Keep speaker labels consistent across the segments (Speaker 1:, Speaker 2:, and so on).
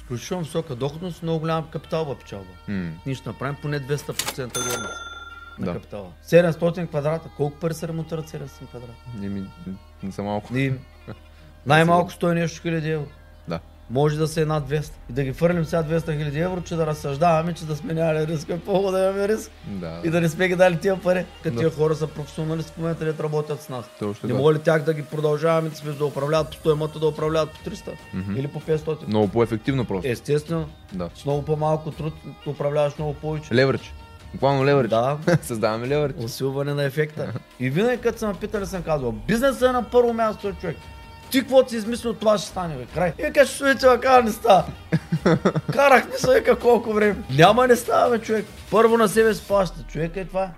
Speaker 1: изключително висока доходност, много голям капиталва печалба.
Speaker 2: М.
Speaker 1: Ние ще направим поне 200% горница на
Speaker 2: Да.
Speaker 1: капитала. 700 квадрата. Колко пари се ремонтират 700 квадрата?
Speaker 2: Еми, не са малко.
Speaker 1: Ни... Най-малко 100 и нещо хиляди евро.
Speaker 2: Да.
Speaker 1: Може да са една 200. И да ги фърлим сега 200 хиляди евро, че да разсъждаваме, че да сме нямали риска, по да имаме риск
Speaker 2: Да.
Speaker 1: и да не сме ги дали тия пари. Като
Speaker 2: Да.
Speaker 1: тия хора са професионалисти в момента, дето работят с нас.
Speaker 2: Точно
Speaker 1: Не
Speaker 2: така.
Speaker 1: мога ли тях да ги продължаваме, да, сме- да управляват по 100 имота, да управляват по 300 или по 500?
Speaker 2: Много по-ефективно просто.
Speaker 1: Е. Естествено,
Speaker 2: Да.
Speaker 1: с много по-малко труд управляваш много повече.
Speaker 2: Левърч. Буквално левърч.
Speaker 1: Да,
Speaker 2: Създаваме левърч.
Speaker 1: усилване на ефекта. И винаги като са ме питали, съм казвал, бизнесът е на първо място, човек. Ти какво си измислил, това ще стане, бе, край. И вика, ще стоите, бе, кара, не става. Карахме се, вика, колко време. Няма не става, бе, човек. Първо на себе спаща, човек е това.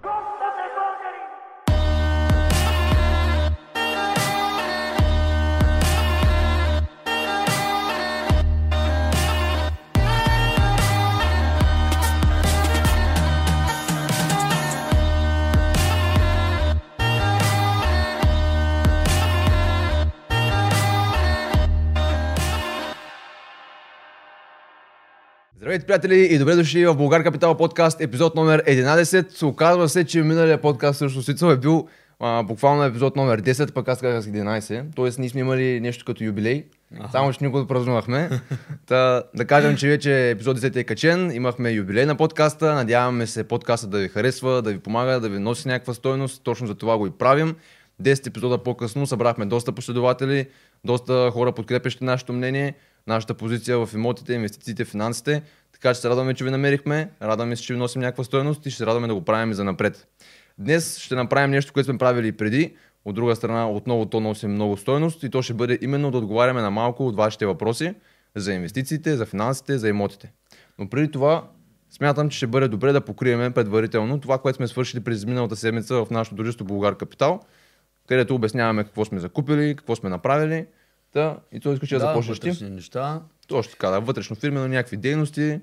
Speaker 2: Здравейте, приятели, и добре дошли в Българ Капитал подкаст, епизод номер 11. Оказва се, че миналия подкаст също Сицел е бил а, буквално епизод номер 10, пък аз казах 11. Тоест, ние сме имали нещо като юбилей. Само, че ние го празнувахме. Та, да кажем, че вече епизод 10 е качен. Имахме юбилей на подкаста. Надяваме се подкаста да ви харесва, да ви помага, да ви носи някаква стойност. Точно за това го и правим. 10 епизода по-късно събрахме доста последователи, доста хора подкрепящи нашето мнение, нашата позиция в имотите, инвестициите, финансите. Така че се радваме, че ви намерихме, радваме се, че ви носим някаква стоеност и ще се радваме да го правим и за напред. Днес ще направим нещо, което сме правили и преди. От друга страна, отново то носи много стоеност и то ще бъде именно да отговаряме на малко от вашите въпроси за инвестициите, за финансите, за имотите. Но преди това, смятам, че ще бъде добре да покрием предварително това, което сме свършили през миналата седмица в нашето дружество Българ Капитал, където обясняваме какво сме закупили, какво сме направили. Та, и той иска, че да, започнеш ти.
Speaker 1: вътрешни неща.
Speaker 2: Точно така, да, вътрешно фирмено някакви дейности,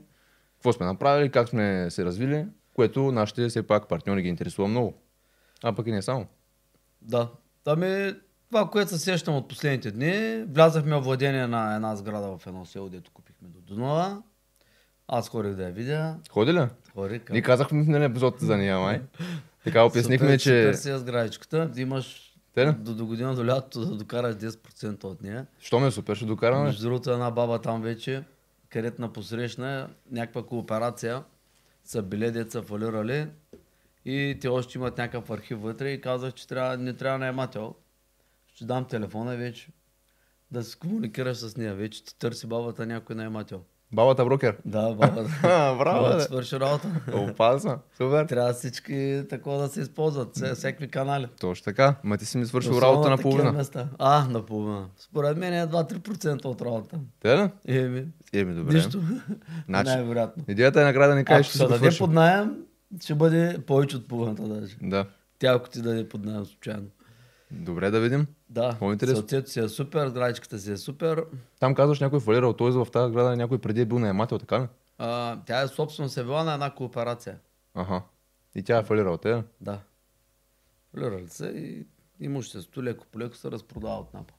Speaker 2: какво сме направили, как сме се развили, което нашите все пак партньори ги интересува много. А пък и не само.
Speaker 1: Да. Ами, това, което се сещам от последните дни, влязахме в владение на една сграда в едно село, дето купихме до Дунава. Аз ходих да я видя.
Speaker 2: Ходи ли?
Speaker 1: Хорих към...
Speaker 2: Ние казахме в миналия епизод за нея, май. Така обяснихме,
Speaker 1: супер,
Speaker 2: че...
Speaker 1: Супер си е сградичката. Имаш
Speaker 2: Те ли?
Speaker 1: до, до година, до лятото да докараш 10% от нея.
Speaker 2: Що ме е супер, ще докараме.
Speaker 1: Между другото, една баба там вече, където на посрещна някаква кооперация, са били деца фалирали и те още имат някакъв архив вътре и казах, че трябва, не трябва наемател. Ще дам телефона вече да се комуникираш с нея. Вече ти търси бабата някой наемател.
Speaker 2: Бабата брокер.
Speaker 1: Да, бабата.
Speaker 2: Ха,
Speaker 1: Бабата
Speaker 2: Браво, бе.
Speaker 1: свърши работа.
Speaker 2: Опасна. Супер.
Speaker 1: Трябва всички такова да се използват, вся- всякакви канали.
Speaker 2: Точно така. Ма ти си ми свършил
Speaker 1: Особено
Speaker 2: работа на
Speaker 1: такива
Speaker 2: половина.
Speaker 1: Места. А, наполовина. Според мен е 2-3% от работа.
Speaker 2: Те ли?
Speaker 1: Еми,
Speaker 2: Еми, добре.
Speaker 1: нищо.
Speaker 2: Значи,
Speaker 1: Най-вероятно.
Speaker 2: идеята е накрая да ни кажеш,
Speaker 1: Ако
Speaker 2: че си
Speaker 1: се
Speaker 2: го
Speaker 1: даде
Speaker 2: свършил.
Speaker 1: под найем, ще бъде повече от половината даже.
Speaker 2: Да.
Speaker 1: Тя ако ти даде под найем случайно.
Speaker 2: Добре да видим.
Speaker 1: Да,
Speaker 2: Много интересно.
Speaker 1: сълцето си е супер, градичката си е супер.
Speaker 2: Там казваш някой е фалирал, т.е. в тази града някой преди е бил наемател, така ли?
Speaker 1: А, тя е собствено се била на една кооперация.
Speaker 2: Аха. И тя е фалирала, те. ли?
Speaker 1: Да. Лирали се и имуществото леко по леко се разпродава от напа.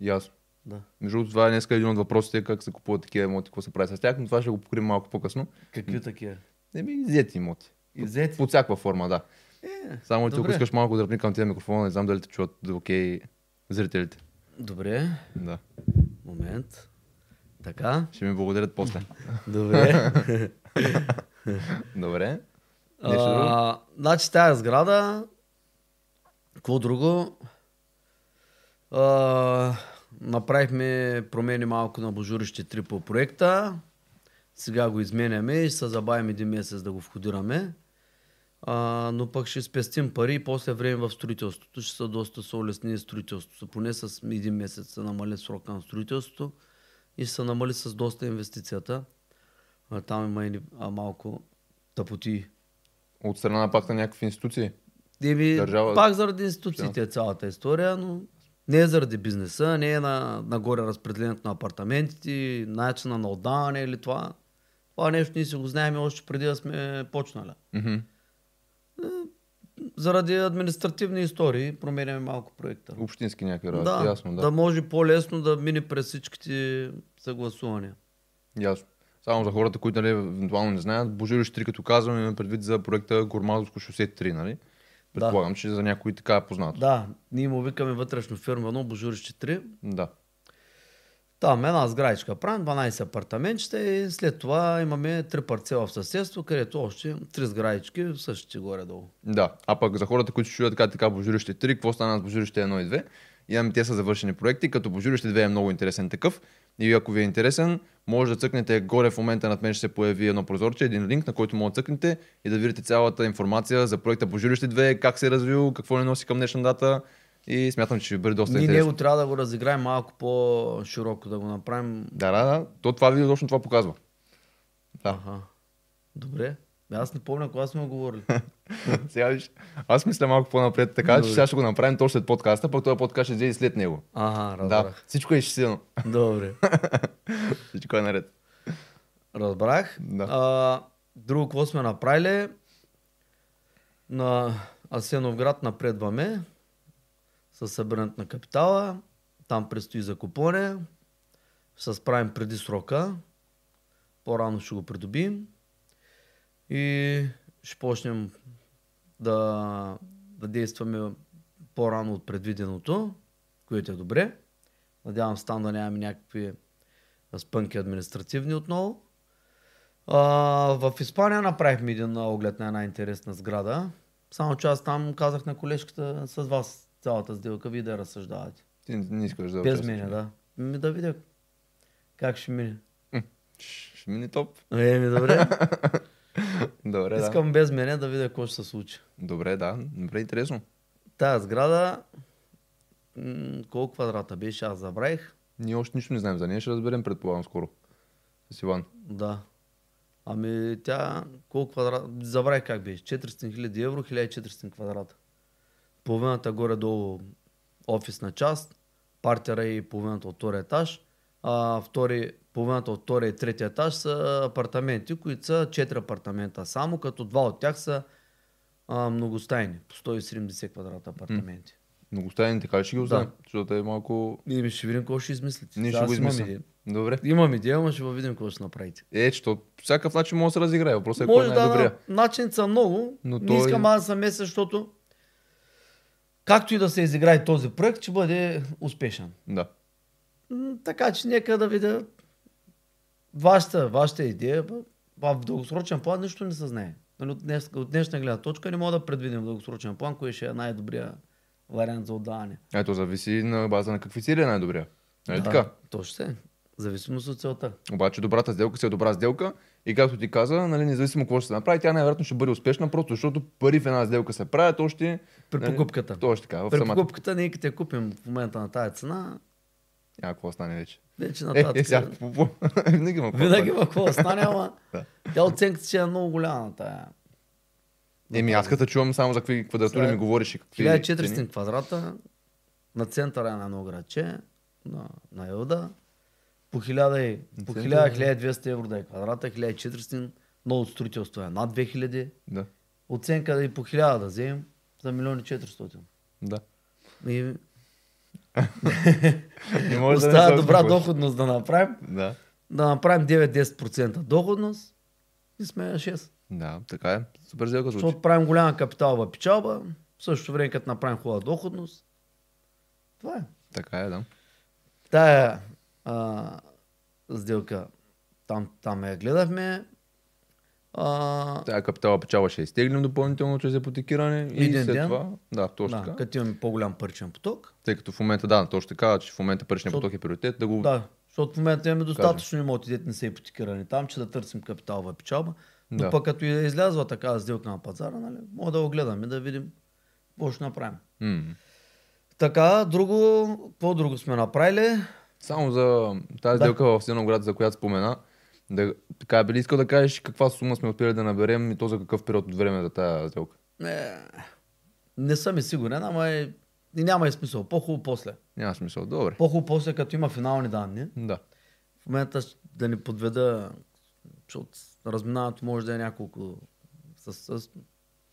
Speaker 2: Ясно.
Speaker 1: Да.
Speaker 2: Между другото, това е днес един от въпросите, как се купуват такива имоти, какво се прави с тях, но това ще го покрием малко по-късно.
Speaker 1: Какви такива?
Speaker 2: Еми, взети имоти.
Speaker 1: И взети.
Speaker 2: Под всякаква форма, да.
Speaker 1: Е,
Speaker 2: Само ти, ако
Speaker 1: добре.
Speaker 2: искаш малко да дръпни към тези микрофона, не знам дали те чуват окей зрителите.
Speaker 1: Добре,
Speaker 2: Да.
Speaker 1: момент. Така,
Speaker 2: Ще ми благодарят после.
Speaker 1: добре.
Speaker 2: Добре. Нещо друго?
Speaker 1: А, значи тази сграда, какво друго, а, направихме промени малко на божурище 3 по проекта. Сега го изменяме и ще се забавим един месец да го входираме. А, но пък ще спестим пари и после време в строителството ще са доста се улесни строителството. Поне с един месец се намали срока на строителството и ще се намали с доста инвестицията. А, там има и а, малко тъпоти
Speaker 2: От страна на пак на някакви институции.
Speaker 1: Еми,
Speaker 2: Държава-
Speaker 1: пак заради институциите е цялата история, но не е заради бизнеса, не е на, нагоре разпределението на апартаментите, начина на отдаване или това. Това нещо ние си го знаем още преди да сме почнали.
Speaker 2: Мгм.
Speaker 1: Заради административни истории променяме малко проекта.
Speaker 2: Общински някакви работи. Ясно, да.
Speaker 1: да може по-лесно да мине през всичките съгласувания.
Speaker 2: Ясно. Само за хората, които нали, евентуално не знаят, Божурище 3, като казвам, имаме предвид за проекта Гормазовско шосе 3, нали? Предполагам, че за някои така е познато.
Speaker 1: Да, ние му викаме вътрешно фирма 1, Божурище 3.
Speaker 2: Да.
Speaker 1: Там една сградичка правим, 12 апартаментчета и след това имаме три парцела в съседство, където още три сградички, същите горе-долу.
Speaker 2: Да. А пък за хората, които ще чуят така, така Божурище 3, какво стана с Божурище 1 и 2? Имаме те са завършени проекти, като Божурище 2 е много интересен такъв. И ако ви е интересен, може да цъкнете горе в момента над мен ще се появи едно прозорче, един линк, на който може да цъкнете и да видите цялата информация за проекта Божурище 2, как се е развил, какво не носи към днешна дата. И смятам, че ще ви бъде доста
Speaker 1: Ние
Speaker 2: интересно.
Speaker 1: него трябва да го разиграем малко по-широко, да го направим.
Speaker 2: Да, да, да. То това видео точно това показва. Да.
Speaker 1: Аха. Добре. Аз не помня кога сме го говорили.
Speaker 2: сега виж, аз мисля малко по-напред, така че
Speaker 1: Добре.
Speaker 2: сега ще го направим точно след подкаста, пък този подкаст ще излезе и след него.
Speaker 1: Ага,
Speaker 2: Да,
Speaker 1: разбрах.
Speaker 2: всичко е изчислено.
Speaker 1: Добре.
Speaker 2: Всичко е наред.
Speaker 1: Разбрах.
Speaker 2: Да.
Speaker 1: А, друго, какво сме направили? На Асеновград напредваме с събирането на капитала. Там предстои закупоне. Ще се справим преди срока. По-рано ще го придобием. И ще почнем да, да действаме по-рано от предвиденото, което е добре. Надявам се там да нямаме някакви спънки административни отново. А, в Испания направихме един а, оглед на една интересна сграда. Само че аз там казах на колежката с вас цялата сделка, вие да я разсъждавате.
Speaker 2: Ти не не искаш да
Speaker 1: Без
Speaker 2: участваш.
Speaker 1: мене, да. Ми да видя как ще мине.
Speaker 2: М, Ще мине топ.
Speaker 1: Еми, добре.
Speaker 2: Добре, Е, да.
Speaker 1: Искам без мене да видя какво ще се случи.
Speaker 2: Добре, да. Добре, интересно.
Speaker 1: Тая сграда, м, колко квадрата беше, аз забравих.
Speaker 2: Ние още нищо не знаем за нея, ще разберем предполагам скоро. С Иван.
Speaker 1: Да. Ами тя колко квадрата... Забравих как беше. 400 000 евро, 1400 квадрата. Половината горе-долу офисна част, партера и половината от втория етаж, а втори, половината от втория и третия етаж са апартаменти, които са 4 апартамента само, като два от тях са а, многостайни, по 170 квадрата апартаменти.
Speaker 2: Многостайни така ли ще ги узнаем,
Speaker 1: Да.
Speaker 2: защото е малко...
Speaker 1: И ми ще видим какво ще измислите.
Speaker 2: Ние
Speaker 1: Сега
Speaker 2: ще го
Speaker 1: аз имам
Speaker 2: измислим.
Speaker 1: идея.
Speaker 2: Добре.
Speaker 1: Имам идея, ама ще видим какво ще направите.
Speaker 2: Е, че то по всякакъв начин може да се разиграе. Въпросът е кой е
Speaker 1: Може да,
Speaker 2: най-добрия.
Speaker 1: да начин са много,
Speaker 2: Но
Speaker 1: но не
Speaker 2: той-
Speaker 1: искам аз да се меся, защото както и да се изиграе този проект, ще бъде успешен.
Speaker 2: Да.
Speaker 1: М, Така че нека да видя вашата, вашата идея. бе. А в дългосрочен план нищо не се знае. Нали, От, днес, от днешна гледна точка не мога да предвидим в дългосрочен план, кой ще е най-добрия вариант за отдаване.
Speaker 2: Ето, зависи на база на какви цели е най-добрия. Нали
Speaker 1: да,
Speaker 2: така?
Speaker 1: То ще е. Зависимост от целта.
Speaker 2: Обаче добрата сделка си е добра сделка и както ти каза, нали, независимо какво ще се направи, тя най-вероятно ще бъде успешна, просто защото пари в една сделка се правят още...
Speaker 1: При
Speaker 2: нали,
Speaker 1: покупката.
Speaker 2: Точно така, в
Speaker 1: При
Speaker 2: самата...
Speaker 1: покупката ние като я купим в момента на тази цена,
Speaker 2: Няма какво стане вече.
Speaker 1: вече
Speaker 2: Е,
Speaker 1: нататък.
Speaker 2: е, сега, по- по- винаги има какво
Speaker 1: Винаги
Speaker 2: да
Speaker 1: има какво да стане, ама
Speaker 2: Да.
Speaker 1: тя оценката ще е много голяма на тая.
Speaker 2: стане. Еми, аз като чувам само за какви квадратури
Speaker 1: Сега е
Speaker 2: ми говориш и какви... цени.
Speaker 1: 1400 квадрата, на центъра е на едно градче, на, на Елда, по 1000 и- по
Speaker 2: центъра, е
Speaker 1: 1000-1200 евро да е квадрата, 1400, много от строителство е над 2000,
Speaker 2: Да,
Speaker 1: оценка да и по 1000 да вземем за 1 400.
Speaker 2: да.
Speaker 1: И
Speaker 2: Не може да не
Speaker 1: остава
Speaker 2: се
Speaker 1: добра
Speaker 2: успокоиш.
Speaker 1: доходност да направим,
Speaker 2: Да.
Speaker 1: да направим 9-10% доходност и сме на 6.
Speaker 2: Да, така е. Супер сделка звучи.
Speaker 1: Защото правим голяма капиталова печалба, в същото време като направим хубава доходност. Това е.
Speaker 2: Така е, да.
Speaker 1: Тая а, сделка там, там я гледахме. А,
Speaker 2: Тая капитала печала ще изтеглим допълнително чрез ипотекиране и
Speaker 1: Един
Speaker 2: след
Speaker 1: ден.
Speaker 2: това. Да, точно
Speaker 1: да,
Speaker 2: така.
Speaker 1: като имаме по-голям паричен поток.
Speaker 2: Тъй като в момента, да, точно така, че в момента паричният
Speaker 1: Защото-
Speaker 2: поток е приоритет, да го...
Speaker 1: Да, защото в момента имаме достатъчно имоти, дете не са ипотекирани там, че да търсим капиталова печалба. Но
Speaker 2: Да.
Speaker 1: пък като и да излязва такава сделка на пазара, нали, може да го гледаме, да видим какво ще направим.
Speaker 2: М.
Speaker 1: Така, друго, какво друго сме направили?
Speaker 2: Само за тази
Speaker 1: Да.
Speaker 2: сделка в Сеноград, за която спомена, да, така би ли искал да кажеш каква сума сме успели да наберем и то за какъв период от време за тази сделка?
Speaker 1: Е, не съм и сигурен, ама е, и няма и смисъл. По-хубаво после.
Speaker 2: Няма смисъл. Добре.
Speaker 1: По-хубаво после, като има финални данни.
Speaker 2: Да.
Speaker 1: В момента щ- да ни подведа, защото разминаването може да е няколко с, с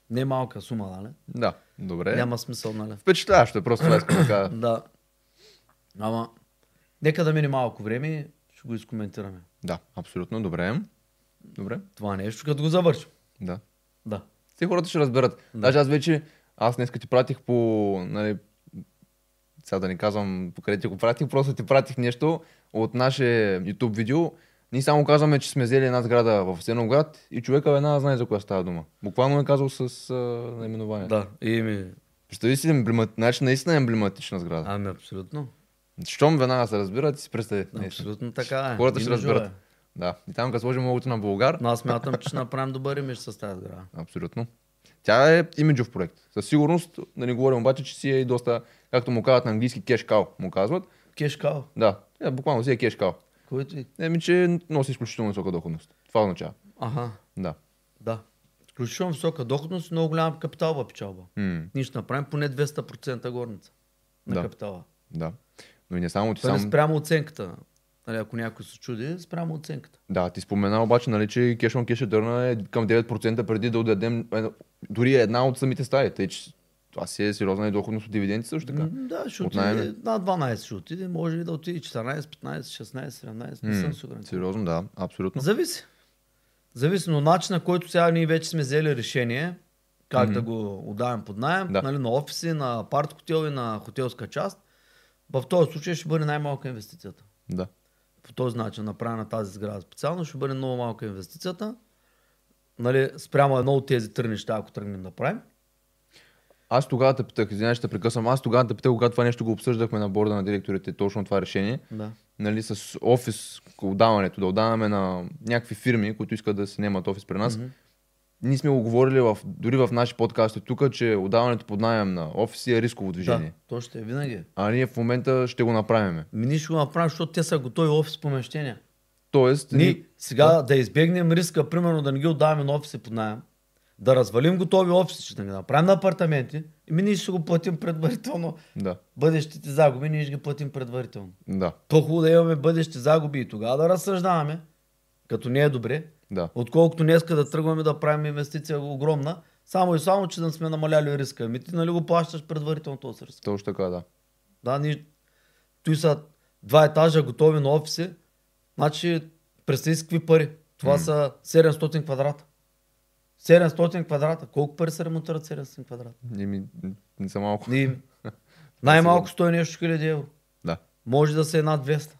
Speaker 1: не малка сума, нали?
Speaker 2: Да. Добре.
Speaker 1: Няма смисъл, нали?
Speaker 2: Впечатляващо е, просто това искам да кажа.
Speaker 1: Да. Ама, нека да мине малко време, ще ще го изкоментираме.
Speaker 2: Да, абсолютно, добре. Добре,
Speaker 1: Това нещо, като го завършим.
Speaker 2: да.
Speaker 1: Да.
Speaker 2: Те хората ще разберат. Да. Даже аз вече, аз днес ти пратих по, нали, сега да не казвам покъде ти го пратих, просто ти пратих нещо от наше YouTube видео. Ние само казваме, че сме взели една сграда в Сеноград и човека веднага знае за коя става дума. Буквално е казал с а, наименование.
Speaker 1: Да, и ми...
Speaker 2: Представи си, емблемат... значи наистина е емблематична сграда.
Speaker 1: Ами абсолютно.
Speaker 2: Щом веднага се разбират, си представи. нещо.
Speaker 1: Абсолютно така е.
Speaker 2: Хората ще
Speaker 1: Имиджова
Speaker 2: разберат.
Speaker 1: е.
Speaker 2: Да. И там, като сложим логото на Българ,
Speaker 1: Но аз смятам, че ще направим добър имидж с тази сграда.
Speaker 2: Абсолютно. Тя е имиджов проект. Със сигурност, да не говорим обаче, че си е и доста, както му казват на английски, кешкал, му казват.
Speaker 1: Кешкал,
Speaker 2: Да, е, буквално си е кешкал.
Speaker 1: който и...
Speaker 2: Еми, че носи изключително висока доходност. Това означава.
Speaker 1: Аха,
Speaker 2: Да.
Speaker 1: да. Включително висока доходност и много голям капиталва печалба.
Speaker 2: М,
Speaker 1: Ние ще направим поне 200% горница на
Speaker 2: Да.
Speaker 1: капитала.
Speaker 2: да. Но и не само ти
Speaker 1: Това е
Speaker 2: сам...
Speaker 1: спрямо оценката. Нали, ако някой се чуди, спрямо оценката.
Speaker 2: Да, ти спомена обаче, нали, че кешон кеше дърна е към 9% преди да отдадем е, дори една от самите стаи. Тъй, че това си е сериозна и доходност от дивиденти също така.
Speaker 1: М, Да, ще
Speaker 2: Отнайме.
Speaker 1: отиде на 12 ще отиде, може и да отиде 14, 15, 16, 17, не
Speaker 2: М,
Speaker 1: съм сигурен.
Speaker 2: Сериозно, да, абсолютно.
Speaker 1: Зависи. Зависи, но начина, който сега ние вече сме взели решение, как да го отдавим под найем,
Speaker 2: Да.
Speaker 1: нали, на офиси, на апарт хотел и на хотелска част, в този случай ще бъде най-малка инвестицията.
Speaker 2: Да.
Speaker 1: по този начин направена тази сграда специално, ще бъде много малка инвестицията. Нали, спрямо едно от тези три неща, ако тръгнем да правим.
Speaker 2: Аз тогава те питах, извинявай, ще те прекъсвам. Аз тогава те питах, когато това нещо го обсъждахме на борда на директорите, точно това решение,
Speaker 1: Да.
Speaker 2: нали, с офис, отдаването, да отдаваме на някакви фирми, които искат да си немат офис при нас. Ние сме го говорили в, дори в наши подкасти тук, че отдаването под найем на офиси е рисково движение.
Speaker 1: да то ще е винаги.
Speaker 2: А ние в момента ще го направим.
Speaker 1: Ми ние ще го направим, защото те са готови офис помещения.
Speaker 2: Тоест,
Speaker 1: Ние сега да. избегнем риска, примерно да не ги отдаваме на офиси под найем, да развалим готови офиси, ще ги направим на апартаменти и ми ние ще го платим предварително.
Speaker 2: Да,
Speaker 1: Бъдещите загуби ние ще ги платим предварително.
Speaker 2: да,
Speaker 1: По-хубаво да имаме бъдещи загуби и тогава да разсъждаваме, като не е добре,
Speaker 2: да.
Speaker 1: Отколкото днеска да тръгваме да правим инвестиция огромна, само и само, че да сме намаляли риска. Ами ти нали го плащаш предварително този риск?
Speaker 2: Точно така, да.
Speaker 1: Да, ни... Той са два етажа готови на офиси, значи представи си какви пари. Това са 700 квадрата. 700 квадрата. Колко пари се ремонтират 700 квадрата?
Speaker 2: Не, ми, не са малко.
Speaker 1: И... Най-малко стои нещо хиляди евро.
Speaker 2: Да,
Speaker 1: Може да са една 200.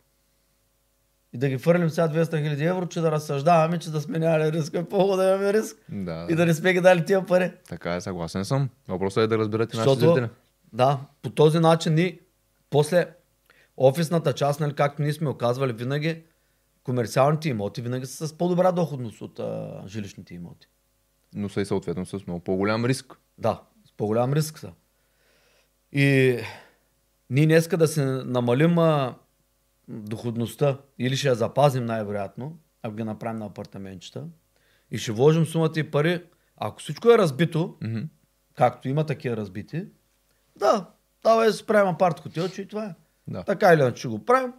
Speaker 1: И да ги фърлим сега 200 хиляди евро, че да разсъждаваме, че да сме нямали риска, по-хубаво да имаме риск.
Speaker 2: да,
Speaker 1: И
Speaker 2: да.
Speaker 1: да не сме ги дали тия пари.
Speaker 2: Така е, съгласен съм. Въпросът е да разберете нашите
Speaker 1: Защото,
Speaker 2: зрители.
Speaker 1: да, по този начин ни, после офисната част, нали, както ние сме оказвали винаги, комерциалните имоти винаги са с по-добра доходност от а, жилищните имоти.
Speaker 2: Но са и съответно с много по-голям риск.
Speaker 1: Да, с по-голям риск са. И ние днеска да се намалим а, доходността или ще я запазим най-вероятно, ако ги направим на апартаментчета и ще вложим сумата и пари, ако всичко е разбито,
Speaker 2: Мгм.
Speaker 1: както има такива разбити, да, давай да си правим апарт хотелче и това е.
Speaker 2: Да.
Speaker 1: Така или иначе ще го правим.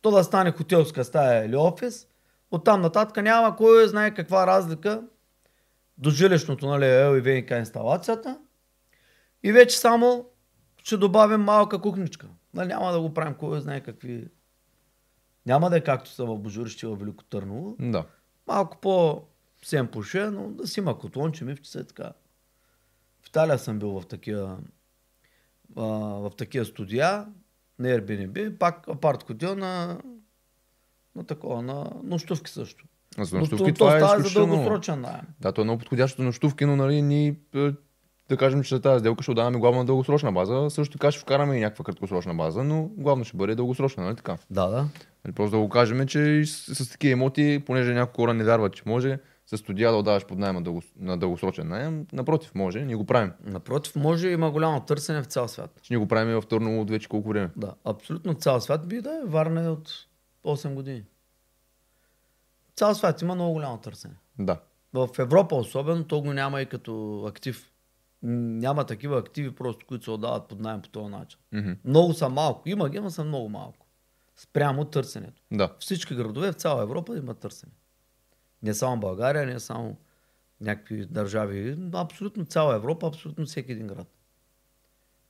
Speaker 1: То да стане хотелска стая или офис. Оттам нататък няма кой знае каква разлика до жилищното, нали, ел и ВНК инсталацията. И вече само ще добавим малка кухничка. Нали, няма да го правим кой знае какви... Няма да е както са в Божурище във Велико Търново.
Speaker 2: Да.
Speaker 1: Малко по сем пуше, но да си има котлонче, мивче и така. В Италия съм бил в такива, а, в такива студия, на Airbnb, пак апарт хотел на, на такова, на нощувки също.
Speaker 2: А за
Speaker 1: Но то-
Speaker 2: нощувки
Speaker 1: то
Speaker 2: това е
Speaker 1: става за
Speaker 2: изключително...
Speaker 1: дългосрочен найем.
Speaker 2: Да, то е много подходящо за нощувки, но нали, ние, е, да кажем, че за тази сделка ще отдаваме главно на дългосрочна база. Също така ще вкараме и някаква краткосрочна база, но главно ще бъде дългосрочна, нали така?
Speaker 1: Да, да.
Speaker 2: Нали, просто да го кажем, че и с, с такива имоти, понеже някои хора не вярват, че може, с студия да отдаваш под найем на, дълго, на дългосрочен найем, напротив, може, ние го правим.
Speaker 1: Напротив, може има голямо търсене в цял свят.
Speaker 2: Ще ни го правим и в Търново от вече колко време.
Speaker 1: Да, абсолютно цял свят би да е. Варна е от 8 години. Цял свят има много голямо търсене.
Speaker 2: Да,
Speaker 1: В Европа особено, то го няма и като актив. М, Няма такива активи просто, които се отдават под найем по този начин.
Speaker 2: Мгм.
Speaker 1: Много са малко. Има ги, но са много малко. Спрямо търсенето.
Speaker 2: да,
Speaker 1: Всички градове в цяла Европа имат търсене. Не само България, не само някакви държави. Абсолютно цяла Европа, абсолютно всеки един град.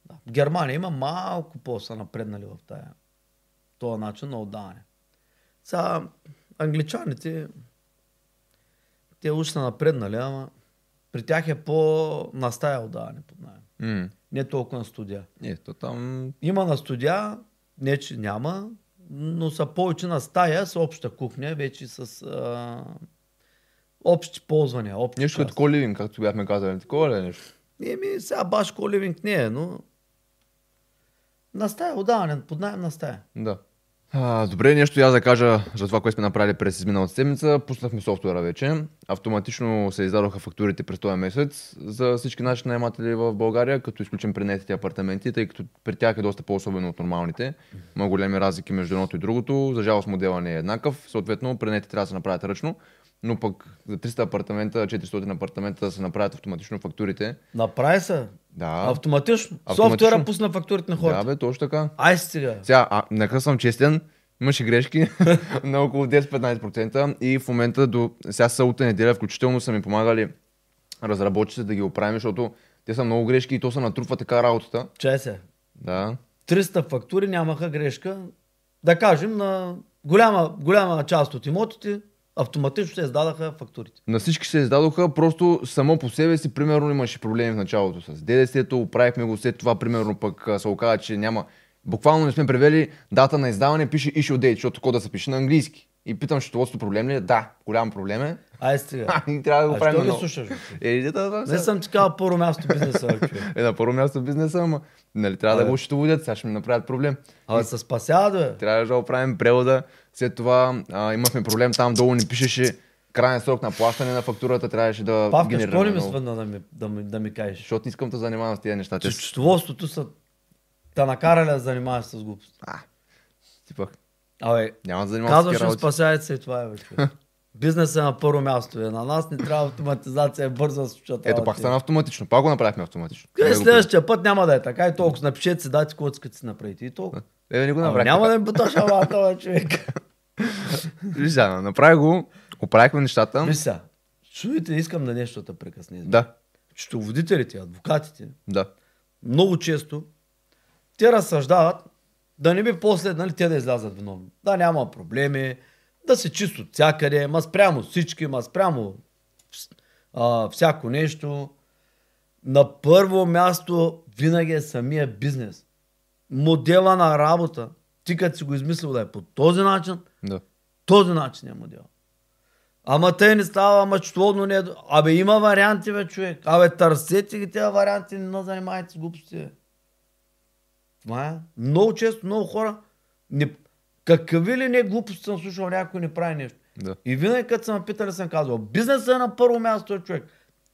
Speaker 1: Да. Германия има малко по-са напреднали в тая, този начин на отдаване. Сега, англичаните, те уж са напреднали, ама при тях е по-настаял даване под найем.
Speaker 2: М.
Speaker 1: Не толкова на студия.
Speaker 2: Е, то там...
Speaker 1: Има на студия, не че няма, но са повече на стая с обща кухня, вече с а, общи ползвания. Общи
Speaker 2: Нещо като
Speaker 1: части.
Speaker 2: коливин, както бяхме казали. Такова ли е нещо?
Speaker 1: Еми, сега баш коливинг не е, но... На стая, отдаване, под найем на стая.
Speaker 2: Да. А, добре, нещо и аз да кажа за това, което сме направили през изминалата седмица. Пуснахме софтуера вече. Автоматично се издадоха фактурите през този месец за всички наши наематели в България, като изключим пренетите апартаменти, тъй като при тях е доста по-особено от нормалните. Има големи разлики между едното и другото. За жалост модела не е еднакъв. Съответно, пренетите трябва да се направят ръчно, но пък за 300 апартамента, 400 апартамента да се направят автоматично фактурите.
Speaker 1: Направи се.
Speaker 2: Да,
Speaker 1: Автоматично.
Speaker 2: Автоматично.
Speaker 1: Софтуера пусна фактурите на хората.
Speaker 2: да бе, точно така.
Speaker 1: Ай сега.
Speaker 2: Сега, а, нека съм честен, имаше грешки на около 10-15% и в момента до сега събота неделя включително са ми помагали разработчиците да ги оправим, защото те са много грешки и то се натрупва така работата.
Speaker 1: Чай се.
Speaker 2: Да.
Speaker 1: 300 фактури нямаха грешка. Да кажем, на голяма, голяма част от имотите автоматично се издадаха фактурите.
Speaker 2: На всички се издадоха, просто само по себе си, примерно, имаше проблеми в началото с ДДС-то, оправихме го след това, примерно, пък а, се оказа, че няма. Буквално не сме превели дата на издаване, пише issue date, защото кода се пише на английски. И питам, счетоводството проблем ли е? Да, голям проблем е.
Speaker 1: Ай сега.
Speaker 2: А, и трябва да го
Speaker 1: А
Speaker 2: правим.
Speaker 1: що ги
Speaker 2: наново.
Speaker 1: слушаш? бе?
Speaker 2: Е, да, да, да,
Speaker 1: Не
Speaker 2: сега.
Speaker 1: съм ти казал първо място бизнеса, бе, човек.
Speaker 2: Е, на първо място бизнеса, ама нали, трябва да
Speaker 1: Абе.
Speaker 2: го счетоводят, сега ще ми направят проблем.
Speaker 1: Абе се спасяват, бе.
Speaker 2: Трябва да оправим превода. След това а, имахме проблем там долу, ни пишеше крайен срок на плащане на фактурата, трябваше да
Speaker 1: Павка, що
Speaker 2: генерираме
Speaker 1: ли ми
Speaker 2: много.
Speaker 1: свъдна да ми, да ми, да ми кажеш?
Speaker 2: Защото не искам да занимавам с тези неща. Те
Speaker 1: Че
Speaker 2: са
Speaker 1: счетоводството са те накарали да занимаваш с глупост.
Speaker 2: си пък.
Speaker 1: Абе,
Speaker 2: Няма да занимавам с
Speaker 1: казваш
Speaker 2: тези
Speaker 1: ми
Speaker 2: работи.
Speaker 1: спасявайте се и това е вече. Бизнесът е на първо място. Е. На нас не трябва автоматизация, бърза случата.
Speaker 2: Ето пак стана автоматично. Пак го направихме автоматично. Не
Speaker 1: Къде
Speaker 2: го
Speaker 1: следващия път няма да е така и толкова. Напишете си, дайте каквото искате си направите и толкова.
Speaker 2: правим. Е, не го
Speaker 1: Ама
Speaker 2: направихме.
Speaker 1: няма да ми буташ авата, бе, човек.
Speaker 2: Виж, да, направи го, оправихме нещата.
Speaker 1: Виж сега, чуете, искам на нещо да прекъсне.
Speaker 2: Да,
Speaker 1: Счетоводителите, адвокатите,
Speaker 2: да.
Speaker 1: много често те разсъждават да не би после нали, те да излязат виновни. Да няма проблеми, да се чисто от всякъде, ма спрямо всички, ма спрямо вс- а, всяко нещо. На първо място винаги е самия бизнес. Модела на работа, ти като си го измислил да е по този начин,
Speaker 2: Да.
Speaker 1: този начин е модел. Ама те не става, ама счетоводно не е. до- Абе има варианти, бе, човек. Абе търсете ги тези варианти, не на занимайте с глупости. бе. Това е. Много често, много хора, не... какви ли не глупости съм слушал, някой не прави нещо.
Speaker 2: Да.
Speaker 1: И винаги, като са ме питали, съм казвал, бизнесът е на първо място, бе, човек.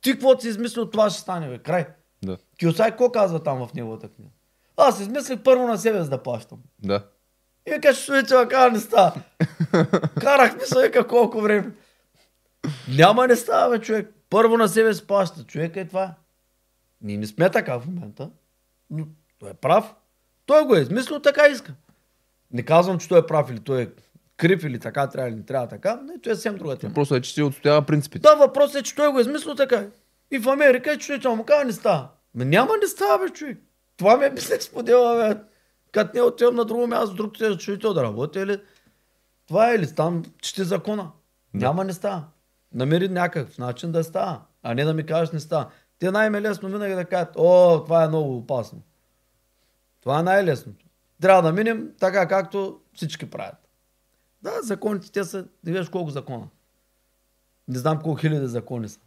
Speaker 1: Ти какво си измислил, това ще стане, бе. Край.
Speaker 2: Да.
Speaker 1: Киосай, какво казва там в неговата книга? Аз измислих първо на себе, за да плащам.
Speaker 2: Да.
Speaker 1: И вика, ще стоите макар не става. Карахме се, вика, колко време. Няма не става, бе, човек. Първо на себе си плаща. Човек е това. Ние не сме така в момента. Но той е прав. Той го е измислил, така иска. Не казвам, че той е прав или той е крив или така трябва или не трябва така. Не, той е съвсем друга тема.
Speaker 2: Просто е, че си отстоява принципите.
Speaker 1: Да, въпросът е, че той го е измислил така. И в Америка е чудително. Му казва, не става. Ме няма не става, бе, човек. Това ми е бизнес модела, бе. Като не отивам на друго място, друг ти е чудител да работи, или това е, или там чете закона. Няма не става. Намери някакъв начин да става, а не да ми кажеш не става. Те най-лесно винаги да кажат, о, това е много опасно. Това е най-лесното. Трябва да минем така, както всички правят. Да, законите те са, не виждаш колко закона. Не знам колко хиляди закони са.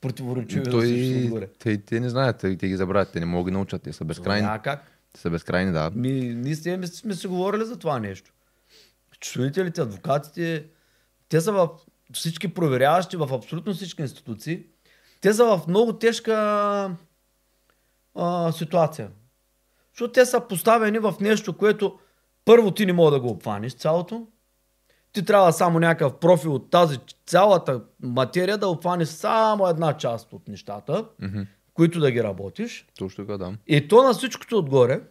Speaker 1: Противоречиви на всичко
Speaker 2: Той,
Speaker 1: отгоре.
Speaker 2: те, те не знаят, те, те ги забравят, те не могат да ги научат, те са безкрайни.
Speaker 1: А как?
Speaker 2: Те са безкрайни, да.
Speaker 1: Ми, ние сте, ми сме си говорили за това нещо. Чувствителите, адвокатите, те са в всички проверяващи, в абсолютно всички институции. Те са в много тежка а, ситуация. Защото те са поставени в нещо, което първо ти не мога да го обхванеш цялото. Ти трябва само някакъв профил от тази цялата материя да обхванеш само една част от нещата,
Speaker 2: Мгм.
Speaker 1: които да ги работиш.
Speaker 2: Точно така, да.
Speaker 1: И то на всичкото отгоре,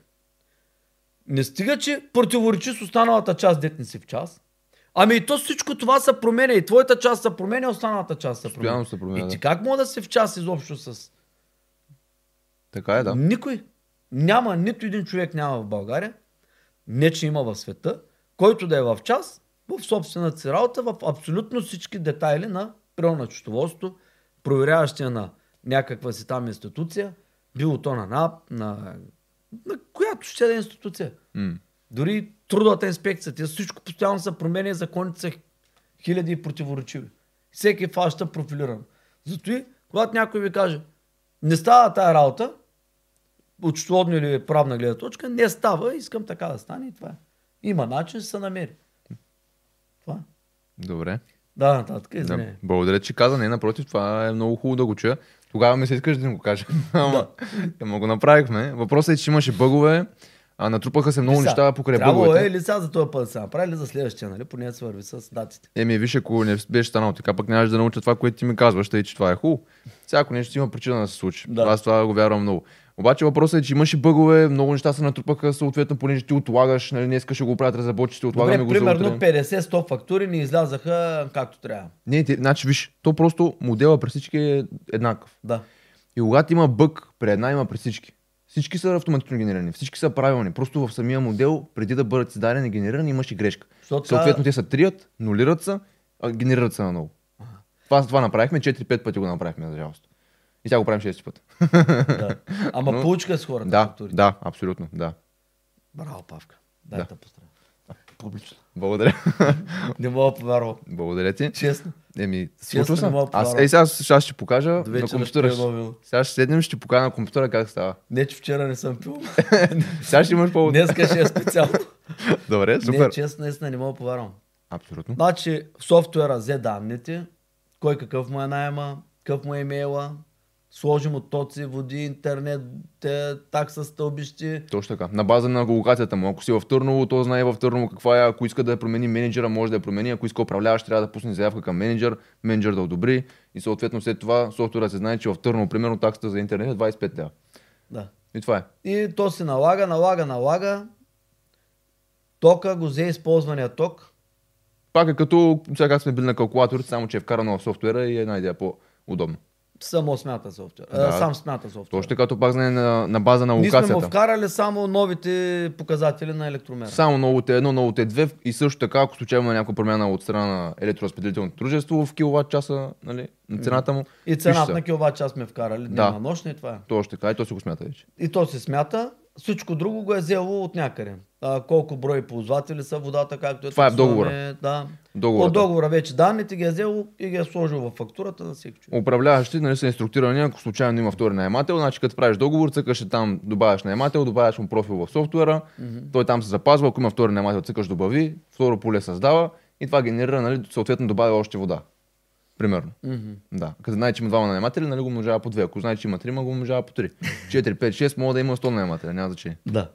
Speaker 1: не стига, че противоречи с останалата част, дет не си в час. Ами и то всичко това се променя. И твоята част се променя, и останалата част се променя.
Speaker 2: Постоянно се променя.
Speaker 1: И
Speaker 2: да.
Speaker 1: ти как мога да си в час изобщо с
Speaker 2: Така е, да.
Speaker 1: никой? Няма, нито един човек няма в България, не че има в света, който да е в час в собствената си работа, в абсолютно всички детайли на приема на счетоводство, проверяващия на някаква си там институция, било то на НАП, на, на която ще да е институция.
Speaker 2: М.
Speaker 1: Дори трудовата инспекция, те всичко постоянно се променя, и законите са хиляди и противоречиви. Всеки е фаща профилиран. Зато и, когато някой ви каже, не става тая работа, от счетоводна или правна гледна точка, не става, искам така да стане и това е. Има начин, ще се намери. Това е.
Speaker 2: Добре.
Speaker 1: Да, нататък,
Speaker 2: Да,
Speaker 1: извиняй.
Speaker 2: благодаря, че каза. Не, напротив, това е много хубаво да го чуя. Тогава ми се искаш да им го кажа. Ама, ама го направихме. Въпросът е, че имаше бъгове, а натрупаха се много
Speaker 1: Лиса.
Speaker 2: неща покрай
Speaker 1: Трябвало
Speaker 2: бъговете.
Speaker 1: е ли сега за този път да се направи, или за следващия, нали? Поне да се върви с датите.
Speaker 2: Еми, виж, ако не беше станало така, пък нямаше да науча това, което ти ми казваш, тъй че това е хубаво. Сега, ако нещо има причина да се случи.
Speaker 1: Да.
Speaker 2: Аз това го вярвам много. Обаче въпросът е, че имаше бъгове, много неща се натрупаха, съответно, понеже ти отлагаш, нали, днес ще го правят разработчици, ще отлагаме
Speaker 1: Добре,
Speaker 2: го за
Speaker 1: примерно
Speaker 2: утре.
Speaker 1: 50-100 фактури ни излязаха както трябва.
Speaker 2: Не, те, значи, виж, то просто модела при всички е еднакъв.
Speaker 1: Да.
Speaker 2: И когато има бък, при една има при всички. Всички са автоматично генерирани, всички са правилни. Просто в самия модел, преди да бъдат създадени и генерирани, имаше грешка.
Speaker 1: Защото
Speaker 2: Съответно,
Speaker 1: това-
Speaker 2: те се трият, нулират се, а генерират се наново. Това, това направихме, 4-5 пъти го направихме, за жалост. И сега го правим 6 пъти.
Speaker 1: да. Ама
Speaker 2: Но-
Speaker 1: получка с хората
Speaker 2: да,
Speaker 1: фактурите.
Speaker 2: да, абсолютно, да.
Speaker 1: Браво, Павка. Дай да.
Speaker 2: Да.
Speaker 1: те поздравя. Публично.
Speaker 2: Благодаря.
Speaker 1: Не мога да повярвам.
Speaker 2: Благодаря ти.
Speaker 1: Честно.
Speaker 2: Еми,
Speaker 1: Честно
Speaker 2: случва
Speaker 1: не
Speaker 2: се.
Speaker 1: мога да
Speaker 2: Аз,
Speaker 1: повярвам.
Speaker 2: ей, сега, сега ще ти покажа
Speaker 1: До
Speaker 2: на
Speaker 1: вечера
Speaker 2: компютъра.
Speaker 1: ще
Speaker 2: ще-
Speaker 1: е ловил.
Speaker 2: Сега ще седнем, ще ти покажа на компютъра как става.
Speaker 1: Не, че вчера не съм пил.
Speaker 2: Сега ще имаш повод.
Speaker 1: Днеска ще е специално.
Speaker 2: Добре,
Speaker 1: не,
Speaker 2: супер.
Speaker 1: честно, наистина не мога да повярвам.
Speaker 2: Абсолютно.
Speaker 1: Значи, софтуера взе данните, кой какъв му е найема, какъв му е имейла, сложим от тоци, води, интернет, те, такса стълбище.
Speaker 2: Точно така. На база на локацията му. Ако си в Търново, то знае в Търново каква е. Ако иска да я промени менеджера, може да я промени. Ако иска управляващ, трябва да пусне заявка към менеджер, менеджер да одобри. И съответно след това софтуера се знае, че в Търново, примерно, таксата за интернет е 25 лева.
Speaker 1: Да.
Speaker 2: И това е.
Speaker 1: И то се налага, налага, налага. Тока го взе използвания ток.
Speaker 2: Пак е като сега как сме били на калкулатор, само че е вкарано в софтуера и е една идея по-удобно.
Speaker 1: Само смята софтуер. Да.
Speaker 2: Да.
Speaker 1: сам смята софтуер.
Speaker 2: Точно е така, то пак знае на, на база на
Speaker 1: Ние сме му
Speaker 2: локацията.
Speaker 1: вкарали само новите показатели на електромера.
Speaker 2: Само е ново Т1, ново Т2 и също така, ако случайно има някаква промяна от страна на електроразпределителното дружество в киловатт часа, нали, на цената му.
Speaker 1: И
Speaker 2: пише
Speaker 1: цената
Speaker 2: се.
Speaker 1: на киловатт час сме вкарали дневна
Speaker 2: Да.
Speaker 1: нощ и това е.
Speaker 2: Точно така, и то си го смята вече.
Speaker 1: И то се смята, всичко друго го е взело от някъде. А, колко брой ползватели са водата, както е.
Speaker 2: Това е в
Speaker 1: таксуване,
Speaker 2: договора.
Speaker 1: Да.
Speaker 2: Договората.
Speaker 1: От договора вече данните ги е взело и ги е сложил във фактурата на всеки човек.
Speaker 2: Управляващи нали, са инструктирани, ако случайно има втори наемател, значи като правиш договор, цъкаш е там, добавяш наемател, добавяш му профил в софтуера, той там се запазва, ако има втори наемател, цъкаш добави, второ поле създава и това генерира, нали, съответно добавя още вода. Примерно. Да. Като знае, че има двама наематели, нали, го умножава по две. Ако знае, че има трима, го умножава по три. 4, 5, 6, мога да има 100 наематели, няма значение.
Speaker 1: Да.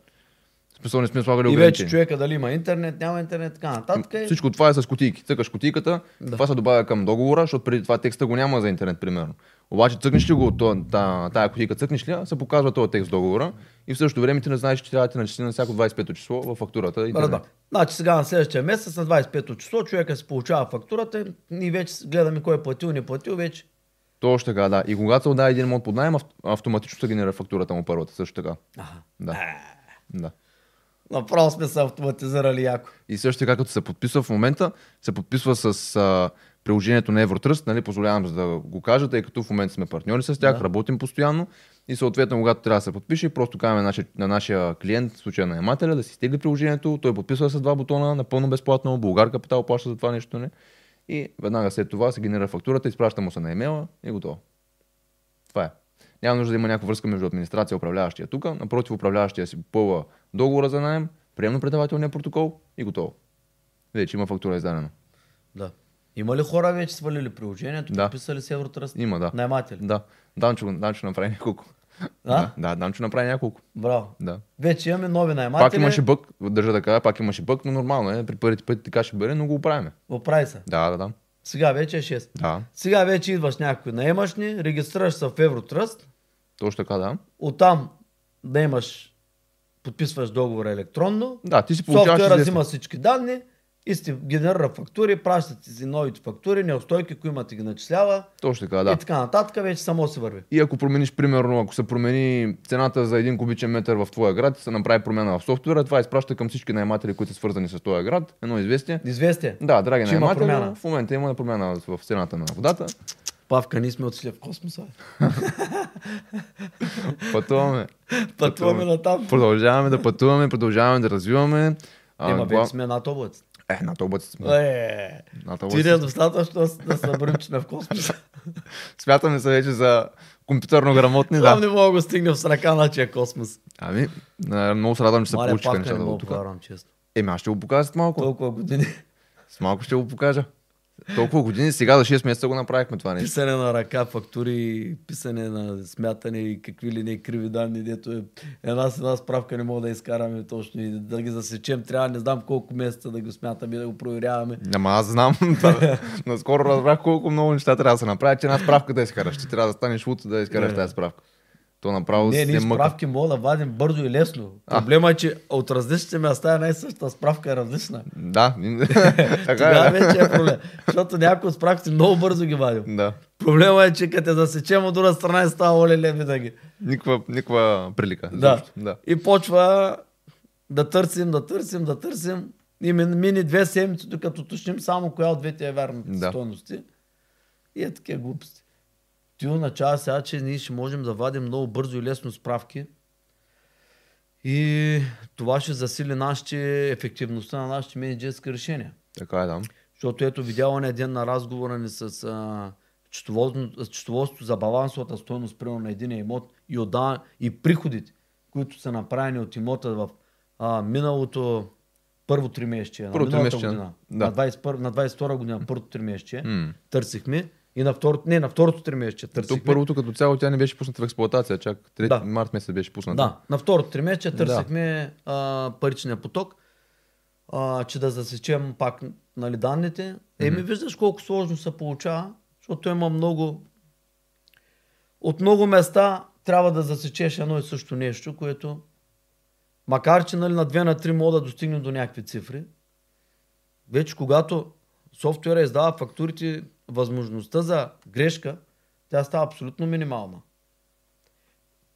Speaker 2: В Смисъл не сме слагали
Speaker 1: И
Speaker 2: ограничения.
Speaker 1: вече човека дали има интернет, няма интернет, така нататък. е.
Speaker 2: Всичко това е с кутийки. Цъкаш кутийката,
Speaker 1: Да.
Speaker 2: това се добавя към договора, защото преди това текста го няма за интернет, примерно. Обаче цъкнеш ли го от то- та- тая кутийка, цъкнеш ли, я, се показва този текст в договора и в същото време ти не знаеш, че трябва да ти начисли на всяко 25-то число във фактурата. интернет.
Speaker 1: Разбрах. Значи сега на следващия месец, на 25-то число, човека си получава фактурата и ние вече гледаме кой е платил, не е платил, вече
Speaker 2: Точно така, да. И когато се отдаде един мод под найем, ав- автоматично се генерира фактурата му първата, също така.
Speaker 1: Аха. Е.
Speaker 2: Да. да.
Speaker 1: направо сме се автоматизирали яко.
Speaker 2: И също така, като се подписва в момента, се подписва с а, приложението на Евротръст, нали, позволявам за да го кажа, тъй като в момента сме партньори с тях,
Speaker 1: Да.
Speaker 2: работим постоянно и съответно, когато трябва да се подпише, просто казваме на нашия, на нашия клиент, в случая на наемателя, да си стегли приложението, той подписва с два бутона, напълно безплатно, Българ Капитал плаща за това нещо, не? И веднага след това се генерира фактурата, изпраща му се на имейла и готово. Това е. Няма нужда да има някаква връзка между администрация и управляващия тук. Напротив, управляващия си попълва договора за найем, приемно-предавателния протокол и готово. Вече има фактура издадена.
Speaker 1: Да. Има ли хора вече свалили приложението,
Speaker 2: Да.
Speaker 1: подписали с Евротръст?
Speaker 2: Има, да.
Speaker 1: Найматели.
Speaker 2: Да. Данчо, Данчо направи няколко.
Speaker 1: А?
Speaker 2: Да, да, Данчо направи няколко.
Speaker 1: Браво.
Speaker 2: Да.
Speaker 1: Вече имаме нови найматели.
Speaker 2: Пак имаше бък, държа да кажа, пак имаше бък, но нормално е. При първите пъти така ще бъде, но го оправяме.
Speaker 1: Оправи се.
Speaker 2: Да, да, да.
Speaker 1: Сега вече е 6.
Speaker 2: Да,
Speaker 1: Сега вече идваш някой, наемаш ни, регистрираш се в Евротръст,
Speaker 2: точно така, да.
Speaker 1: оттам да имаш, подписваш договора електронно,
Speaker 2: Да, ти си получаваш
Speaker 1: софтуера
Speaker 2: известно.
Speaker 1: взима всички данни, И сте генерира фактури, пращате си новите фактури, неустойки, кои имате ги начислява
Speaker 2: Точно така,
Speaker 1: и
Speaker 2: да.
Speaker 1: така нататък, вече само се върви.
Speaker 2: И ако промениш, примерно, ако се промени цената за един кубичен метър в твоя град, се направи промяна в софтуера, това изпраща към всички наематели, които са свързани с този град, едно известие.
Speaker 1: Известие.
Speaker 2: Да, драги
Speaker 1: Че има
Speaker 2: наематели,
Speaker 1: промяна.
Speaker 2: в момента има промяна в цената на водата.
Speaker 1: Павка, ние сме отишли в космоса.
Speaker 2: Пътуваме.
Speaker 1: Пътуваме натам.
Speaker 2: Продължаваме да пътуваме, продължаваме да развиваме. А,
Speaker 1: Ема,
Speaker 2: гла-
Speaker 1: вече сме над облаците.
Speaker 2: Е, над облаците сме.
Speaker 1: Е,
Speaker 2: Над
Speaker 1: ти не е
Speaker 2: облаците.
Speaker 1: достатъчно да с- да се набрим, че сме в космоса.
Speaker 2: Смятаме се вече за компютърно грамотни,
Speaker 1: Там
Speaker 2: да.
Speaker 1: не мога да го стигнем с ръка, значи е космос.
Speaker 2: Ами, а, много се радвам, че се
Speaker 1: Маля,
Speaker 2: получиха
Speaker 1: Павка, не
Speaker 2: нещата
Speaker 1: мога
Speaker 2: от
Speaker 1: да
Speaker 2: тук.
Speaker 1: повярвам, честно.
Speaker 2: Еми, аз ще го покажа с малко.
Speaker 1: Толкова години
Speaker 2: С малко ще го покажа. Толкова години, сега за 6 месеца го направихме това нещо.
Speaker 1: писане на ръка, фактури, писане на смятане и какви ли не криви данни, дето е една с една справка не мога да изкараме точно и да ги засечем. Трябва не знам колко месеца да го смятаме и да го проверяваме.
Speaker 2: Ама аз знам, това, наскоро разбрах колко много неща трябва да се направят, че една справка да изкараш. Ти трябва да станеш луд да изкараш
Speaker 1: Не.
Speaker 2: тази справка. То направо
Speaker 1: Не,
Speaker 2: си
Speaker 1: ние
Speaker 2: мъка.
Speaker 1: справки мога да вадим бързо и лесно. Проблема е, че от различните места една и същата справка е различна.
Speaker 2: Да, така
Speaker 1: Тогава
Speaker 2: е. да.
Speaker 1: вече е проблем. Защото някои от справките много бързо ги вадим.
Speaker 2: Да.
Speaker 1: Проблема е, че като те засечем от друга страна и става оле-ле винаги.
Speaker 2: Никаква, никаква прилика.
Speaker 1: Да.
Speaker 2: Изобщо. да.
Speaker 1: И почва да търсим, да търсим, да търсим. И мин- мини две седмици, докато уточним само коя от двете е вярната
Speaker 2: Да.
Speaker 1: да. стойности. И е такива глупости. Ти означава сега, че ние ще можем да вадим много бързо и лесно справки. И това ще засили нашите, ефективността на нашите менеджерски решения.
Speaker 2: Така е, да.
Speaker 1: Защото ето видяла на един на разговора ни с а, счетоводно- с счетоводството за балансовата стоеност, примерно на един имот и, отда, и приходите, които са направени от имота в а, миналото първо тримесечие, на
Speaker 2: Първо
Speaker 1: миналата
Speaker 2: тримесечие,
Speaker 1: година,
Speaker 2: да.
Speaker 1: на, 21, на 22 година, първото тримесечие,
Speaker 2: М.
Speaker 1: търсихме и на второто, не, на второто тримесечие търсихме.
Speaker 2: Тук първото като цяло тя не беше пусната в експлоатация, чак 3
Speaker 1: Да.
Speaker 2: март месец беше пусната.
Speaker 1: Да, на второто тримесечие търсихме а, паричния поток, а, че да засечем пак нали, данните. Еми, виждаш колко сложно се получава, защото има много... От много места трябва да засечеш едно и също нещо, което макар че нали, на 2 на 3 мога да достигнем до някакви цифри, вече когато софтуера издава фактурите, възможността за грешка, тя става абсолютно минимална.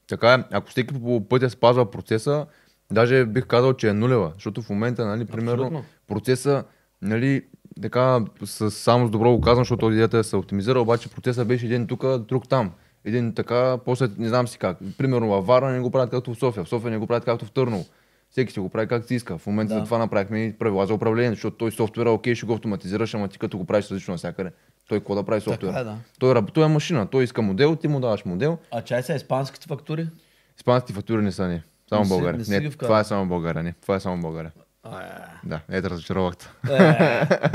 Speaker 2: Така е, ако всеки по пътя спазва процеса, даже бих казал, че е нулева, защото в момента, нали, примерно,
Speaker 1: Абсолютно.
Speaker 2: процеса, нали, така, с, само с добро го казвам, защото идеята е се оптимизира, обаче процеса беше един тук, друг там. Един така, после не знам си как. Примерно във Варна не го правят както в София, в София не го правят както в Търново. Всеки си го прави както си иска. В момента
Speaker 1: Да.
Speaker 2: за това направихме и правила за управление, защото той софтуера, окей, ще го автоматизираш, ама ти като го правиш различно навсякъде. Той какво да прави софтуера?
Speaker 1: е, да.
Speaker 2: той, раб- той е машина, той иска модел, ти му даваш модел.
Speaker 1: А чай са испанските фактури?
Speaker 2: Испанските фактури не са ни. Само
Speaker 1: Не си-
Speaker 2: България.
Speaker 1: не си
Speaker 2: Не,
Speaker 1: ги вкарал.
Speaker 2: това е само България. Не. Това е само България.
Speaker 1: Е,
Speaker 2: Да, ето разочаровахте.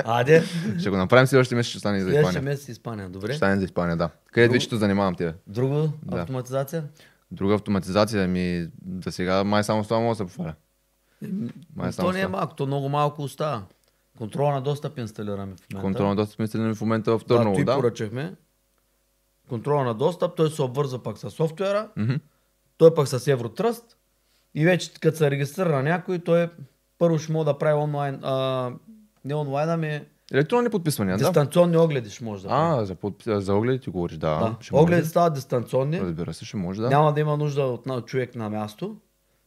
Speaker 1: Аде,
Speaker 2: ще го направим следващия месец, ще стане и за
Speaker 1: следващия
Speaker 2: Испания.
Speaker 1: месец е Испания,
Speaker 2: Ще
Speaker 1: добре.
Speaker 2: стане за Испания, да. Къде вече ще занимавам тебе?
Speaker 1: Друго,
Speaker 2: Да.
Speaker 1: автоматизация?
Speaker 2: Друга автоматизация ми за сега май само с това мога да се пофаля. Май
Speaker 1: то
Speaker 2: само
Speaker 1: не
Speaker 2: с
Speaker 1: е
Speaker 2: това.
Speaker 1: малко, то много малко остава. Контрол на достъп инсталираме в момента.
Speaker 2: Контрол на достъп мисля в момента в
Speaker 1: да,
Speaker 2: Търново,
Speaker 1: той
Speaker 2: да.
Speaker 1: поръчахме. Контрол на достъп, той се обвърза пак с софтуера,
Speaker 2: Мгм.
Speaker 1: той пък с Евротръст и вече като се регистрира на някой, той е първо ще може да прави онлайн, а, не онлайн, ами
Speaker 2: Електронни подписвания, да.
Speaker 1: дистанционни огледи ще може да прави.
Speaker 2: А, за, подпис... за огледи ти говориш, да.
Speaker 1: да.
Speaker 2: Ще може.
Speaker 1: Огледи стават дистанционни.
Speaker 2: Разбира се, ще може, да.
Speaker 1: Няма да има нужда от на- човек на място.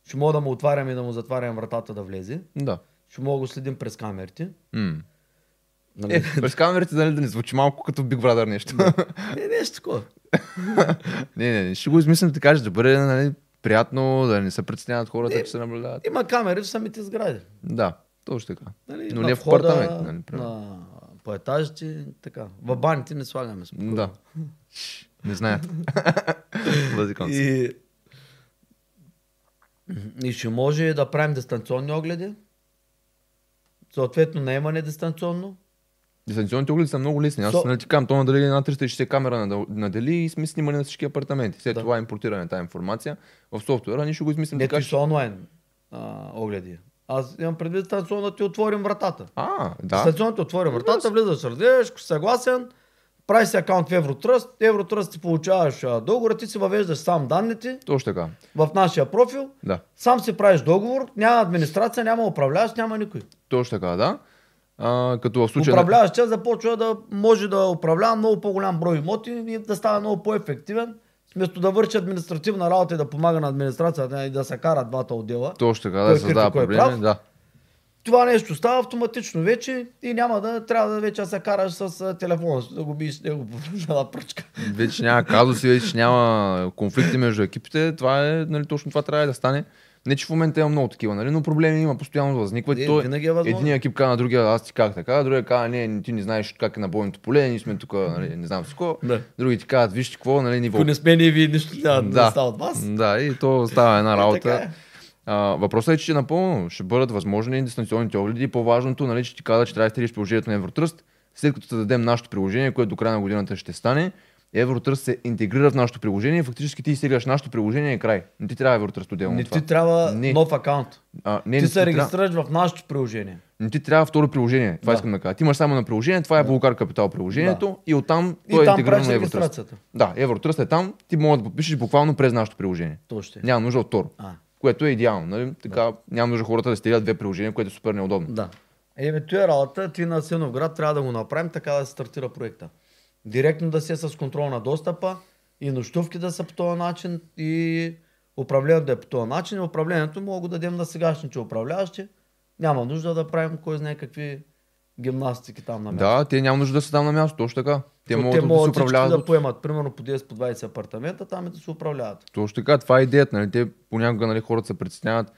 Speaker 1: Ще мога да му отварям и да му затварям вратата да влезе.
Speaker 2: Да.
Speaker 1: Ще мога да го следим през камерите.
Speaker 2: М.
Speaker 1: Нали?
Speaker 2: Е, през камерите нали, да не звучи малко като Big Brother нещо.
Speaker 1: Не, нещо такова.
Speaker 2: не, не, не, ще го измислим така, ще да бъде нали, приятно, да не се притесняват
Speaker 1: Е.
Speaker 2: хората, че се наблюдават.
Speaker 1: Има камери в самите сгради.
Speaker 2: Да, точно така.
Speaker 1: Нали?
Speaker 2: Но
Speaker 1: На
Speaker 2: не в
Speaker 1: входа,
Speaker 2: апартамент, нали, примерно.
Speaker 1: на... по етажите, така. В баните не слагаме спокойно.
Speaker 2: Да. Не зная. Лазикон.
Speaker 1: И... и ще може да правим дистанционни огледи. Съответно, наемане дистанционно.
Speaker 2: Дистанционните огледи са много лесни. Аз
Speaker 1: Со-
Speaker 2: нали ти кам, то надали една 360 камера надъл- надели и сме снимали на всички апартаменти. След
Speaker 1: Да.
Speaker 2: това импортираме тази информация в софтуера, ние ще го измислим
Speaker 1: Не,
Speaker 2: така.
Speaker 1: ти
Speaker 2: че-
Speaker 1: са онлайн а, огледи. Аз имам предвид дистанционно да ти отворим вратата.
Speaker 2: А,
Speaker 1: Да.
Speaker 2: да.
Speaker 1: Дистанционно ти отвори вратата, влизаш, разгледаш, ако си съгласен, правиш си акаунт в Евротръст, Евротръст ти получаваш а, договора, ти си въвеждаш сам данните
Speaker 2: Точно така.
Speaker 1: в нашия профил,
Speaker 2: Да.
Speaker 1: сам си правиш договор, няма администрация, няма управляващ, няма никой.
Speaker 2: Точно така, да. А, като в случая... на-
Speaker 1: Управляващия започва да може да управлява много по-голям брой имоти и да става много по-ефективен, вместо да върши административна работа и да помага на администрацията и да се карат двата отдела.
Speaker 2: Точно така,
Speaker 1: Кой е
Speaker 2: да
Speaker 1: крив и
Speaker 2: създава
Speaker 1: кой е
Speaker 2: проблеми.
Speaker 1: прав?
Speaker 2: Да.
Speaker 1: Това нещо става автоматично вече и няма да трябва да вече да се караш с а, телефона, да го биеш него по една пръчка.
Speaker 2: Вече няма казуси, вече няма конфликти между екипите. Това е, нали, точно това трябва да стане. Не, че в момента има много такива, нали, но проблеми има, постоянно възникват.
Speaker 1: Е,
Speaker 2: Той-
Speaker 1: винаги е възможно.
Speaker 2: Единият екип казва на другия, аз ти как така, другия казва, не, ти не знаеш как е на бойното поле, ние сме тук, нали, не знам всичко.
Speaker 1: Да.
Speaker 2: Други ти казват, вижте какво, нали, ниво.
Speaker 1: Ако не сме ние, вие нищо няма да, да. става от вас.
Speaker 2: Да, и то става една работа.
Speaker 1: така е.
Speaker 2: А, въпросът е, че напълно ще бъдат възможни дистанционните огледи. И По-важното, нали, че ти каза, че трябва да стериш приложението на Евротръст. След като те дадем нашето приложение, което до края на годината ще стане, Евротръст се интегрира в нашето приложение. Фактически ти изтегляш нашето приложение и край. Не ти трябва Евротръст отделно
Speaker 1: Не
Speaker 2: от това.
Speaker 1: ти трябва
Speaker 2: Не.
Speaker 1: нов акаунт.
Speaker 2: А, не,
Speaker 1: Ти се
Speaker 2: не, ти трябва,
Speaker 1: регистрираш в нашето приложение.
Speaker 2: не ти трябва второ приложение. Това
Speaker 1: Да.
Speaker 2: искам да кажа. Ти имаш само на приложение, това е Булгар Капитал приложението и оттам
Speaker 1: И
Speaker 2: то е
Speaker 1: там
Speaker 2: интегрирано
Speaker 1: правиш
Speaker 2: на Евротръст.
Speaker 1: регистрацията.
Speaker 2: Да, Евротръст е там, ти може да подпишеш буквално през нашето приложение.
Speaker 1: То ще. е.
Speaker 2: Няма нужда от Тор.
Speaker 1: А.
Speaker 2: Което е идеално. Нали? Така, Няма нужда хората да стелят две приложения, което е супер неудобно.
Speaker 1: Да. Еми, той е работа, ти на Сеновград трябва да го направим така да се стартира проекта. Директно да се е с контрол на достъпа и нощувки да са по този начин и управлението да е по този начин. И управлението мога да го дадем на сегашните управляващи. Няма нужда да правим кой знае какви гимнастики там на място.
Speaker 2: Да, те няма нужда да са там на място, точно така. Те
Speaker 1: Защото
Speaker 2: могат да се
Speaker 1: всички
Speaker 2: управляват.
Speaker 1: да
Speaker 2: от-
Speaker 1: поемат примерно по 10 по 20 апартамента, там и да се управляват.
Speaker 2: Точно така, това е идеята. Нали? Те понякога нали, хората се притесняват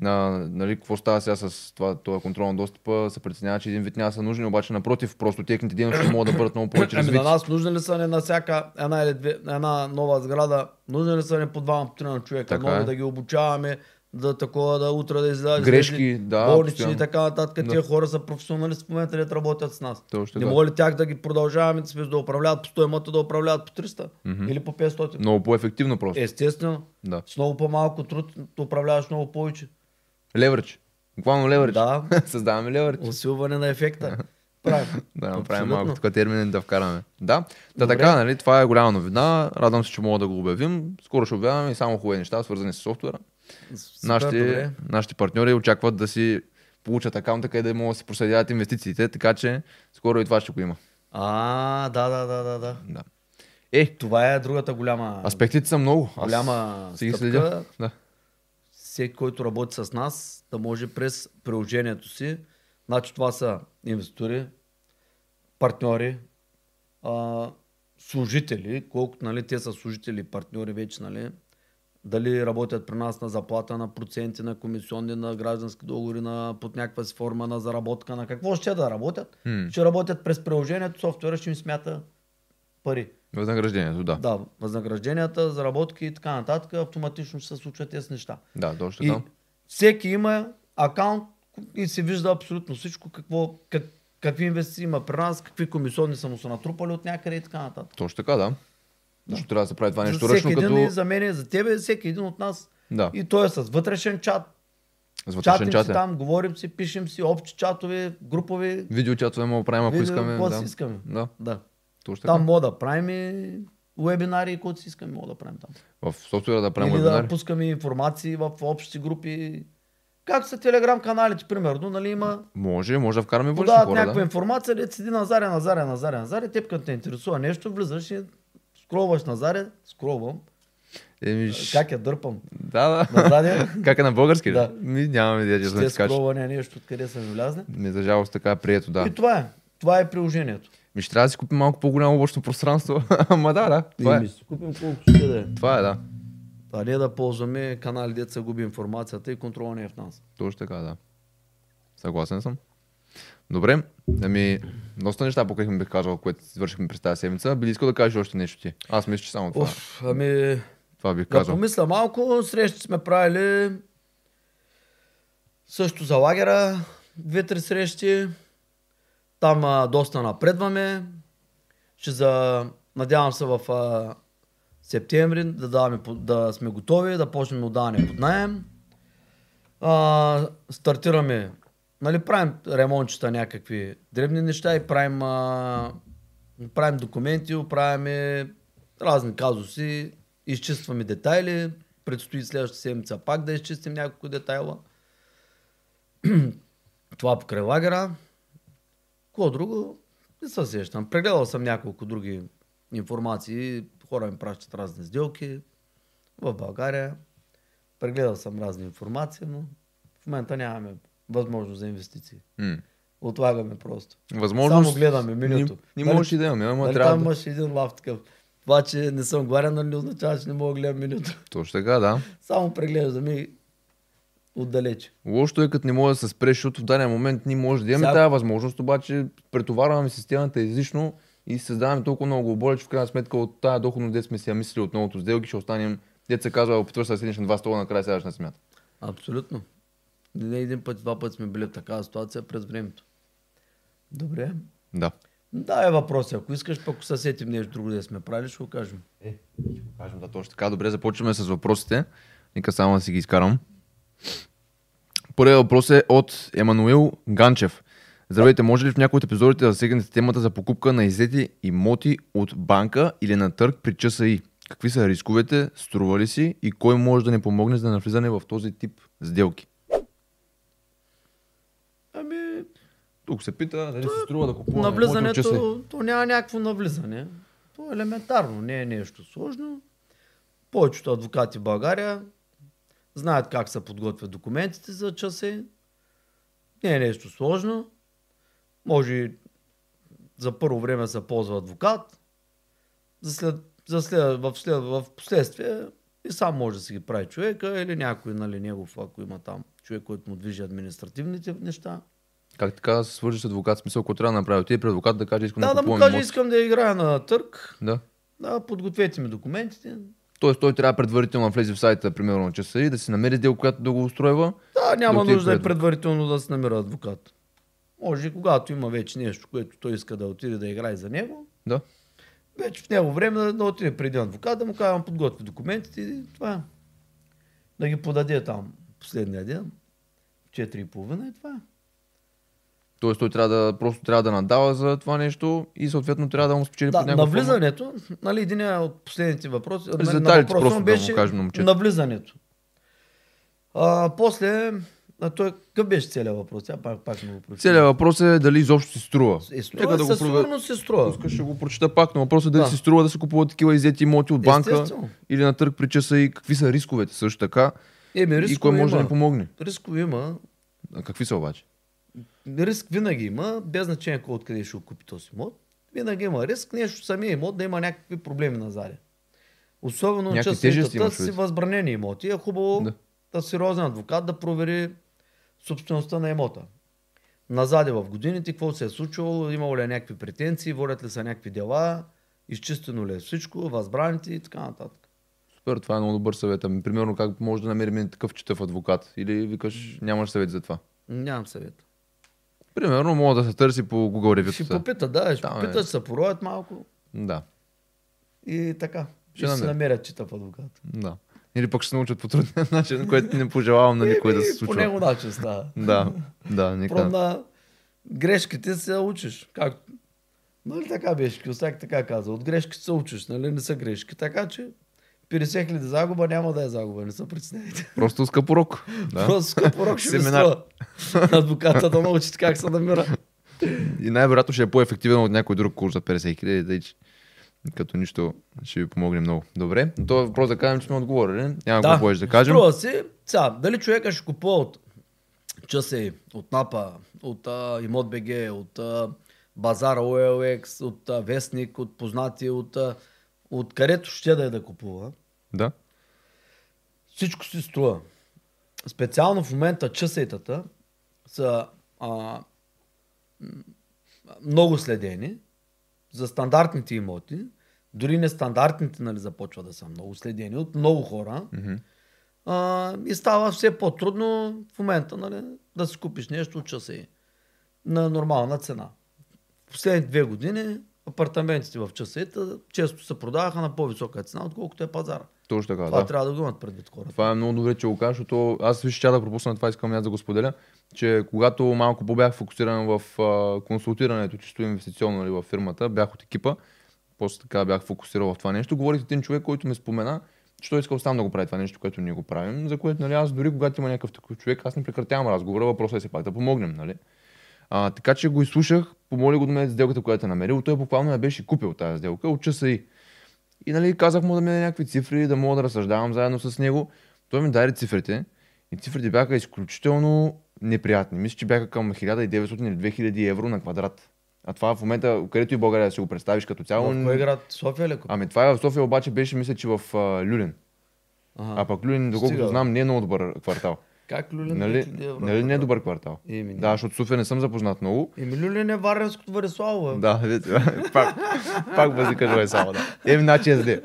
Speaker 2: на, нали, какво става сега с това, това контрол на достъпа, се притесняват, че един вид няма да са нужни, обаче напротив, просто техните дейности могат да бъдат много повече
Speaker 1: Ами
Speaker 2: развити.
Speaker 1: на нас нужни ли са ни на всяка една или две, на една нова сграда, нужни ли са ни по двама, по трима човека,
Speaker 2: Така
Speaker 1: нови
Speaker 2: е.
Speaker 1: да ги обучаваме, да такова, да утре да излязат
Speaker 2: Грешки, да,
Speaker 1: болнични
Speaker 2: постоянно.
Speaker 1: и така нататък.
Speaker 2: Да.
Speaker 1: Тия хора са професионалисти в момента, да работят с нас.
Speaker 2: Точно
Speaker 1: Не
Speaker 2: така.
Speaker 1: мога ли тях да ги продължаваме да сме да управляват по 100 имота, да управляват по 300 или по 500?
Speaker 2: Много по-ефективно просто.
Speaker 1: Е. Естествено,
Speaker 2: Да.
Speaker 1: с много по-малко труд управляваш много повече.
Speaker 2: Левърч. Буквално левърч.
Speaker 1: Да.
Speaker 2: Създаваме левърч.
Speaker 1: Усилване на ефекта. Правим.
Speaker 2: Да, направим
Speaker 1: Абсолютно.
Speaker 2: малко тук термини да вкараме. Да, да така, нали, това е голяма новина. Радвам се, че мога да го обявим. Скоро ще обявяваме и само хубави неща, свързани с софтуера.
Speaker 1: Супер, добре.
Speaker 2: Нашите, нашите партньори очакват да си получат акаунта, къде да могат да си проследяват инвестициите, така че скоро и това ще го има.
Speaker 1: А, да, да, да, да, да.
Speaker 2: Да. Е,
Speaker 1: Това е другата голяма
Speaker 2: аспектите са много. Аз
Speaker 1: Голяма
Speaker 2: си ги
Speaker 1: стъпка.
Speaker 2: следя. Да.
Speaker 1: всеки, който работи с нас, да може през приложението си. Значи това са инвеститори, партньори, а, служители, колкото нали, те са служители и партньори вече, нали, дали работят при нас на заплата, на проценти, на комисионни, на граждански договори, на, под някаква си форма на заработка, на какво ще да работят,
Speaker 2: М.
Speaker 1: ще работят през приложението, софтуера ще им смята пари.
Speaker 2: Възнаграждението, да. Да,
Speaker 1: Да, възнагражденията, заработки и така нататък, автоматично ще се случват тези неща.
Speaker 2: точно
Speaker 1: И
Speaker 2: така.
Speaker 1: всеки има акаунт и се вижда абсолютно всичко, какво, как, какви инвестиции има при нас, какви комисионни са му се натрупали от някъде и така нататък.
Speaker 2: Точно така, да. Защо трябва да се прави това е нещо
Speaker 1: за всеки
Speaker 2: ръчно,
Speaker 1: един и
Speaker 2: като...
Speaker 1: за мен, и за тебе, и всеки един от нас.
Speaker 2: Да.
Speaker 1: И той е с вътрешен чат,
Speaker 2: С вътрешен
Speaker 1: чатим
Speaker 2: чат.
Speaker 1: си
Speaker 2: е.
Speaker 1: там, говорим си, пишем си, общи чатове, групови,
Speaker 2: Видеочатове мога да правим, ако
Speaker 1: Видео,
Speaker 2: искаме.
Speaker 1: какво
Speaker 2: да.
Speaker 1: си искаме.
Speaker 2: Да,
Speaker 1: да.
Speaker 2: точно така.
Speaker 1: Там мога да правим и вебинари, които си искаме, мога да правим там.
Speaker 2: В софтуера да правим
Speaker 1: Или
Speaker 2: вебинари.
Speaker 1: да пускаме информации в общи групи. Както са телеграм каналите, примерно, нали има
Speaker 2: Може, може да вкараме външни
Speaker 1: подават
Speaker 2: хора,
Speaker 1: някаква
Speaker 2: да.
Speaker 1: информация, дет седи на заря, на заря, на заря, на заря, теб като те интересува нещо, влизаш и скролваш на заря, скролвам,
Speaker 2: Еми, Е, ш-
Speaker 1: как я дърпам,
Speaker 2: Да, да.
Speaker 1: назаде,
Speaker 2: Как е на български? Да.
Speaker 1: Да.
Speaker 2: Ми, нямаме идея, че сме
Speaker 1: ще
Speaker 2: така. че-
Speaker 1: скролване нещо, откъде съм влязне.
Speaker 2: Ми, за жалост така е прието, да.
Speaker 1: И това е. Това е приложението.
Speaker 2: Ми ще трябва да си купим малко по-голямо общо пространство. Ама да, да. Това е.
Speaker 1: ми си купим колкото ще да е.
Speaker 2: Това е, да.
Speaker 1: А не да ползваме канали, деца губи информацията и контрола не е в нас.
Speaker 2: Точно така, да. Съгласен съм. Добре, ами, доста неща покрихме, бих казал, което свършихме през тази седмица. Би ли искал да кажеш още нещо ти? Аз мисля, че само това,
Speaker 1: Оф, ами,
Speaker 2: това бих
Speaker 1: Да
Speaker 2: казал.
Speaker 1: помисля малко, срещи сме правили също за лагера, две-три срещи. Там а, доста напредваме. Ще за... Надявам се в а, септември да, даваме, под- да сме готови, да почнем отдаване под найем. А, стартираме, нали, правим ремонтчета някакви дребни неща и правим, а, правим документи, правим разни казуси, изчистваме детайли, предстои следващата седмица пак да изчистим няколко детайла. Това покрай лагера. Какво друго? Не се сещам. Прегледал съм няколко други информации. Хора ми пращат разни сделки в България. Прегледал съм разни информации, но в момента нямаме възможност за инвестиции.
Speaker 2: М.
Speaker 1: Отлагаме просто.
Speaker 2: Възможност...
Speaker 1: Само гледаме менюто.
Speaker 2: Не, не
Speaker 1: Нали-
Speaker 2: можеш и да имаме, ама
Speaker 1: Нали
Speaker 2: трябва
Speaker 1: там
Speaker 2: да...
Speaker 1: имаш един лав такъв. Това, че не съм гладен, нали не означава, че не мога да гледам менюто.
Speaker 2: Точно така, да.
Speaker 1: Само преглеждам и отдалече.
Speaker 2: Лошото е, като не може да се спреш, защото в даден момент ние може да имаме
Speaker 1: Сега-
Speaker 2: тази възможност, обаче претоварваме системата излишно и създаваме толкова много оболя, че в крайна сметка от тази доходност, дет сме си я мислили от новото сделки, ще останем, дет се казва, опитваш се да седнеш на два стола, накрая сядаш на смята.
Speaker 1: Абсолютно. Не един път, два пъти сме били в такава ситуация през времето. Добре.
Speaker 2: Да.
Speaker 1: Да, е въпрос. Ако искаш, пък ако се сетим нещо друго да сме правили, ще го кажем.
Speaker 2: Е, ще го кажем да точно така. Добре, започваме с въпросите. Нека само да си ги изкарам. Първият въпрос е от Емануил Ганчев. Здравейте, може ли в някои от епизодите да засегнете темата за покупка на иззети имоти от банка или на търг при ЧСИ? Какви са рисковете, струва ли си и кой може да ни помогне за навлизане в този тип сделки?
Speaker 1: Ами,
Speaker 2: Тук се пита дали се струва да купуваме имоти от
Speaker 1: навлизането, то няма някакво навлизане. То е елементарно, не е нещо сложно. Повечето адвокати в България знаят как се подготвят документите за часи. Не е нещо сложно. Може и за първо време се ползва адвокат, за след, за след, в, след, в последствие и сам може да си ги прави човека или някой, нали, негов, ако има там човек, който му движи административните неща.
Speaker 2: ЧСИ? Как така да се свържи с адвокат? В Смисъл, какво трябва да направи? Ти е при адвокат да каже, искам да,
Speaker 1: Да, да му
Speaker 2: купувам
Speaker 1: кажа,
Speaker 2: имот.
Speaker 1: искам да играя на търк.
Speaker 2: Да.
Speaker 1: Да, подгответе ми документите.
Speaker 2: Тоест той трябва предварително да влезе в сайта, примерно на часа и да си намери дел, която да го устройва.
Speaker 1: Да, няма
Speaker 2: отиде
Speaker 1: нужда и
Speaker 2: пред-
Speaker 1: предварително да се намира адвокат. Може и когато има вече нещо, което той иска да отиде да играе за него,
Speaker 2: Да.
Speaker 1: вече в него време да, да отиде при един адвокат, да му кажа, «Ама подготви документите и това е. Да ги подаде там последния ден, в 4.30 и това е.
Speaker 2: Тоест той трябва да, просто трябва да надава за това нещо и съответно трябва да му спечели
Speaker 1: Да,
Speaker 2: под някаква форма.
Speaker 1: навлизането, нали, един от последните въпроси, на, на
Speaker 2: детайлите
Speaker 1: въпроса
Speaker 2: просто
Speaker 1: му
Speaker 2: да му
Speaker 1: беше
Speaker 2: кажем на момчето.
Speaker 1: навлизането. А, после, а той, къв беше целият въпрос? Тя пак, пак ми го прочита.
Speaker 2: Целият въпрос е дали изобщо си струва.
Speaker 1: Е, струва,
Speaker 2: да
Speaker 1: със
Speaker 2: прове-
Speaker 1: сигурност се струва.
Speaker 2: Пускаш, ще го прочета пак, но въпросът е дали
Speaker 1: Да.
Speaker 2: си струва да се купуват такива иззети имоти от банка
Speaker 1: Естествено.
Speaker 2: или на търг при часа и какви са рисковете също така
Speaker 1: Еми,
Speaker 2: и ами, кой
Speaker 1: рискове
Speaker 2: може да
Speaker 1: има.
Speaker 2: ни помогне.
Speaker 1: Рискове има.
Speaker 2: А какви са обаче?
Speaker 1: Риск винаги има, без значение кой откъде ще го купи този имот. Винаги има риск, нещо самия имот да има някакви проблеми на заре. Особено
Speaker 2: Някакви тежести
Speaker 1: честотата
Speaker 2: имаш
Speaker 1: си
Speaker 2: предвид.
Speaker 1: възбранени имоти. Е хубаво
Speaker 2: Да.
Speaker 1: да. сериозен адвокат да провери собствеността на имота. Назаде в годините, какво се е случило, имало ли е някакви претенции, водят ли са някакви дела, изчистено ли е всичко, възбраните и така нататък.
Speaker 2: Супер, това е много добър съвет. Ами, примерно как може да намерим един такъв читав адвокат или викаш нямаш съвет за това.
Speaker 1: Нямам съвет.
Speaker 2: Примерно мога да се търси по Google
Speaker 1: Ще
Speaker 2: ревютата.
Speaker 1: попита, да, ще
Speaker 2: Там е.
Speaker 1: попита, ще се пороят малко.
Speaker 2: Да,
Speaker 1: И така.
Speaker 2: Ще
Speaker 1: Ще се
Speaker 2: намерят.
Speaker 1: намерят читав адвокат.
Speaker 2: да. Или пък ще се научат по труден начин, което не пожелавам на никой да се
Speaker 1: И По него
Speaker 2: случва.
Speaker 1: начин става.
Speaker 2: Да, да,
Speaker 1: Про
Speaker 2: нека.
Speaker 1: на грешките се учиш. Как? Нали така беше, Киосак така каза. От грешки се учиш, нали не са грешки. Така че 50 хиляди загуба няма да е загуба, не се притесняйте.
Speaker 2: Просто скъп урок. Да.
Speaker 1: Просто скъп урок ще ми
Speaker 2: Семинар.
Speaker 1: струва. Адвоката да научи как се намира.
Speaker 2: И най-вероятно ще е по-ефективен от някой друг курс за 50 хиляди, тъй че като нищо ще ви помогне много. Добре, но това е въпрос да кажем, че сме отговорили. Няма какво повече да кажем.
Speaker 1: Струва си, ця, дали човека ще купува от Часе, от НАПА, от а, Имот БГ, от а, Базара OLX, от а, Вестник, от познати, от, а, от където ще да е да купува.
Speaker 2: Да.
Speaker 1: Всичко си струва. Специално в момента часетата са а, м, много следени за стандартните имоти. Дори нестандартните нали, започва да са много следени от много хора.
Speaker 2: Мгм.
Speaker 1: А, и става все по-трудно в момента нали, да си купиш нещо от часа и на нормална цена. В последните две години апартаментите в часета често се продаваха на по-висока цена, отколкото е пазара.
Speaker 2: Точно така,
Speaker 1: Това
Speaker 2: да.
Speaker 1: трябва да го имат предвид хората.
Speaker 2: Това е много добре, че го кажа, защото аз виж, ще да пропусна това, искам и аз да го споделя, че когато малко по-бях фокусиран в а, консултирането, чисто инвестиционно нали, в фирмата, бях от екипа, после така бях фокусирал в това нещо, говорих с един човек, който ме спомена, че той искал сам да го прави това нещо, което ние го правим, за което нали, аз дори когато има някакъв такъв човек, аз не прекратявам разговора, въпросът е се пак да помогнем. Нали? А, така че го изслушах, помоли го да ме сделката, която е намерил. Той буквално я беше купил тази сделка от часа и. И нали, казах му да ми даде някакви цифри, да мога да разсъждавам заедно с него. Той ми даде цифрите и цифрите бяха изключително неприятни. Мисля, че бяха към 1900 или 2000 евро на квадрат. А това в момента, където и в България си го представиш като цяло.
Speaker 1: В кой град? София ли? купи?
Speaker 2: Ами това е в София, обаче беше, мисля, че в а, Люлин.
Speaker 1: Аха.
Speaker 2: А пък Люлин, доколкото
Speaker 1: Стига, бе.
Speaker 2: знам, не е много добър квартал.
Speaker 1: Как Люлин?
Speaker 2: Нали,
Speaker 1: 2000 евро?
Speaker 2: нали не е добър квартал?
Speaker 1: Еми, не.
Speaker 2: да, защото София не съм запознат много.
Speaker 1: Еми Люлин е Варенското Вариславо. Да.
Speaker 2: Да, видите, пак, пак бъзика Войсало, да. Еми, значи е зле.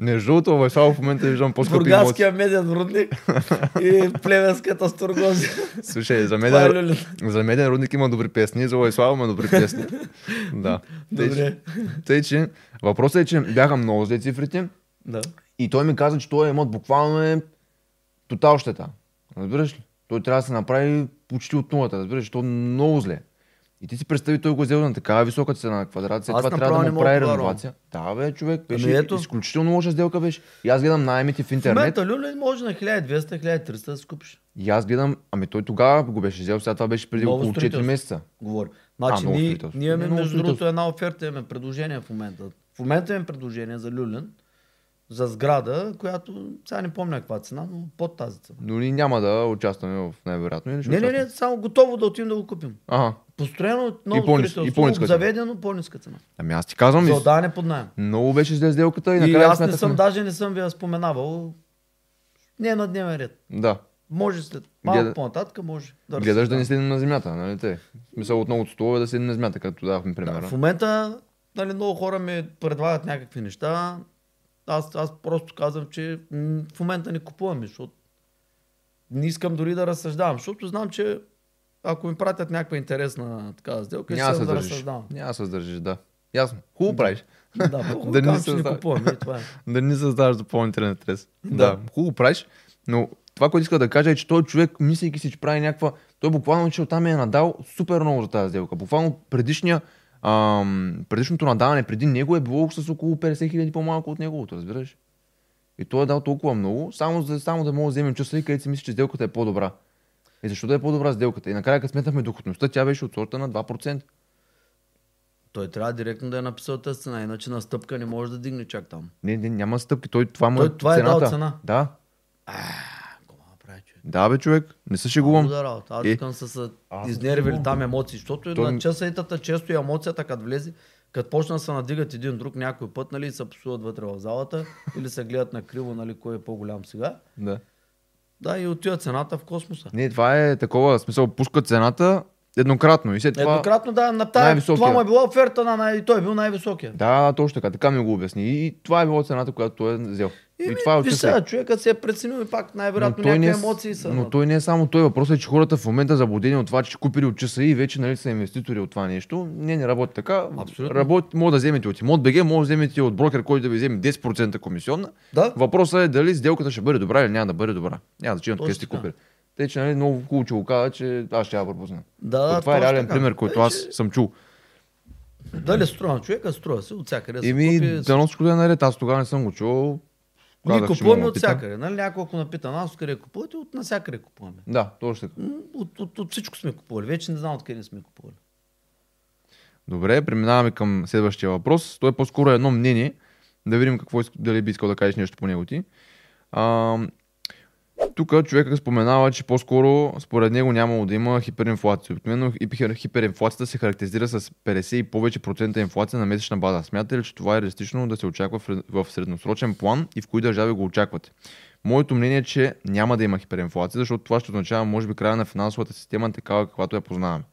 Speaker 2: Между другото, Войсало е в момента виждам по-скъпи емоции.
Speaker 1: Бургаския меден рудник и плевенската стургозия.
Speaker 2: Слушай, за
Speaker 1: Това е
Speaker 2: мен,
Speaker 1: Люлин.
Speaker 2: за мен Рудник има добри песни, за Войслава има добри песни. да. Тъй,
Speaker 1: Добре.
Speaker 2: че- Тъй, че, въпросът е, че бяха много зле цифрите.
Speaker 1: Да.
Speaker 2: И той ми каза, че този имот буквално е тотал щета. Разбираш ли? Той трябва да се направи почти от нулата, разбираш ли? То е много зле. И ти си представи, той го е взел на такава висока цена на квадрат, след
Speaker 1: Аз
Speaker 2: това трябва
Speaker 1: направо
Speaker 2: да
Speaker 1: не
Speaker 2: му
Speaker 1: мога да
Speaker 2: прави
Speaker 1: повярвам.
Speaker 2: реновация. Да, бе, човек, беше
Speaker 1: Ами ето.
Speaker 2: изключително лоша сделка беше. И аз гледам найемите в
Speaker 1: В
Speaker 2: интернет,
Speaker 1: момента Люлин може на 1200-1300 да си купиш.
Speaker 2: и аз гледам, ами той тогава го беше взел, сега това беше преди
Speaker 1: Ново
Speaker 2: около 4
Speaker 1: строителство.
Speaker 2: месеца.
Speaker 1: Говори. Значи
Speaker 2: много
Speaker 1: ние,
Speaker 2: строителство.
Speaker 1: ние имаме
Speaker 2: Много
Speaker 1: между другото
Speaker 2: строителство.
Speaker 1: една оферта, имаме предложение в момента. В момента имаме предложение за Люлин, за сграда, която сега не помня каква цена, но под тази цена.
Speaker 2: Но ние няма да участваме в най-вероятно. или ще
Speaker 1: Не, не,
Speaker 2: участваме?
Speaker 1: не, само готово да отидем да го купим.
Speaker 2: Ага.
Speaker 1: Построено от
Speaker 2: И
Speaker 1: ново
Speaker 2: по-ниска- и
Speaker 1: строителство,
Speaker 2: по-ниска цена.
Speaker 1: заведено по-ниска цена.
Speaker 2: Ами аз ти казвам,
Speaker 1: За
Speaker 2: из-
Speaker 1: отдаване под найем.
Speaker 2: много беше зле сделката и,
Speaker 1: И
Speaker 2: накрая
Speaker 1: аз не
Speaker 2: смятахме-
Speaker 1: съм, даже не съм ви я споменавал. Не е на дневен ред.
Speaker 2: Да.
Speaker 1: Може след малко
Speaker 2: Гледа-
Speaker 1: по-нататък, може да
Speaker 2: Гледаш да не
Speaker 1: разсъждаваме.
Speaker 2: седим на земята, нали те? В смисъл отново от столове да седим на земята, като давахме примера.
Speaker 1: Да, в момента нали, много хора ми предлагат някакви неща. Аз, аз просто казвам, че м, в момента не купувам, защото не искам дори да разсъждавам, защото знам, че ако ми пратят някаква интересна така сделка,
Speaker 2: Няма да
Speaker 1: ще
Speaker 2: се
Speaker 1: да
Speaker 2: държиш.
Speaker 1: разсъждавам.
Speaker 2: Няма да се държиш, да. Ясно. Хубаво правиш.
Speaker 1: Да, хубаво,
Speaker 2: Да не
Speaker 1: казвам,
Speaker 2: се
Speaker 1: че не
Speaker 2: създава.
Speaker 1: купувам. И това е.
Speaker 2: Да не създаваш допълнителен стрес. Да.
Speaker 1: Да.
Speaker 2: Хубаво правиш, но това, което иска да кажа е, че той човек, мислейки си, че прави някаква... Той буквално, че оттам е надал супер много за тази сделка. Буквално предишния, ам, предишното надаване преди него е било с около 50 хиляди по-малко от неговото, разбираш? И той е дал толкова много, само, за, само да мога да вземем часа и където си мисли, че сделката е по-добра. И защо да е по-добра сделката? И накрая, като сметнахме доходността, тя беше от сорта на 2%.
Speaker 1: Той трябва директно да е написал тази цена, иначе на стъпка не може да дигне чак там.
Speaker 2: Не, не, няма стъпки. Той, това му
Speaker 1: Той това е дал
Speaker 2: цената.
Speaker 1: цена.
Speaker 2: Да,
Speaker 1: Ако ма направи, че
Speaker 2: да бе човек, не се шегувам.
Speaker 1: Да работа. Аз
Speaker 2: Е,
Speaker 1: искам са се изнервили там емоции, защото е
Speaker 2: То-
Speaker 1: на часаитата често и емоцията, като влезе, като почна да се надигат един друг някой път, нали, и се псуват вътре в залата или се гледат на криво, нали, кой е по-голям сега.
Speaker 2: Да.
Speaker 1: Да, и отива цената в космоса.
Speaker 2: Не, това е такова, в смисъл, пуска цената еднократно и след това...
Speaker 1: Еднократно да, на тая,
Speaker 2: Най-високия.
Speaker 1: това му е била оферта на най... и той е бил най-високия.
Speaker 2: Да, да, точно така, така ми го обясни. И, и това е било цената, която той е взел. И,
Speaker 1: Еми,
Speaker 2: това е
Speaker 1: виж
Speaker 2: отчислено.
Speaker 1: сега, човекът се е преценил и пак
Speaker 2: Но
Speaker 1: най-вероятно
Speaker 2: той, не,
Speaker 1: някакви
Speaker 2: е-
Speaker 1: емоции са.
Speaker 2: но той не е само той. Въпросът е, че хората в момента заблудени от това, че купили от часа и вече нали, са инвеститори от това нещо. Не, не работи така.
Speaker 1: Абсолютно.
Speaker 2: Работи, може да вземете от имот БГ, може да вземете от брокер, който да ви вземе 10% комисионна.
Speaker 1: Да,
Speaker 2: Въпросът е дали сделката ще бъде добра или няма да бъде добра. Няма значение от
Speaker 1: Точно
Speaker 2: къде сте
Speaker 1: така.
Speaker 2: купили. Тъй, че нали, много хубаво, че го каза, че аз ще я пропусна.
Speaker 1: да,
Speaker 2: То
Speaker 1: да,
Speaker 2: това е
Speaker 1: точно
Speaker 2: реален
Speaker 1: така.
Speaker 2: пример, който
Speaker 1: Е,
Speaker 2: аз
Speaker 1: че-
Speaker 2: съм чул.
Speaker 1: Дали струва на човека, струва се от всякъде. се
Speaker 2: Еми,
Speaker 1: купи,
Speaker 2: дано всичко да е наред. Аз тогава не съм го чувал.
Speaker 1: Ние
Speaker 2: Казах, че
Speaker 1: купуваме
Speaker 2: мога
Speaker 1: от
Speaker 2: да питам.
Speaker 1: всякъде. Нали? Някой ако напита нас, откъде купувате, от навсякъде купуваме.
Speaker 2: Да, точно така.
Speaker 1: М, От, от, от, всичко сме купували. Вече не знам откъде сме купували.
Speaker 2: Добре, преминаваме към следващия въпрос. Той е по-скоро едно мнение. Да видим какво иска, дали би искал да кажеш нещо по него ти. А, тук човекът споменава, че по-скоро според него нямало да има хиперинфлация. Обикновено и хипер- хиперинфлацията се характеризира с 50 и повече процента инфлация на месечна база. Смятате ли, че това е реалистично да се очаква в ред- в средносрочен план и в кои държави го очаквате? Моето мнение е, че няма да има хиперинфлация, защото това ще означава, може би, края на финансовата система, е такава каквато я познаваме.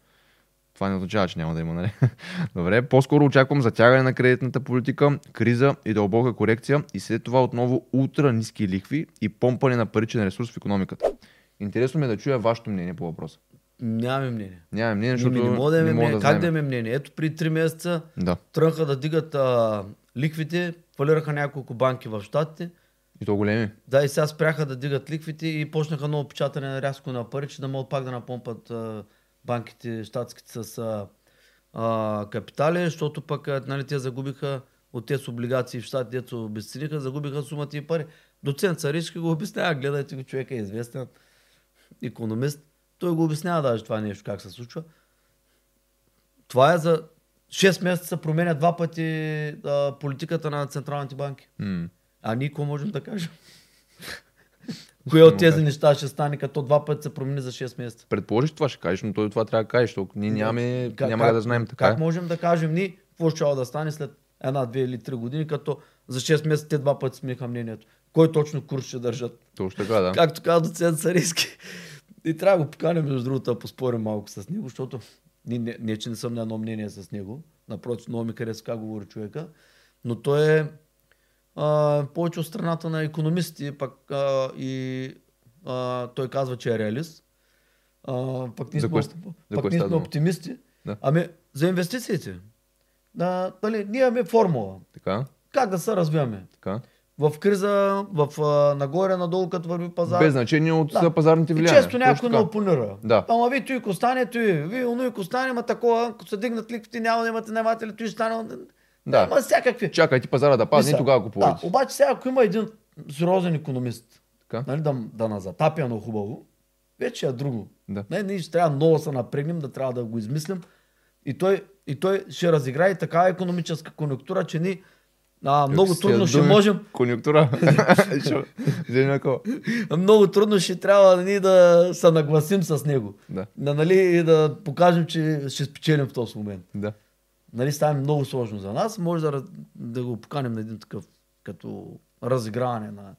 Speaker 2: Това не означава, че няма да има, нали? Добре, по-скоро очаквам затягане на кредитната политика, криза и дълбока корекция и след това отново ултра ниски лихви и помпане на паричен ресурс в економиката. Интересно ми е да чуя вашето мнение по въпроса.
Speaker 1: Нямаме мнение.
Speaker 2: Нямаме мнение,
Speaker 1: Ми,
Speaker 2: защото
Speaker 1: не мога да имаме
Speaker 2: мога
Speaker 1: мнение.
Speaker 2: да
Speaker 1: как да
Speaker 2: знаем.
Speaker 1: имаме мнение? Ето при 3 месеца
Speaker 2: Да.
Speaker 1: тръгнаха да дигат а, ликвите, фалираха няколко банки в щатите.
Speaker 2: И то големи.
Speaker 1: Да, и сега спряха да дигат ликвите и почнаха ново печатане рязко на пари, че да могат пак да напомпат а, банките, щатските с а, а, капитали, защото пък а, нали, те загубиха от тези облигации в щат, дето обесцениха, загубиха сумата и пари. Доцент Царички го обяснява, гледайте го, човека е известен економист. Той го обяснява даже това нещо, как се случва. Това е за 6 месеца променя два пъти а, политиката на централните банки.
Speaker 2: М.
Speaker 1: А ние какво можем да кажем? Кое от тези неща ще стане, като два пъти се промени за 6 месеца?
Speaker 2: Предположиш, това ще кажеш, но той това трябва да кажеш, защото ние нямаме,
Speaker 1: Как-
Speaker 2: няма
Speaker 1: как-
Speaker 2: как, да знаем така.
Speaker 1: Как
Speaker 2: е.
Speaker 1: можем да кажем ние, какво ще да стане след една, две или три години, като за 6 месеца те два пъти смениха мнението. Кой точно курс ще държат?
Speaker 2: Точно така, да.
Speaker 1: Както каза доцент Сариски. И трябва да го поканим, между другото, да поспорим малко с него, защото не, не, не, че не съм на едно мнение с него. Напротив, много ми харесва как говори човека. Но той е а, повече от страната на економисти, пък а, и а, той казва, че е реалист. А, пък ние
Speaker 2: За
Speaker 1: сме,
Speaker 2: кое ст-
Speaker 1: оп-
Speaker 2: за
Speaker 1: пък
Speaker 2: кое
Speaker 1: ние
Speaker 2: става
Speaker 1: сме
Speaker 2: дума?
Speaker 1: оптимисти.
Speaker 2: Да.
Speaker 1: Ами, за инвестициите. Да, нали, ние имаме формула.
Speaker 2: Така,
Speaker 1: Как да се развиваме?
Speaker 2: така.
Speaker 1: В криза, в а, нагоре, надолу, като върви пазар.
Speaker 2: Без значение от
Speaker 1: Да.
Speaker 2: да. пазарните
Speaker 1: И
Speaker 2: влияния.
Speaker 1: Често
Speaker 2: Точно
Speaker 1: някой не
Speaker 2: така.
Speaker 1: опонира.
Speaker 2: Да.
Speaker 1: Ама ви той костане, той, ви оно и костане, ма такова, като се дигнат ликвите, няма да имате найматели, той ще стане.
Speaker 2: Да.
Speaker 1: Ма всякакви.
Speaker 2: Чакайте пазара да падне и
Speaker 1: Мисля,
Speaker 2: тогава
Speaker 1: да,
Speaker 2: купувайте.
Speaker 1: обаче сега, ако има един сериозен економист,
Speaker 2: Така.
Speaker 1: нали, да, да назатапя на хубаво, вече е друго.
Speaker 2: Да.
Speaker 1: Не, ние ще трябва много да се напрегнем, да трябва да го измислим. И той, и той ще разиграе такава економическа конъюнктура, че ни а, много
Speaker 2: С тия
Speaker 1: трудно ще
Speaker 2: думи,
Speaker 1: можем
Speaker 2: Конюнктура. Шо? Вземи някакво.
Speaker 1: много трудно ще трябва ние да се нагласим с него.
Speaker 2: Да.
Speaker 1: Да, нали, и да покажем, че ще спечелим в този момент.
Speaker 2: Да.
Speaker 1: Нали, става много сложно за нас. Може да, раз- да го поканим на един такъв като разиграване на,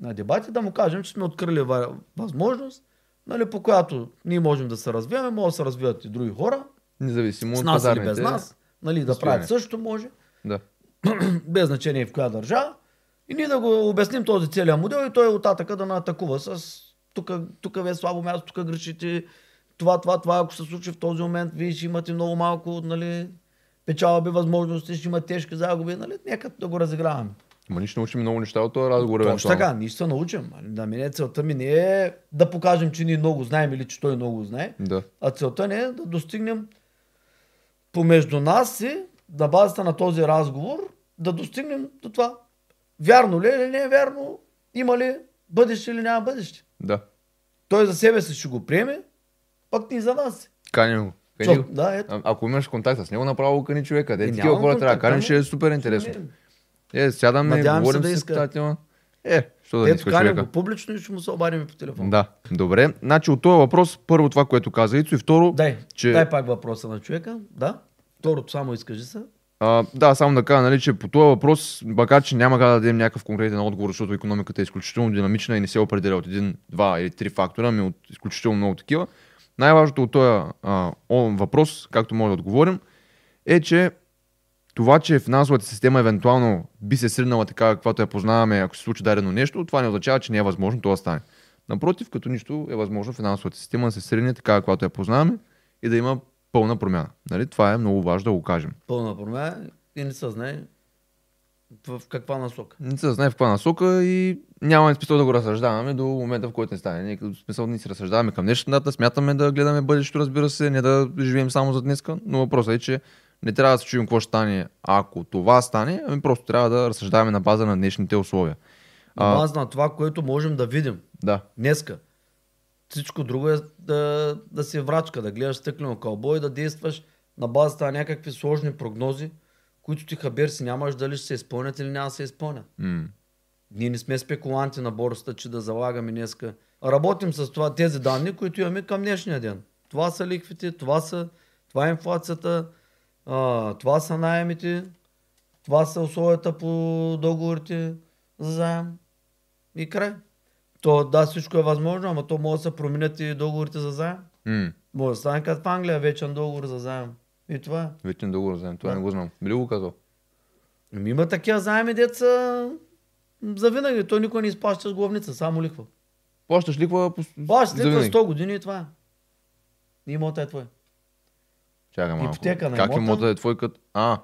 Speaker 1: на дебати, да му кажем, че сме открили ва- възможност, нали, по която ние можем да се развиваме, могат да се развиват и други хора,
Speaker 2: Независимо
Speaker 1: с
Speaker 2: от
Speaker 1: нас или
Speaker 2: пазарните.
Speaker 1: без нас, нали, да
Speaker 2: състояния.
Speaker 1: правят също може
Speaker 2: Да.
Speaker 1: без значение в коя държава, и ние да го обясним този целият модел и той оттатъка да наатакува с тук, тук ви е слабо място, тук грешите, това, това, това, ако се случи в този момент, вие ще имате много малко, нали, печалби, възможности, ще има тежки загуби, нали, нека да го разиграваме.
Speaker 2: Ма ние ще научим много неща от този разговор.
Speaker 1: Точно
Speaker 2: евентуално.
Speaker 1: така, ние ще се научим. нали. На мен целта ми не е да покажем, че ние много знаем или че той много знае,
Speaker 2: Да.
Speaker 1: а целта ни е да достигнем помежду нас си, на базата на този разговор, да достигнем до това. Вярно ли е или не е вярно? Има ли бъдеще или няма бъдеще?
Speaker 2: Да.
Speaker 1: Той за себе си ще го приеме, пък ни за нас.
Speaker 2: Каним го. Кани
Speaker 1: Чо,
Speaker 2: го.
Speaker 1: да, ето.
Speaker 2: А- ако имаш контакт с него, направо кани човека. Де,
Speaker 1: Е,
Speaker 2: такива
Speaker 1: нямам
Speaker 2: хора трябва да
Speaker 1: контакт,
Speaker 2: каним,
Speaker 1: ама
Speaker 2: ще е супер интересно.
Speaker 1: намерим.
Speaker 2: Е, сядаме,
Speaker 1: Надявам се
Speaker 2: говорим
Speaker 1: да
Speaker 2: си
Speaker 1: иска.
Speaker 2: по тази тема. Е, що да не
Speaker 1: Ето,
Speaker 2: иска
Speaker 1: каня
Speaker 2: човека.
Speaker 1: го публично и ще му се обадим и по телефона.
Speaker 2: Да, добре. Значи от този въпрос, първо това, което каза Ицо и второ,
Speaker 1: Дай,
Speaker 2: че...
Speaker 1: дай пак въпроса на човека. Да. Второто само изкажи се.
Speaker 2: А, да, само да кажа, нали, че по този въпрос, макар че няма как да дадем някакъв конкретен отговор, защото економиката е изключително динамична и не се определя от един, два или три фактора, ами от изключително много такива. Най-важното от този а, о- въпрос, както може да отговорим, е, че това, че финансовата система евентуално би се сринала така, каквато я познаваме, ако се случи дадено нещо, това не означава, че не е възможно това да стане. Напротив, като нищо е възможно финансовата система да се срине така, каквато я познаваме и да има пълна промяна. Нали? Това е много важно да го кажем.
Speaker 1: Пълна промяна и не се знае в каква насока.
Speaker 2: Не се знае в каква насока и нямаме смисъл да го разсъждаваме до момента, в който не стане. Ние като смисъл ние се разсъждаваме към днешната дата, смятаме да гледаме бъдещето, разбира се, не да живеем само за днеска, но въпросът е, че не трябва да се чуем какво ще стане, ако това стане, ами просто трябва да разсъждаваме на база на днешните условия.
Speaker 1: На
Speaker 2: А.
Speaker 1: база на това, което можем да видим.
Speaker 2: Да,
Speaker 1: днеска. Всичко друго е да, да си врачка, да гледаш стъклено кълбо и да действаш на базата на някакви сложни прогнози, които ти хабер си нямаш дали ще се изпълнят или няма да се изпълнят.
Speaker 2: М,
Speaker 1: Ние не сме спекуланти на борсата, че да залагаме днеска. Работим с това, тези данни, които имаме към днешния ден. Това са ликвите, това, са, това е инфлацията, а, това са найемите, това са условията по договорите за заем. И край. То, да, всичко е възможно, ама то може да се променят и договорите за заем.
Speaker 2: м,
Speaker 1: Може да стане като в Англия, вечен договор за заем. И това е.
Speaker 2: вече не да го разберем, това не го знам. Би ли го казал?
Speaker 1: Ами има такива заеми, деца завинаги. Той никой не изплаща с главница, само лихва.
Speaker 2: Плащаш ликва по...
Speaker 1: Баш, след
Speaker 2: завинаги?
Speaker 1: 100 години и това е. И Имотът е твой.
Speaker 2: Чакай малко.
Speaker 1: Ипотека на
Speaker 2: как
Speaker 1: имота?
Speaker 2: имота е твой кът? А,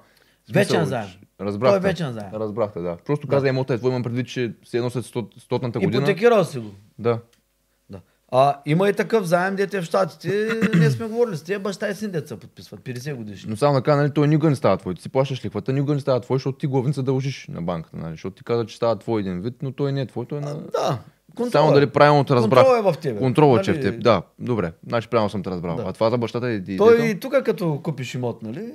Speaker 2: в
Speaker 1: Вечен заем.
Speaker 2: Разбрахте.
Speaker 1: Той е вечен заем.
Speaker 2: Разбрахте, да. Просто каза имота е твой, имам предвид, че се едно след сто- стотната година.
Speaker 1: Ипотекирал си го.
Speaker 2: Да.
Speaker 1: Да. А, има и такъв заем, дете в Штатите. Ние сме говорили с тия баща и син деца подписват. 50 годишни.
Speaker 2: Но само да кажа, нали, той никога не става твой. Ти си плащаш лихвата, никога не става твой, защото ти главница дължиш на банката. Нали? Защото ти каза, че става твой един вид, но той не е твой, той е на...
Speaker 1: Да.
Speaker 2: Само дали правилно те разбрах.
Speaker 1: Контрол е в тебе.
Speaker 2: Контролът че
Speaker 1: Нали?
Speaker 2: в теб. Да, добре. Значи правилно съм те разбрал.
Speaker 1: Да.
Speaker 2: А това за бащата е и и
Speaker 1: Той е-
Speaker 2: детето?
Speaker 1: и тук като купиш имот, нали?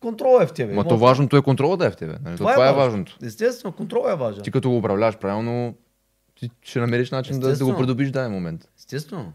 Speaker 1: Контрол е в тебе.
Speaker 2: Ма
Speaker 1: Може-
Speaker 2: то важното е контролът да е в тебе. нали? То Това, е важното.
Speaker 1: Естествено, контрол е важен.
Speaker 2: Ти като го управляваш правилно, ти ще намериш начин да, да го
Speaker 1: Естествено.
Speaker 2: придобиш в даден момент.
Speaker 1: Естествено.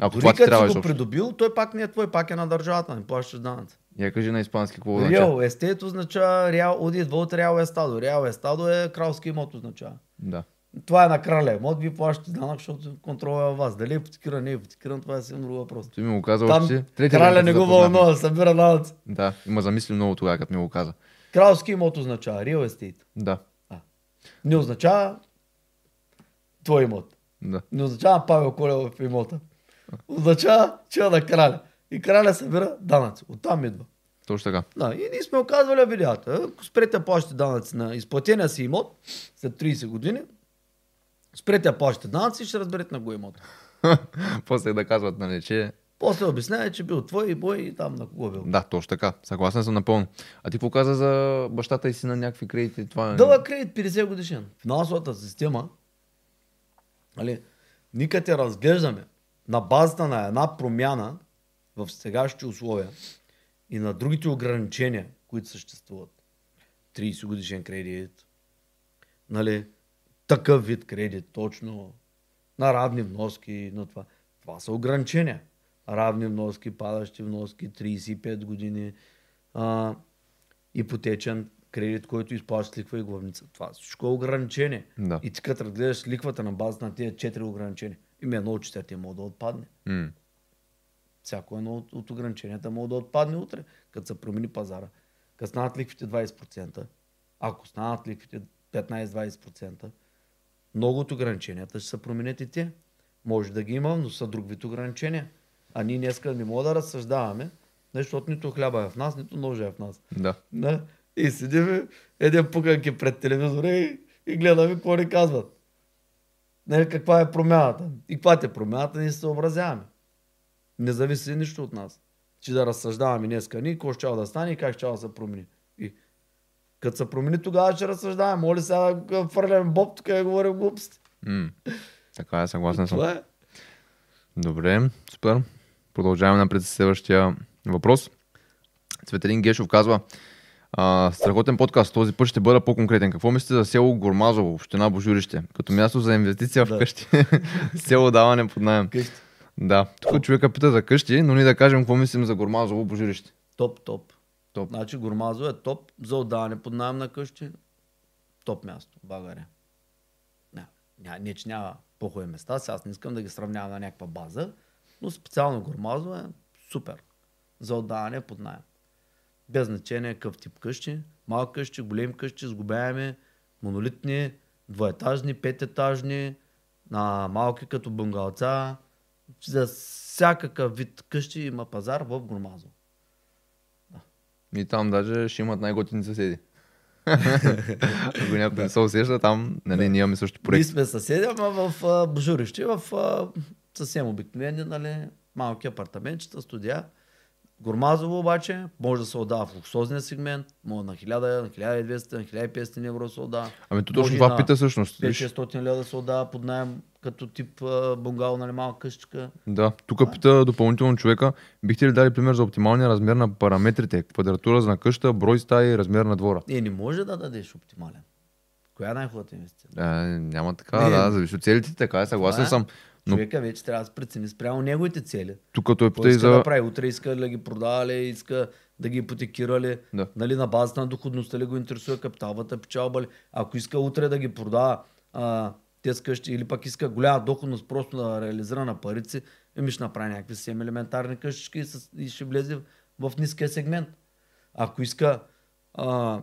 Speaker 2: Ако
Speaker 1: Дори
Speaker 2: това ти
Speaker 1: като
Speaker 2: трябва
Speaker 1: си го
Speaker 2: изобщо.
Speaker 1: придобил, той пак не е твой, пак е на държавата, не плащаш данъци.
Speaker 2: Я кажи на испански какво означава.
Speaker 1: Реал естет означава, реал, оди идва от реал естадо. Реал естадо е кралски имот означава.
Speaker 2: Да.
Speaker 1: Това е на краля имот, вие плащате данък, защото контрола е във вас. Дали е ипотекиран, не е ипотекиран, това е съвсем друг въпрос.
Speaker 2: Ти ми го каза
Speaker 1: Там
Speaker 2: още. третия е
Speaker 1: краля
Speaker 2: вариант
Speaker 1: не
Speaker 2: се
Speaker 1: го
Speaker 2: запознахме.
Speaker 1: вълнува, да събира данъци.
Speaker 2: Да, има замисли много тогава, като ми го каза.
Speaker 1: Кралски имот означава, реал естет.
Speaker 2: Да,
Speaker 1: Не означава твой имот.
Speaker 2: да.
Speaker 1: Не означава Павел Колев в имота. Означава, че е на краля. И краля събира данъци. Оттам идва.
Speaker 2: Точно така.
Speaker 1: Да, и ние сме оказвали видеята. Ако спрете да плащате данъци на изплатения си имот след 30 години, спрете да плащате данъци и ще разберете на го имот.
Speaker 2: После да казват, нали, че...
Speaker 1: После обяснява, че бил твой и бой и там на кого е бил.
Speaker 2: Да, точно така. Съгласен съм напълно. А ти какво каза за бащата и сина някакви кредити? Това е...
Speaker 1: Дълъг кредит 50 годишен. Финансовата система, нали, никъде те разглеждаме на базата на една промяна в сегашните условия и на другите ограничения, които съществуват. 30 годишен кредит, нали, такъв вид кредит, точно, на равни вноски, на това. Това са ограничения. Равни вноски, падащи вноски, 35 години, а, ипотечен кредит, който изплаща ликва и главница. Това всичко е ограничение.
Speaker 2: Да.
Speaker 1: И ти като разгледаш ликвата на базата на тези 4 ограничения, има едно от четирите мога да отпадне.
Speaker 2: М,
Speaker 1: Всяко едно от, от ограниченията мога да отпадне утре, като се промени пазара. Като станат ликвите 20%, ако станат ликвите 15-20%, много от ограниченията ще се променят и те. Може да ги има, но са друг вид ограничения. А ние днеска не мога да разсъждаваме, защото нито хляба е в нас, нито ножа е в нас.
Speaker 2: Да.
Speaker 1: Да. И седим, един пуканки пред телевизора и, и гледаме какво ни казват. Не, каква е промяната? И каква е промяната, ние се съобразяваме. Не зависи нищо от нас. Че да разсъждаваме днеска ни, какво ще да стане и как ще да се промени. И като се промени, тогава ще разсъждаваме. Моля сега да фърляме боб, тук и говорим глупости.
Speaker 2: М. Така е, съгласен съм.
Speaker 1: Това е.
Speaker 2: Добре, супер. Продължаваме напред с следващия въпрос. Цветелин Гешов казва, а, страхотен подкаст, този път ще бъда по-конкретен. Какво мислите за село Гормазово, община Божурище, като място за инвестиция в
Speaker 1: Да.
Speaker 2: къщи? село даване под найем.
Speaker 1: Къщи.
Speaker 2: Да, тук човека пита за къщи, но ние да кажем какво мислим за Гормазово, Божурище.
Speaker 1: Топ, топ.
Speaker 2: Топ.
Speaker 1: Значи Гормазо е топ за отдаване под найем на къщи. Топ място в България. Не, ня, не че няма по-хубави места, сега аз не искам да ги сравнявам на някаква база, но специално Гормазо е супер за отдаване под найем. Без значение какъв тип къщи, малки къщи, големи къщи, сгубяеми, монолитни, двоетажни, пететажни, на малки като бунгалца. За всякакъв вид къщи има пазар в Гормазо.
Speaker 2: И там даже ще имат най-готини съседи. Ако някой не се усеща, там нали, ние имаме също
Speaker 1: Ние
Speaker 2: проект.
Speaker 1: сме съседи, ама в а, Божурище, в а, съвсем обикновени, нали, малки апартаментчета, студия. Гормазово обаче може да се отдава в луксозния сегмент, може на 1000, на 1200, на 1500 евро да се отдава.
Speaker 2: Ами то
Speaker 1: Може
Speaker 2: точно
Speaker 1: и
Speaker 2: това
Speaker 1: на
Speaker 2: пита всъщност. Виж,
Speaker 1: 500 лева да се отдава под найем като тип а, бунгало, нали, малка къщичка.
Speaker 2: Да, тук пита допълнително човека, бихте ли дали пример за оптималния размер на параметрите? Квадратура на къща, брой стаи и размер на двора.
Speaker 1: Е, не може да дадеш оптимален. Коя е най-хубавата инвестиция?
Speaker 2: Е, няма така,
Speaker 1: Не.
Speaker 2: да, зависи от целите, така е, съгласен
Speaker 1: Това е.
Speaker 2: съм. Но
Speaker 1: Човека вече трябва да се прецени спрямо неговите цели.
Speaker 2: тук той
Speaker 1: Той
Speaker 2: пита и
Speaker 1: иска
Speaker 2: за...
Speaker 1: да прави. Утре иска да ги продава ли, иска да ги ипотекира ли,
Speaker 2: Да.
Speaker 1: нали, на базата на доходността ли го интересува капиталната печалба ли. Ако иска утре да ги продава а, тези къщи или пък иска голяма доходност просто да реализира на парици, еми ще направи някакви съвсем елементарни къщички и, с, и ще влезе в, в ниския сегмент. Ако иска... А,
Speaker 2: Е,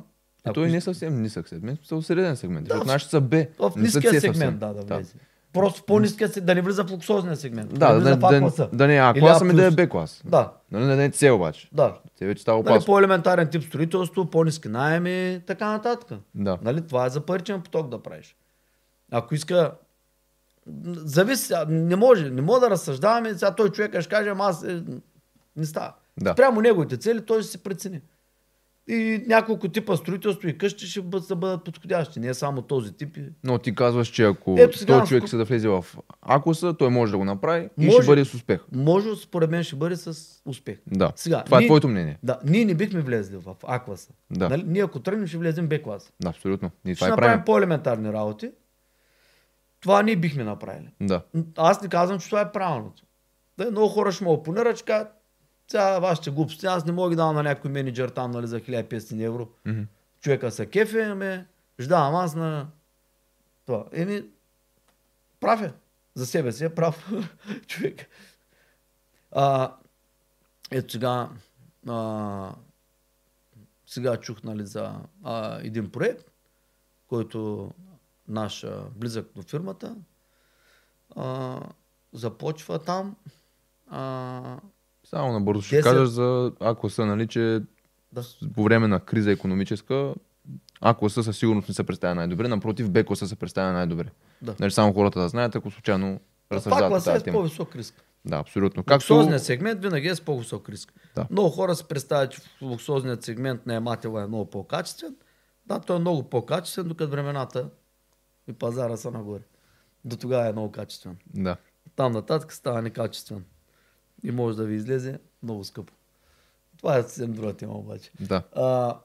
Speaker 1: ако
Speaker 2: той
Speaker 1: иска-
Speaker 2: не е съвсем нисък сегмент, са среден сегмент.
Speaker 1: Да,
Speaker 2: Да, нашите са Б.
Speaker 1: в
Speaker 2: не са
Speaker 1: ниския
Speaker 2: C съвсем.
Speaker 1: сегмент, да, да влезе. Просто в по-ниския сегмент, да не влиза в луксозния сегмент.
Speaker 2: Да, да,
Speaker 1: влиза
Speaker 2: да,
Speaker 1: в А Нали,
Speaker 2: да,
Speaker 1: класа.
Speaker 2: да не е А
Speaker 1: Или
Speaker 2: класа, ми да е
Speaker 1: плюс.
Speaker 2: Б клас.
Speaker 1: Да,
Speaker 2: Да. не е C обаче.
Speaker 1: да.
Speaker 2: Те вече става
Speaker 1: Нали,
Speaker 2: опасно.
Speaker 1: по-елементарен тип строителство, по-низки найеми, така нататък.
Speaker 2: Да.
Speaker 1: Нали, това е за паричен поток да правиш. Ако иска... м, Зависи, а, не може, не може да разсъждаваме, сега той човек ще каже, ама аз е, не става.
Speaker 2: Да.
Speaker 1: Спрямо неговите цели той ще се прецени. И няколко типа строителство и къщи ще бъдат, ще бъдат подходящи. Не е само този тип. и-
Speaker 2: Но ти казваш, че ако
Speaker 1: Ето
Speaker 2: Ето
Speaker 1: сега,
Speaker 2: този човек
Speaker 1: ако-
Speaker 2: се да влезе в Акуса, той може да го направи и ще
Speaker 1: Може.
Speaker 2: бъде с успех.
Speaker 1: Може, според мен, ще бъде с успех.
Speaker 2: Да.
Speaker 1: Сега,
Speaker 2: Това е
Speaker 1: ние-
Speaker 2: твоето мнение.
Speaker 1: Да, ние не бихме влезли в А класа.
Speaker 2: Да.
Speaker 1: Нали? Ние ако тръгнем, ще влезем в Б класа.
Speaker 2: Да, абсолютно. Ние
Speaker 1: Ще
Speaker 2: това е
Speaker 1: направим
Speaker 2: правим.
Speaker 1: по-елементарни работи. Това ние бихме направили.
Speaker 2: Да.
Speaker 1: М, Аз не казвам, че това е правилното. Да, много хора ще му опонират, ще кажат, сега вашите глупости, аз не мога да ги давам на някой менеджер там нали, за 1500 евро.
Speaker 2: Мгм.
Speaker 1: Човека са кефе, ами ще давам аз на това. Еми, прав е. За себе си е прав човек. А, ето сега, а, сега чух нали, за а, един проект, който наш а, близък до фирмата а, започва там. А,
Speaker 2: Само набързо ще
Speaker 1: Десет.
Speaker 2: кажеш за Акуса, нали, че
Speaker 1: да.
Speaker 2: по време на криза економическа, А-класа със сигурност не се представя най-добре, напротив, Б-класа се представя най-добре.
Speaker 1: Да.
Speaker 2: Нали, само хората да знаят, ако случайно
Speaker 1: Това
Speaker 2: разсъждават по
Speaker 1: класа е
Speaker 2: тази
Speaker 1: с
Speaker 2: тема.
Speaker 1: по-висок риск.
Speaker 2: Да, абсолютно. Както...
Speaker 1: Луксозният сегмент винаги е с по-висок риск.
Speaker 2: Да.
Speaker 1: Много хора се представят, че в луксозният сегмент на ематела е много по-качествен. Да, той е много по-качествен, докато времената и пазара са нагоре. До тогава е много качествен.
Speaker 2: Да.
Speaker 1: Там нататък става некачествен. И може да ви излезе много скъпо. Това е съвсем друга тема обаче.
Speaker 2: Да.
Speaker 1: А,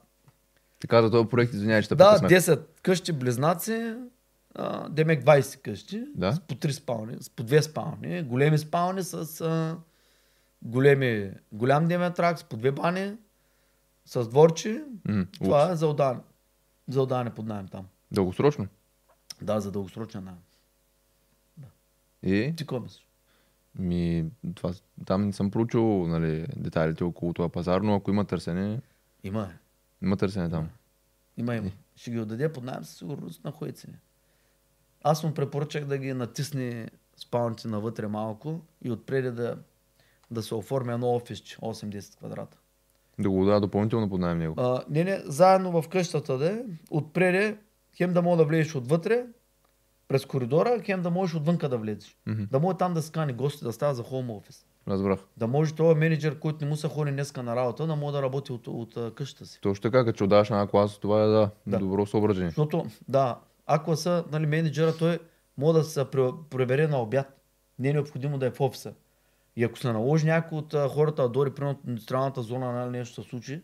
Speaker 2: Така за този проект, извинявай, че те
Speaker 1: да,
Speaker 2: прекъснах.
Speaker 1: 10 къщи близнаци, а, демек 20 къщи,
Speaker 2: Да.
Speaker 1: с по 3 спални, с по 2 спални, големи спални с а, големи, голям деметрак, с по 2 бани, с дворче.
Speaker 2: М,
Speaker 1: Това е за отдаване. За отдаване под найем там.
Speaker 2: Дългосрочно.
Speaker 1: Да, за дългосрочен найем.
Speaker 2: И
Speaker 1: Ти какво мислиш?
Speaker 2: ми, това, там не съм проучил нали, детайлите около това пазар, но ако има търсене,
Speaker 1: Има е.
Speaker 2: има търсене там.
Speaker 1: Има, има. Ще ги отдаде под найем със сигурност на хуйци. Аз му препоръчах да ги натисне спалните навътре малко и отпреде да, да се оформи едно офисче, 8-10 квадрата.
Speaker 2: Да го отдава допълнително под найем него.
Speaker 1: А, не, не, заедно в къщата да е, отпреде, хем да мога да влезеш отвътре, през коридора, хем да можеш отвънка да влезеш.
Speaker 2: Мгм.
Speaker 1: Да може там да скани гости, да става за хоум офис.
Speaker 2: Разбрах.
Speaker 1: Да може този менеджер, който не му се ходи днеска на работа, да може да работи от, от, от къщата си.
Speaker 2: Точно така, като отдаваш на клас, това е да,
Speaker 1: Да.
Speaker 2: добро съображение.
Speaker 1: Защото, да, ако са, нали, менеджера, той може да се пре- пребере на обяд. Не е необходимо да е в офиса. И ако се наложи някой от а, хората да дори, примерно от индустриалната зона, нали, нещо се случи,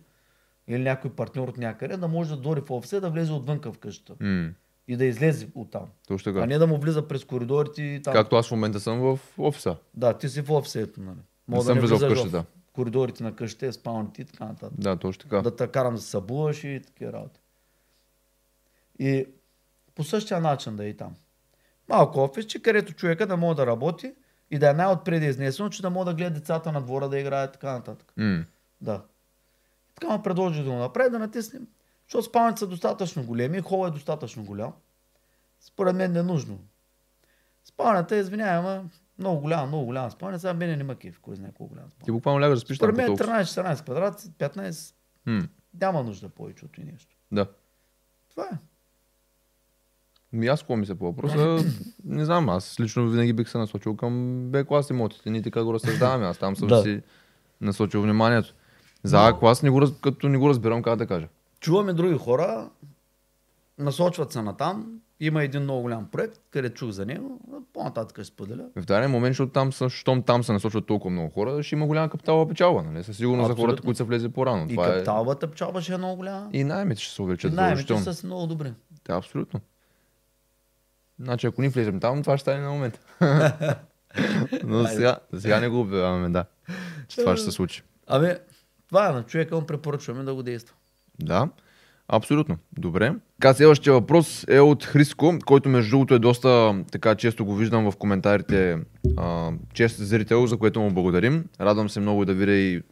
Speaker 1: или някой партньор от някъде, да може да дори в офиса и да влезе отвънка в къщата.
Speaker 2: М,
Speaker 1: И да излезе оттам.
Speaker 2: точно
Speaker 1: А
Speaker 2: така.
Speaker 1: не да му влиза през коридорите и там.
Speaker 2: Както аз в момента съм в офиса.
Speaker 1: Да, ти си в офиса, ето, нали. Може да
Speaker 2: съм
Speaker 1: не
Speaker 2: влизал в
Speaker 1: влизаш
Speaker 2: къщата.
Speaker 1: в коридорите на къщите, спалните и така нататък.
Speaker 2: Да, точно така.
Speaker 1: да те карам да се събуваш и такива работи. И по същия начин да е и там. Малко офисче, където човека да може да работи и да е най-отпреди изнесено, че да може да гледа децата на двора да играят и така нататък.
Speaker 2: М,
Speaker 1: Да. Така му предложи да го направи, да натиснем. Защото спалните са достатъчно големи, хола е достатъчно голям. Според мен не е нужно. Спалнята, извинявай, ама много голяма, много голяма спалня. Сега мене не ма кеф, кой знае колко голяма
Speaker 2: Ти
Speaker 1: спалня.
Speaker 2: буквално лягаш да спиш там
Speaker 1: Според
Speaker 2: по
Speaker 1: мен е
Speaker 2: толкова.
Speaker 1: 13-14 квадрат, 15,
Speaker 2: М,
Speaker 1: няма нужда повече от и нещо.
Speaker 2: Да.
Speaker 1: Това е.
Speaker 2: Ми аз какво ми се по въпроса, не знам, аз лично винаги бих се насочил към Б клас имотите, ние така го разсъждаваме, аз там съм
Speaker 1: Да.
Speaker 2: си насочил вниманието. За А клас не го, раз- като не го разбирам как да кажа.
Speaker 1: Чуваме други хора, насочват се натам. Има един много голям проект, къде чух за него. но По-нататък ще споделя.
Speaker 2: В даден момент, защото там, са, щом там се насочват толкова много хора, ще има голяма капиталова печалба, нали? Със сигурност за
Speaker 1: Абсолютно.
Speaker 2: хората, които са влезли по-рано.
Speaker 1: И
Speaker 2: Това е...
Speaker 1: капиталовата печалба ще е много голяма.
Speaker 2: И наймите ще се
Speaker 1: И
Speaker 2: увеличат
Speaker 1: наймите
Speaker 2: задължително.
Speaker 1: са си много добри.
Speaker 2: Да, абсолютно. Значи, ако ни влезем там, това ще стане на момент. Но
Speaker 1: Айде.
Speaker 2: сега, сега не го обявяваме, да. Че това ще се случи.
Speaker 1: Абе, това е на човека, му препоръчваме да го действа.
Speaker 2: Да, абсолютно. Добре. Така, следващия въпрос е от Хриско, който между другото е доста така често го виждам в коментарите. А, чест зрител, за което му благодарим. Радвам се много да видя и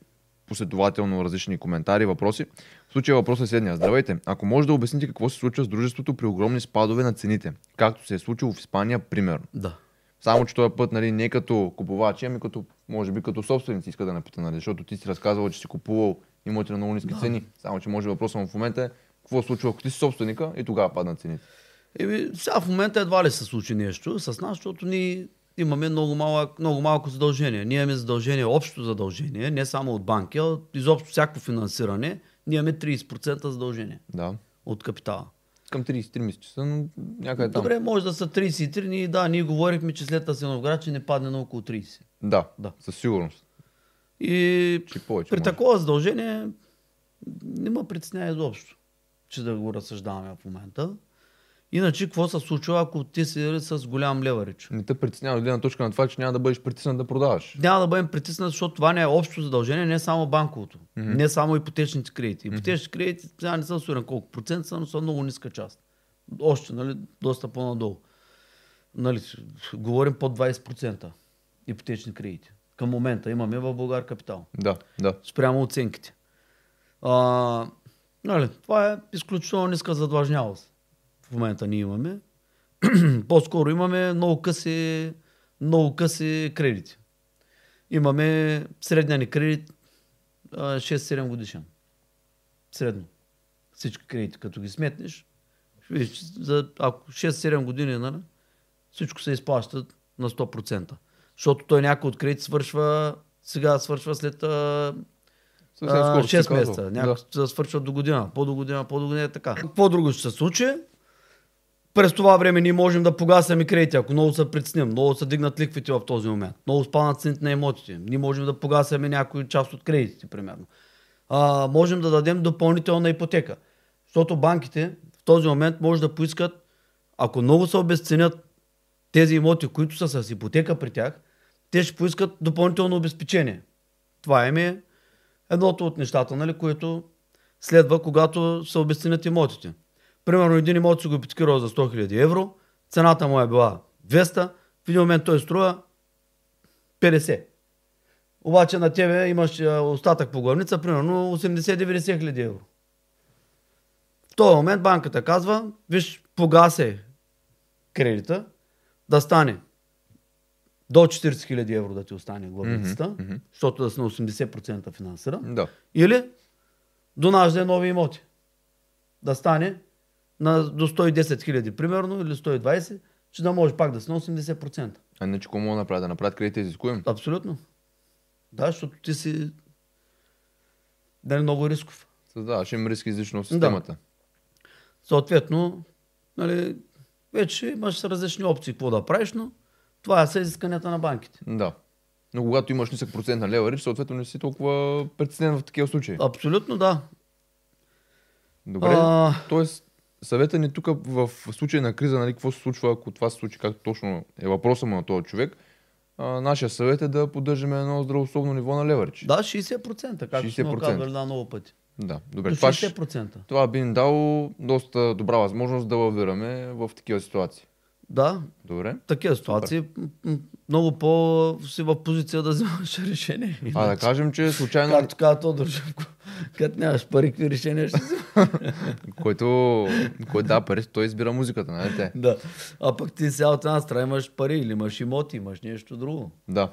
Speaker 2: последователно различни коментари, въпроси. В случая въпросът е следния. Здравейте! Ако може да обясните какво се случва с дружеството при огромни спадове на цените, както се е случило в Испания, примерно.
Speaker 1: Да.
Speaker 2: Само, че този път нали, не като купувачи, ами като, може би като собственици иска да напита, нали, защото ти си разказвал, че си купувал имоти на много ниски цени. Само, че може въпросът му в момента е какво се случва, ако ти си собственика и тогава паднат цените.
Speaker 1: Еми, сега в момента едва ли се случи нещо с нас, защото ние имаме много, малък, много малко задължение. Ние имаме задължение, общо задължение, не само от банки, а от изобщо всяко финансиране. Ние имаме 30% задължение
Speaker 2: Да.
Speaker 1: от капитала.
Speaker 2: Към 33 мисля, че са, но някъде там.
Speaker 1: Добре, може да са 33, ние, да, ние говорихме, че след Асеновград ще не падне на около 30.
Speaker 2: Да,
Speaker 1: Да.
Speaker 2: със сигурност.
Speaker 1: И
Speaker 2: Че повече
Speaker 1: при
Speaker 2: може.
Speaker 1: такова задължение не ме притеснява изобщо, че да го разсъждаваме в момента. Иначе, какво се случва, ако ти си с голям леварич?
Speaker 2: Не те притеснява от гледна точка на това, че няма да бъдеш притиснат да продаваш.
Speaker 1: Няма да бъдем притиснати, защото това не е общо задължение, не е само банковото, mm-hmm. не е само ипотечните кредити. Ипотечните кредити, сега не съм сигурен колко процент са, но са много ниска част. Още, нали, доста по-надолу. Нали, с- говорим под 20% ипотечни кредити. Към момента имаме в Българ Капитал.
Speaker 2: Да, да.
Speaker 1: спрямо оценките. А, нали, това е изключително ниска задлъжнялост. В момента ние имаме. По-скоро имаме много къси, много къси кредити. Имаме средния ни кредит а, 6-7 годишен. Средно. Всички кредити, като ги сметнеш, ще видиш, че за, ако 6-7 години, нали, всичко се изплаща на 100%. Защото той някой от кредит свършва, сега свършва след а,
Speaker 2: Съвсем
Speaker 1: а,
Speaker 2: скоро ще
Speaker 1: 6
Speaker 2: казвам.
Speaker 1: месеца. Някой
Speaker 2: Да.
Speaker 1: да. свършва до година, по-до година, по-до година и така. Какво друго ще се случи? През това време ние можем да погасяме кредити, ако много се притесним, много се дигнат ликвите в този момент, много спаднат цените на имотите. Ние можем да погасяме някои част от кредитите, примерно. А, можем да дадем допълнителна ипотека. Защото банките в този момент може да поискат, ако много се обесценят тези имоти, които са с ипотека при тях, те ще поискат допълнително обезпечение. Това им е едното от нещата, нали, което следва, когато се обесценят имотите. Примерно един имот си го ипотекирал за 100 000 евро, цената му е била 200, в един момент той струва 50. Обаче на тебе имаш а, остатък по главница, примерно 80-90 хиляди евро. В този момент банката казва, виж, погасе кредита, да стане до 40 000 евро да ти остане главницата, защото да си на 80% финансира.
Speaker 2: Да.
Speaker 1: Или донажда нови имоти. Да стане на, до 110 хиляди, примерно, или 120, че да може пак да си на 80%.
Speaker 2: А не, че какво мога да направя? Да направят кредита изискуем?
Speaker 1: Абсолютно. Да, защото ти си дали много рисков.
Speaker 2: Създаваш им риск излишно в системата.
Speaker 1: Съответно, нали, вече имаш различни опции какво да правиш, но това са изисканията на банките.
Speaker 2: Да. Но когато имаш нисък процент на леверидж, съответно не си толкова притеснен в такива случаи.
Speaker 1: Абсолютно да.
Speaker 2: Добре.
Speaker 1: А.
Speaker 2: Тоест, съвета ни тук в случай на криза, нали, какво се случва, ако това се случи, както точно е въпроса му на този човек, а, нашия съвет е да поддържаме едно здравословно ниво на леверидж.
Speaker 1: Да, 60%, както сме го
Speaker 2: 60%.
Speaker 1: казвали да, много пъти.
Speaker 2: да.
Speaker 1: До
Speaker 2: Добре. Това, ще-
Speaker 1: 60%.
Speaker 2: това би ни дало доста добра възможност да лавираме в такива ситуации.
Speaker 1: Да,
Speaker 2: Добре.
Speaker 1: такива ситуации, м- м- много по си в позиция да вземаш решение.
Speaker 2: А да кажем, че случайно,
Speaker 1: Значи. Както казва Тодор Живков, като нямаш пари, какви решения ще вземаш.
Speaker 2: който, който дава пари, той избира музиката, нали те?
Speaker 1: да. А пък ти сега от една страна имаш пари или имаш имоти, имаш нещо друго.
Speaker 2: Да.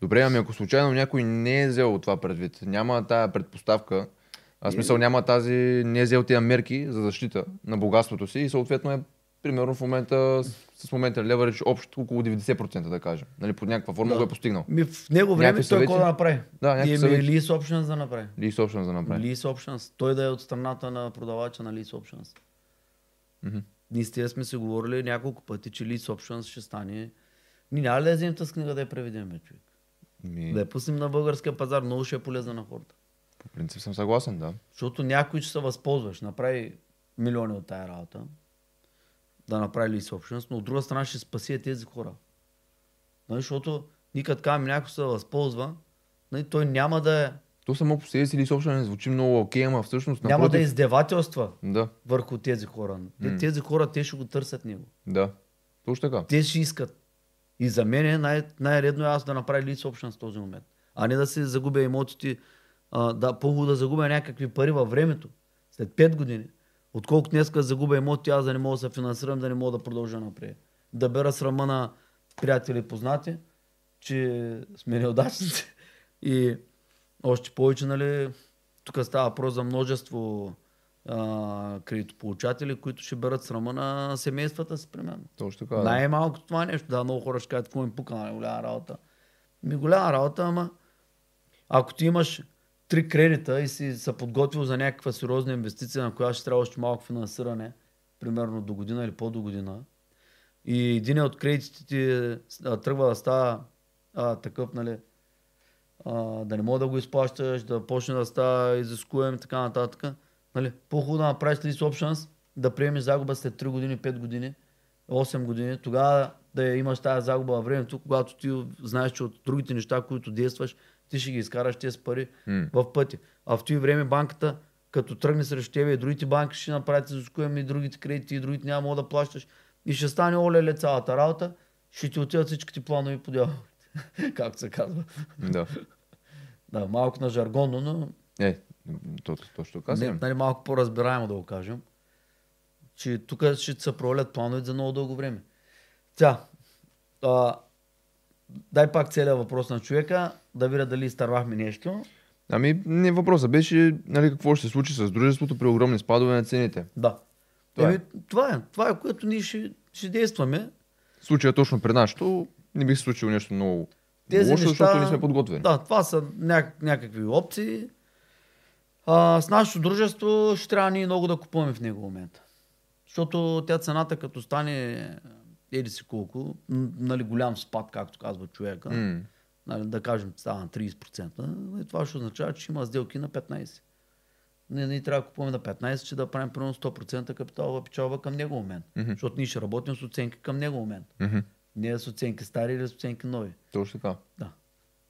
Speaker 2: Добре, ами ако случайно някой не е взел това предвид, няма тая предпоставка, а в смисъл няма тази, не е взел тия мерки за защита на богатството си и съответно е примерно в момента, с с момента леверидж общо около 90% да кажем. Нали, под някаква форма
Speaker 1: Да.
Speaker 2: го е постигнал.
Speaker 1: Ми в него време
Speaker 2: Някакви
Speaker 1: той
Speaker 2: съвети?
Speaker 1: какво да направи?
Speaker 2: Да, някакви
Speaker 1: и
Speaker 2: съвети.
Speaker 1: lease options да направи.
Speaker 2: Ли собствено за направи.
Speaker 1: Lease options. Той да е от страната на продавача на lease options. Ние с тия сме се говорили няколко пъти, че lease options ще стане... Ние няма ли да я вземем тази книга да я преведем, бе, човек?
Speaker 2: Ми,
Speaker 1: Да я пуснем на българския пазар, много ще е полезна на хората.
Speaker 2: По принцип съм съгласен, да.
Speaker 1: Защото някой ще се възползваш, направи милиони от тая работа, да направи lease options, но от друга страна ще спаси тези хора. Нали, защото никак казваме някой ще се възползва, нали, той няма да, е-
Speaker 2: То само по себе си ли собствено не звучи много окей, ама всъщност
Speaker 1: няма да
Speaker 2: напротив...
Speaker 1: издевателства
Speaker 2: Да,
Speaker 1: върху тези хора. Те- Тези хора, те ще го търсят него.
Speaker 2: да. Точно така.
Speaker 1: Те ще искат. И за мен е най- най-редно е аз да направя lease options в този момент. А не да се загубя имотите, а, да, по-хубаво да загубя някакви пари във времето, след 5 години, отколкото днес да загубя имоти, аз да не мога да се финансирам, да не мога да продължа напред. Да бера срама на приятели и познати, че сме неудачници. И още повече, нали, тук става въпрос за множество а, кредитополучатели, които ще берат срама на семействата си, примерно.
Speaker 2: Точно така. да.
Speaker 1: Най-малко това е нещо. Да, много хора ще кажат, какво ми пука, нали, голяма работа. Ми голяма работа, ама ако ти имаш три кредита и си се подготвил за някаква сериозна инвестиция, на която ще трябва още малко финансиране, примерно до година или по-до година, и един от кредитите а, тръгва да става а, такъв, нали, а, да не мога да го изплащаш, да почне да става изискуем и така нататък. Нали, по-хубаво да направиш lease options, да приемеш загуба след 3 години, 5 години, 8 години, тогава да я имаш тази загуба във времето, когато ти знаеш, че от другите неща, които действаш, ти ще ги изкараш тези пари
Speaker 2: М.
Speaker 1: в пъти. А в този време банката, като тръгне срещу тебе и другите банки ще направят изискуем и другите кредити, и другите няма мога да плащаш. И ще стане оле цялата работа, ще ти отидат всичките планови по дяволите. Както се казва.
Speaker 2: Да.
Speaker 1: Да, малко на жаргонно, но
Speaker 2: Е, то, то- точно е.
Speaker 1: не,
Speaker 2: казвам.
Speaker 1: нали, малко по-разбираемо да го кажем. Че тук ще се провалят плановете за много дълго време. Тя, а, дай пак целият въпрос на човека, да видя дали изтървахме нещо.
Speaker 2: Ами, не, въпросът беше нали, какво ще се случи с дружеството при огромни спадове на цените.
Speaker 1: Да.
Speaker 2: Това
Speaker 1: Това,
Speaker 2: е.
Speaker 1: Еми, е. това е. Това е, което ние ще, ще действаме.
Speaker 2: Случая е точно при нашото не би се случило нещо много
Speaker 1: Тези
Speaker 2: лошо, е,
Speaker 1: неща,
Speaker 2: защото не сме подготвени.
Speaker 1: Да, това са няк- някакви опции. А, с нашето дружество ще трябва ние много да купуваме в него момента. Защото тя цената като стане еди си колко, м, нали, голям спад, както казва човека,
Speaker 2: М.
Speaker 1: нали, да кажем става на 30%, нали, това ще означава, че има сделки на 15%. Ние, ние трябва да купуваме на 15, че да правим примерно 100% капиталова печалба към него момент.
Speaker 2: Мгм.
Speaker 1: Защото ние ще работим с оценки към него момент.
Speaker 2: Мгм.
Speaker 1: Не с оценки стари или с оценки нови.
Speaker 2: Точно така.
Speaker 1: Да.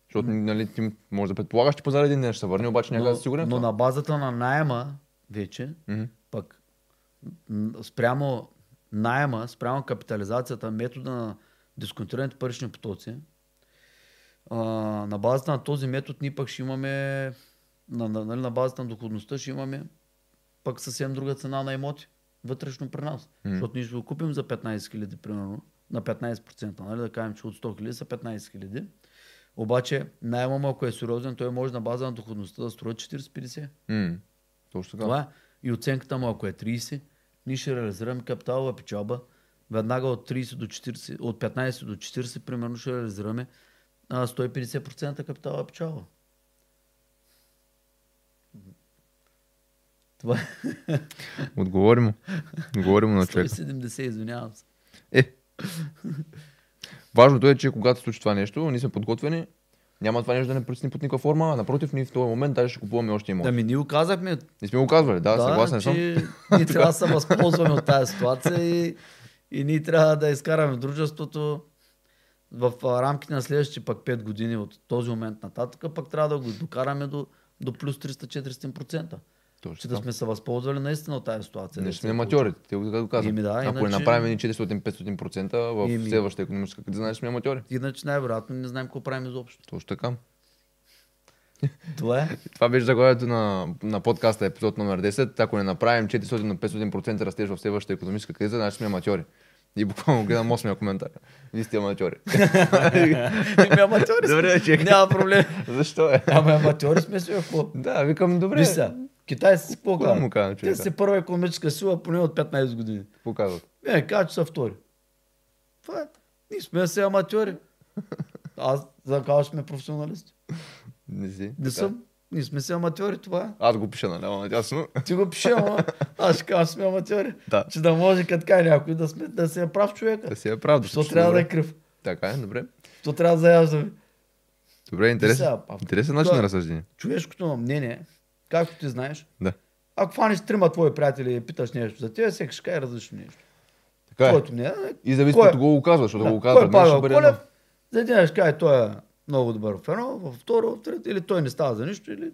Speaker 2: Защото нали, ти може да предполагаш, че пазар един ден ще се върне, обаче някак да си сигурен. в
Speaker 1: но
Speaker 2: това.
Speaker 1: на базата на найема вече,
Speaker 2: Мгм.
Speaker 1: пък м, спрямо найема, спрямо капитализацията, метода на дисконтираните парични потоци, а, на базата на този метод ние пък ще имаме, на, на, нали, на базата на доходността ще имаме пък съвсем друга цена на имоти вътрешно при нас.
Speaker 2: Мгм.
Speaker 1: Защото ние ще го купим за 15 хиляди, примерно, на 15%, нали? да кажем, че от 100 хиляди са 15 хиляди. Обаче найема, му, ако е сериозен, той може на база на доходността да струва 40-50.
Speaker 2: М. Точно така.
Speaker 1: Това е. И оценката му, ако е 30, ние ще реализираме капиталова печалба. Веднага от, 30 до 40, от 15 до 40, примерно, ще реализираме а, 150% капиталова печалба. Това е
Speaker 2: Отговори му. Отговори му на човека.
Speaker 1: 170, извинявам се.
Speaker 2: Е. Важното е, че когато се случи това нещо, ние сме подготвени, няма това нещо да не пресни под никаква форма, а напротив, ние в този момент даже ще купуваме още имот.
Speaker 1: Ами ние го казахме,
Speaker 2: Не сме го казвали, да, съгласен
Speaker 1: че
Speaker 2: съм.
Speaker 1: значи, ние трябва да се възползваме от тази ситуация и, и ние трябва да изкараме дружеството в а, рамките на следващите пък 5 години от този момент нататък, пък трябва да го докараме до, до плюс 300-400%. Че
Speaker 2: Точно
Speaker 1: да
Speaker 2: така.
Speaker 1: сме се възползвали наистина от тази ситуация.
Speaker 2: Не
Speaker 1: да се
Speaker 2: сме аматьори, те го така го казват.
Speaker 1: Еми да,
Speaker 2: Ако не
Speaker 1: иначе-
Speaker 2: направим ни 400-500% в
Speaker 1: Еми.
Speaker 2: следващата економическа криза, значи сме аматьори.
Speaker 1: получи. Иначе най-вероятно не знаем какво правим изобщо.
Speaker 2: Точно така.
Speaker 1: Това е.
Speaker 2: Това беше заглавието на, на подкаста епизод номер 10. Ако не направим 400-500% растеж в следващата економическа криза, значи сме аматьори. И буквално гледам 8 коментар. Вие сте аматьори.
Speaker 1: Ами аматьори сме.
Speaker 2: Добре, че-
Speaker 1: Няма проблем.
Speaker 2: Защо е?
Speaker 1: Ама аматьори сме си какво?
Speaker 2: Да, викам, добре.
Speaker 1: Виж сега, китайците си какво
Speaker 2: Кой му казва
Speaker 1: казват? Те
Speaker 2: човека?
Speaker 1: са първа економическа сила поне от 15 години.
Speaker 2: Показват.
Speaker 1: Не, кажа, че Е, са втори. Това е. Ние сме си аматьори. Аз за какво сме професионалисти.
Speaker 2: Не си.
Speaker 1: Не
Speaker 2: Така. е.
Speaker 1: съм. Ние сме си аматьори, това е.
Speaker 2: Аз го пиша нали, наляво надясно.
Speaker 1: Ти го пише, ама аз ще кажа, сме аматьори.
Speaker 2: Да.
Speaker 1: Че да може като кай някой да, сме, да се е прав човека.
Speaker 2: Да си е прав.
Speaker 1: Защо
Speaker 2: защото
Speaker 1: трябва
Speaker 2: добре.
Speaker 1: да е крив?
Speaker 2: Така е, добре.
Speaker 1: Защо трябва да заяждаме?
Speaker 2: Добре, интересен,
Speaker 1: сега, а-
Speaker 2: интересен начин
Speaker 1: Да.
Speaker 2: на разсъждение.
Speaker 1: Човешкото мнение, както ти знаеш,
Speaker 2: Да.
Speaker 1: ако фаниш трима твои приятели и питаш нещо за тебе, всеки ще каже различно нещо.
Speaker 2: Така е.
Speaker 1: Твоето мнение. е,
Speaker 2: И зависи
Speaker 1: кой е-
Speaker 2: от кого го казваш, защото
Speaker 1: Да.
Speaker 2: го казваш.
Speaker 1: Кой е
Speaker 2: мен ще
Speaker 1: Павел
Speaker 2: бъде
Speaker 1: Колев?
Speaker 2: едно.
Speaker 1: За един ще каже, той е много добър в едно, във второ, в трето, или той не става за нищо, или...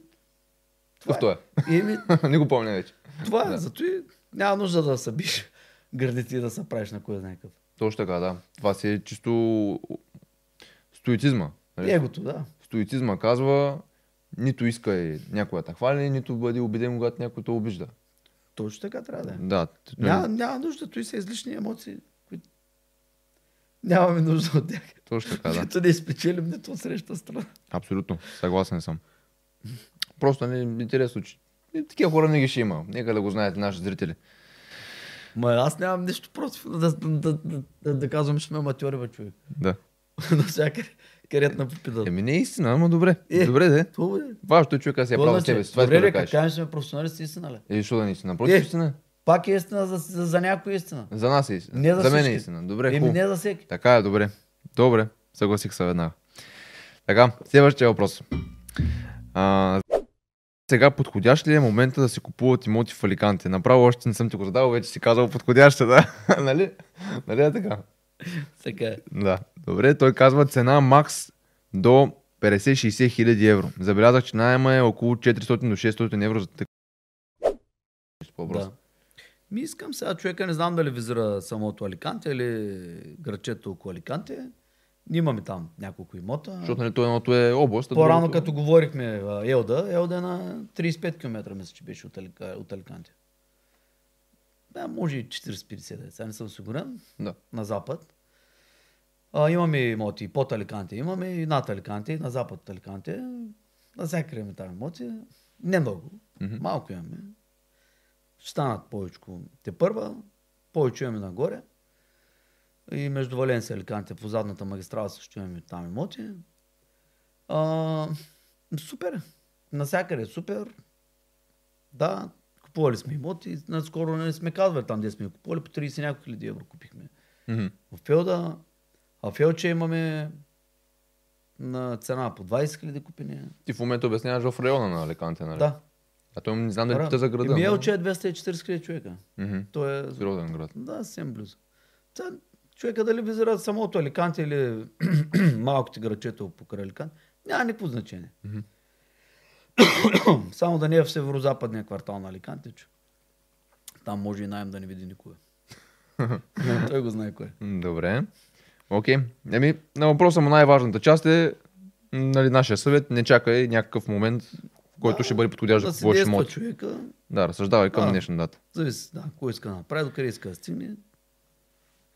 Speaker 2: Какъв той е?
Speaker 1: Еми,
Speaker 2: Не го помня вече.
Speaker 1: това е, зато и няма нужда да се биш гърдите и да се правиш на кой знае какъв.
Speaker 2: Точно така, да. Това си е чисто стоицизма. нали?
Speaker 1: Егото, да.
Speaker 2: Стоицизма казва, нито искай някой да те хвали, нито бъди обиден, когато някой те обижда.
Speaker 1: Точно така трябва да е.
Speaker 2: Да. т- нали?
Speaker 1: Няма, няма нужда, той са излишни емоции, които нямаме нужда от тях.
Speaker 2: Точно така, да.
Speaker 1: Като не спечелим нито от среща страна.
Speaker 2: Абсолютно, съгласен съм. Просто не интересно, че и такива хора не ги ще има. Нека да го знаете нашите зрители.
Speaker 1: Ма аз нямам нищо против да, да, да, да, да казвам, че сме аматьори, бе, човек.
Speaker 2: Да.
Speaker 1: Навсякъде. Където на попитат.
Speaker 2: Еми не е истина, ама добре.
Speaker 1: Е.
Speaker 2: Добре, де.
Speaker 1: Това е.
Speaker 2: Важното е човека да си е
Speaker 1: Какво
Speaker 2: прав с
Speaker 1: значи?
Speaker 2: тебе. си. Това
Speaker 1: Добре,
Speaker 2: е да
Speaker 1: бе,
Speaker 2: кажеш.
Speaker 1: като кажем, че сме професионалисти, истина ли?
Speaker 2: Е, защо да не е истина? Против
Speaker 1: Е.
Speaker 2: истина.
Speaker 1: Пак е истина за, за, за някой е истина.
Speaker 2: За нас е истина.
Speaker 1: Не за,
Speaker 2: мен е
Speaker 1: всички.
Speaker 2: истина. Добре,
Speaker 1: Еми
Speaker 2: хубаво.
Speaker 1: не за всеки.
Speaker 2: Така е, добре. Добре, съгласих се веднага. Така, следващия въпрос. А, сега подходящ ли е момента да се купуват имоти в Аликанте? Направо още не съм ти го задал, вече си казал подходяща, да? нали? Нали е така?
Speaker 1: Така е.
Speaker 2: Да, добре. Той казва цена макс до 50-60 хиляди евро. Забелязах, че найема е около 400 до 600 евро за такъв.
Speaker 1: Да. Ми искам сега човека, не знам дали визира самото Аликанте или грачето около Аликанте. Ние имаме там няколко имота.
Speaker 2: Защото нали, той едното е област. а
Speaker 1: По-рано
Speaker 2: другото-
Speaker 1: като говорихме а, Елда, Елда е на 35 км, мисля, че беше от, Алика, от Аликанте. Да, може и 40-50, да е, сега не съм сигурен,
Speaker 2: Да.
Speaker 1: на запад. А, имаме имоти под Аликанте, имаме и над Аликанте, и на запад от Аликанте. Навсякъде имаме там имоти. Не много, mm-hmm. малко имаме. Ще станат повече. Те първа, повече имаме нагоре. И между Валенсия и Аликанте по задната магистрала също имаме там имоти. А, супер. е. Насякъде е супер. Да, купували сме имоти. Наскоро не сме казвали там, де сме ги купували. По 30 няколко хиляди евро купихме.
Speaker 2: Мгм.
Speaker 1: В Фелда, а в Фелче имаме на цена по 20 хиляди купени.
Speaker 2: Ти в момента обясняваш в района на Аликанте, нали?
Speaker 1: Да.
Speaker 2: А той не знам дали
Speaker 1: Ра-
Speaker 2: пита за града.
Speaker 1: Еми,
Speaker 2: но-
Speaker 1: Елче е 240 хиляди човека.
Speaker 2: Мгм.
Speaker 1: Той е
Speaker 2: Сериозен град.
Speaker 1: Да, съвсем близо. Та, човека дали визира самото Аликанте или малките грачета покрай Аликанте, няма никакво значение. Само да не е в северо-западния квартал на Аликанте, че там може и найем да не види никога. Той го знае кое. е.
Speaker 2: М, Добре. Окей. Еми, на въпроса му най-важната част е м, нали, нашия съвет. Не чакай някакъв момент, в който
Speaker 1: Да,
Speaker 2: ще бъде подходящ да
Speaker 1: Да си
Speaker 2: купуваш
Speaker 1: действа
Speaker 2: имот.
Speaker 1: човека,
Speaker 2: Да, разсъждавай към
Speaker 1: Да.
Speaker 2: днешна дата.
Speaker 1: зависи да, кой иска да направи, докъде иска да стигне,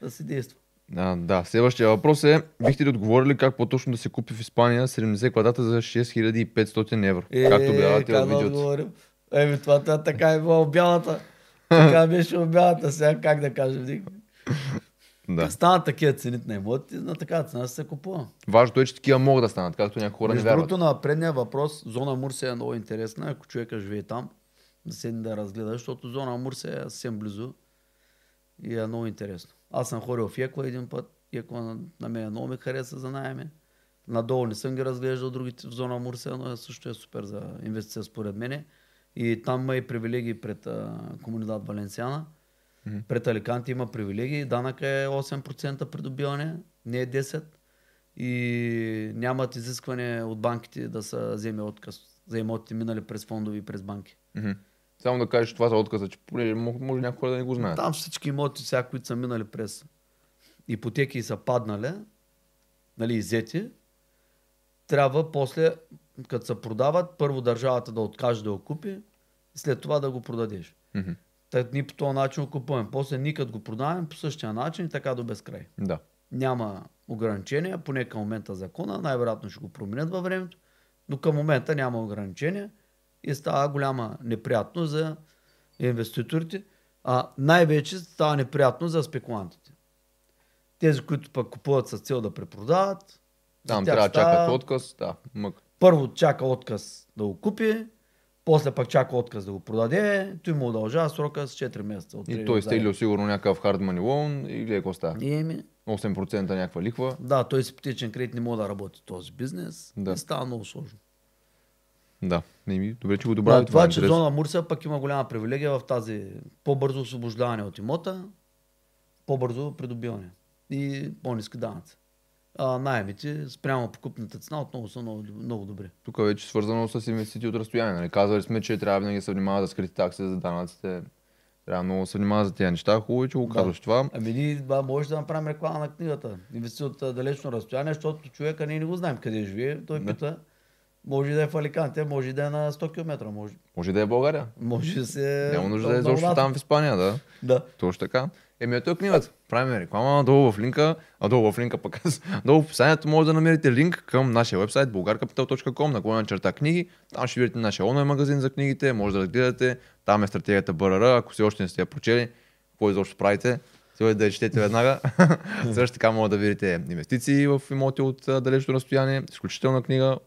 Speaker 1: да си действа.
Speaker 2: А, да, следващия въпрос е, бихте ли отговорили как по-точно да се купи в Испания 70 квадрата за 6500 евро?
Speaker 1: Е,
Speaker 2: както обявявате в
Speaker 1: казал,
Speaker 2: видеото.
Speaker 1: говорим. Еми, това, това така е било бялата. Така беше обялата, сега как да кажем.
Speaker 2: Да.
Speaker 1: Да. Станат такива цените на имоти, на такава цена ще се купува.
Speaker 2: Важното е, че такива могат да станат, както някои хора не
Speaker 1: Между
Speaker 2: вярват.
Speaker 1: другото, на предния въпрос, зона Мурсия е много интересна. Ако човека живее там, да седне да разгледа, защото зона Мурсия е съвсем близо и е много интересно. Аз съм ходил в Еква един път. Еква на, на мен много ми хареса за найеме. Надолу не съм ги разглеждал другите в зона Мурсия, но е- също е супер за инвестиция според мене. И там има и привилегии пред а, Комунидад Валенсиана. Пред Аликанте има привилегии. Данъка е 8% придобиване, не е 10%. И нямат изискване от банките да са вземе отказ за имотите минали през фондови и през банки.
Speaker 2: Мгм. Само да кажеш това за отказа, че понеже мог- може някои хора да не го знаят.
Speaker 1: Там всички имоти, сега, които са минали през ипотеки и са паднали, нали, иззети, трябва после, като се продават, първо държавата да откаже да го купи, след това да го продадеш.
Speaker 2: Мгм.
Speaker 1: Та ние по този начин го купуваме. После ние като го продаваме по същия начин и така до безкрай.
Speaker 2: Да.
Speaker 1: няма ограничения, поне към момента закона, най-вероятно ще го променят във времето, но към момента няма ограничения и става голяма неприятно за инвеститорите, а най-вече става неприятно за спекулантите. Тези, които пък купуват с цел да препродават, за
Speaker 2: Там
Speaker 1: тях
Speaker 2: трябва да
Speaker 1: става-
Speaker 2: чакат отказ. Да, мък.
Speaker 1: първо чака отказ да го купи, после пък чака отказ да го продаде, той му удължава срока с 4 месеца. от
Speaker 2: И
Speaker 1: три
Speaker 2: той
Speaker 1: заедно.
Speaker 2: е стеглил сигурно някакъв hard money loan и гледай какво става.
Speaker 1: И еми,
Speaker 2: 8% някаква лихва.
Speaker 1: да, той с ипотечен кредит не може да работи този бизнес.
Speaker 2: Да.
Speaker 1: Да. И става много сложно.
Speaker 2: Да. Не ми, добре, че го добавя.
Speaker 1: Да, това,
Speaker 2: е
Speaker 1: че
Speaker 2: интересно.
Speaker 1: зона Мурсия пък има голяма привилегия в тази по-бързо освобождаване от имота, по-бързо придобиване и по-низки данъци. А найемите спрямо покупната цена отново са много, много добри.
Speaker 2: Тук вече е свързано с инвестиции от разстояние. Нали? Казвали сме, че трябва винаги да се внимава за скрити такси, за данъците. Трябва много да се внимава за тези неща. Хубаво, е, че го казваш това.
Speaker 1: Ами ние ба, може да направим реклама на книгата. Инвести от а, далечно разстояние, защото човека ние не го знаем къде живее. Той пита, може и да е в Аликанте, може и да е на 100 км, може,
Speaker 2: Може да е в България.
Speaker 1: може да се...
Speaker 2: Няма нужда да е
Speaker 1: много
Speaker 2: изобщо
Speaker 1: далеч.
Speaker 2: там в Испания, да.
Speaker 1: Да.
Speaker 2: Точно така. Еми, ето е книгата. Правим реклама долу в линка, а долу в линка пък аз. Долу в описанието може да намерите линк към нашия вебсайт bulgarcapital.com, наклонена черта книги. Там ще видите нашия онлайн магазин за книгите, може да разгледате. Там е стратегията БРР, ако все още не сте я прочели, какво изобщо правите. Стои да я четете веднага. Също така мога да видите инвестиции в имоти от а, далечно разстояние, изключителна книга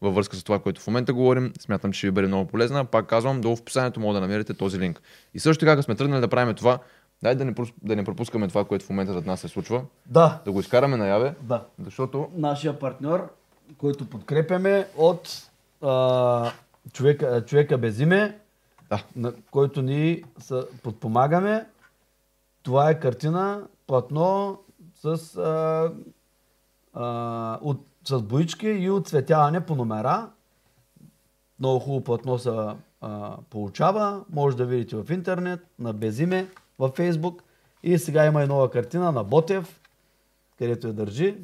Speaker 2: във връзка с това, което в момента говорим. Смятам, че ще ви бъде много полезна. Пак казвам, долу в описанието мога да намерите този линк. И също така, като сме тръгнали да правим това, дай да не, прос- да не пропускаме това, което в момента зад нас се случва.
Speaker 1: Да,
Speaker 2: Да го изкараме наяве,
Speaker 1: да.
Speaker 2: защото
Speaker 1: Нашия партньор, който подкрепяме от а, човека, човека без име,
Speaker 2: Да.
Speaker 1: на който ни са, подпомагаме. Това е картина, платно с, а, а, от, с боички и отцветяване по номера. Много хубаво платно се а, получава. Може да видите в интернет, на Безиме, във Фейсбук. И сега има и нова картина на Ботев, където я държи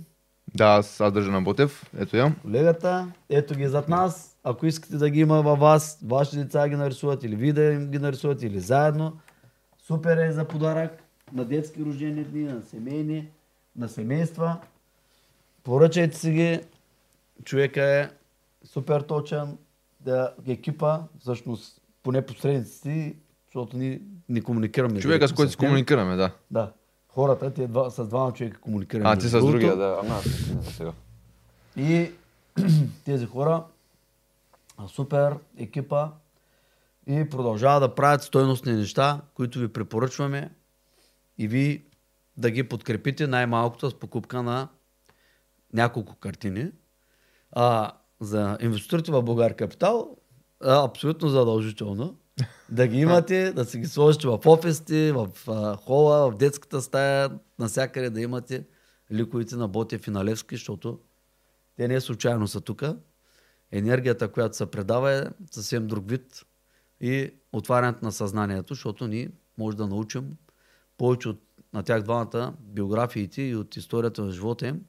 Speaker 2: да, аз, аз държа на Ботев. Ето я.
Speaker 1: колегата. Ето ги зад нас. Ако искате да ги има във вас, вашите деца ги нарисуват или вие да им ги нарисуват или заедно. Супер е за подарък на детски рождени дни, на семейни, на семейства. Поръчайте си ги. Човека е супер точен. Да, екипа, всъщност, поне посредниците, защото ние не комуникираме.
Speaker 2: Човека, с който се
Speaker 1: тях.
Speaker 2: комуникираме, да.
Speaker 1: Да. Хората, те два, с двама човека комуникираме.
Speaker 2: А, ти с
Speaker 1: между
Speaker 2: другия,
Speaker 1: другото.
Speaker 2: да. Ама, аз не знам сега.
Speaker 1: И тези хора, супер екипа и продължават да правят стойностни неща, които ви препоръчваме и ви да ги подкрепите най-малкото с покупка на няколко картини. А за инвеститорите в Българ Капитал а, абсолютно задължително да ги имате, да си ги сложите в офисите, в а, хола, в детската стая, насякъде да имате ликовите на Ботев и на Левски, защото те не случайно са тук. Енергията, която се предава е съвсем друг вид и отварянето на съзнанието, защото ние може да научим повече от на тях двамата биографиите и от историята на живота им.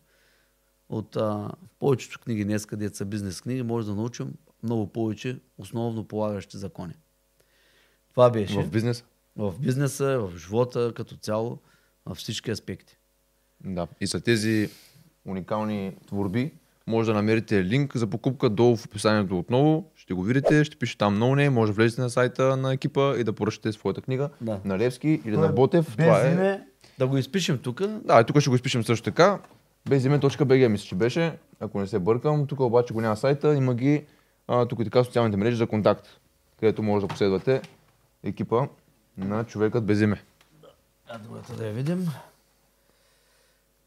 Speaker 1: От а, повечето книги днес, където са бизнес книги, може да научим много повече основно полагащи закони. Това беше
Speaker 2: В
Speaker 1: в,
Speaker 2: бизнес.
Speaker 1: в бизнеса, в живота като цяло, във всички аспекти.
Speaker 2: Да. И за тези уникални творби може да намерите линк за покупка долу в описанието отново. Ще го видите, ще пише там no name, може да влезете на сайта на екипа и да поръчате своята книга
Speaker 1: Да.
Speaker 2: на Левски или
Speaker 1: Той
Speaker 2: на
Speaker 1: е
Speaker 2: Ботев.
Speaker 1: Без
Speaker 2: Това е...
Speaker 1: име, да го изпишем тук,
Speaker 2: Да, и тук ще го изпишем също така. Безиме.bg мисля, че беше, ако не се бъркам. Тук обаче го няма сайта, има ги а, тук и така социалните мрежи за контакт, където може да последвате екипа на човекът без име.
Speaker 1: А другата да я видим.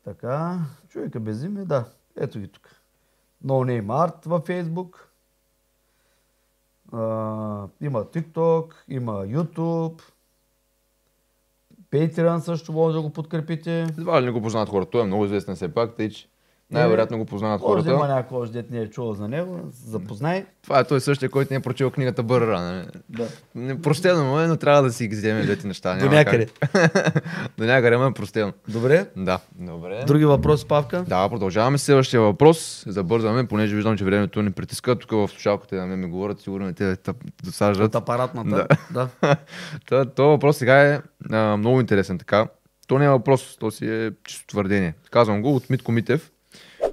Speaker 1: Така, човека без име, да. Ето ги тук. No Name Art във Facebook. А, има TikTok, има YouTube. Patreon също може да го подкрепите.
Speaker 2: Едва ли не го познават хората? Той е много известен все пак, тъй че най-вероятно го познават
Speaker 1: Може да има
Speaker 2: хората.
Speaker 1: някой, още дет не е чувал за него. Запознай.
Speaker 2: Това е той същия, който не е прочел книгата Бърра. нали?
Speaker 1: Да.
Speaker 2: Не, простено му е, но трябва да си ги вземем двете неща.
Speaker 1: До
Speaker 2: няма как.
Speaker 1: някъде.
Speaker 2: До някъде, ама е простено.
Speaker 1: Добре.
Speaker 2: Да. Добре.
Speaker 1: Други въпроси, Павка?
Speaker 2: Да, продължаваме с следващия въпрос. Забързваме, понеже виждам, че времето ни притиска. Тук в слушалката на мен ми говорят, сигурно и те тъп- досаждат.
Speaker 1: От апаратната.
Speaker 2: Да.
Speaker 1: да.
Speaker 2: Та, този въпрос сега е а, много интересен така. То не е въпрос, то си е чисто твърдение. Казвам го от Митко Митев.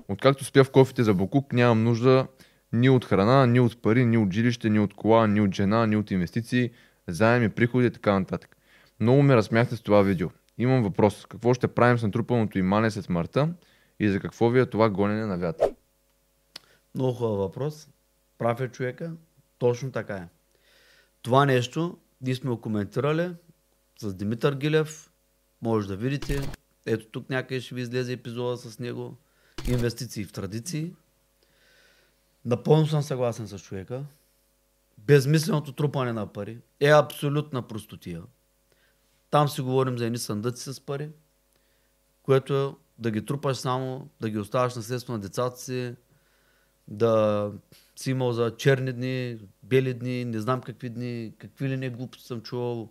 Speaker 2: Откакто спя в кофите за Букук, нямам нужда ни от храна, ни от пари, ни от жилище, ни от кола, ни от жена, ни от инвестиции, заеми, приходи и така нататък. Много ме разсмяхте с това видео. Имам въпрос. Какво ще правим с натрупаното имане след смъртта и за какво ви е това гонене на вятър?
Speaker 1: Много хубав въпрос. Прав е човека. Точно така е. Това нещо ние сме го коментирали с Димитър Гилев. Може да видите. Ето тук някъде ще ви излезе епизода с него. Инвестиции в традиции. Напълно съм съгласен с човека. Безмисленото трупане на пари е абсолютна простотия. Там си говорим за едни съндъци с пари, което е да ги трупаш само, да ги оставаш наследство на децата си, да си имал за черни дни, бели дни, не знам какви дни, какви ли не глупости съм чувал.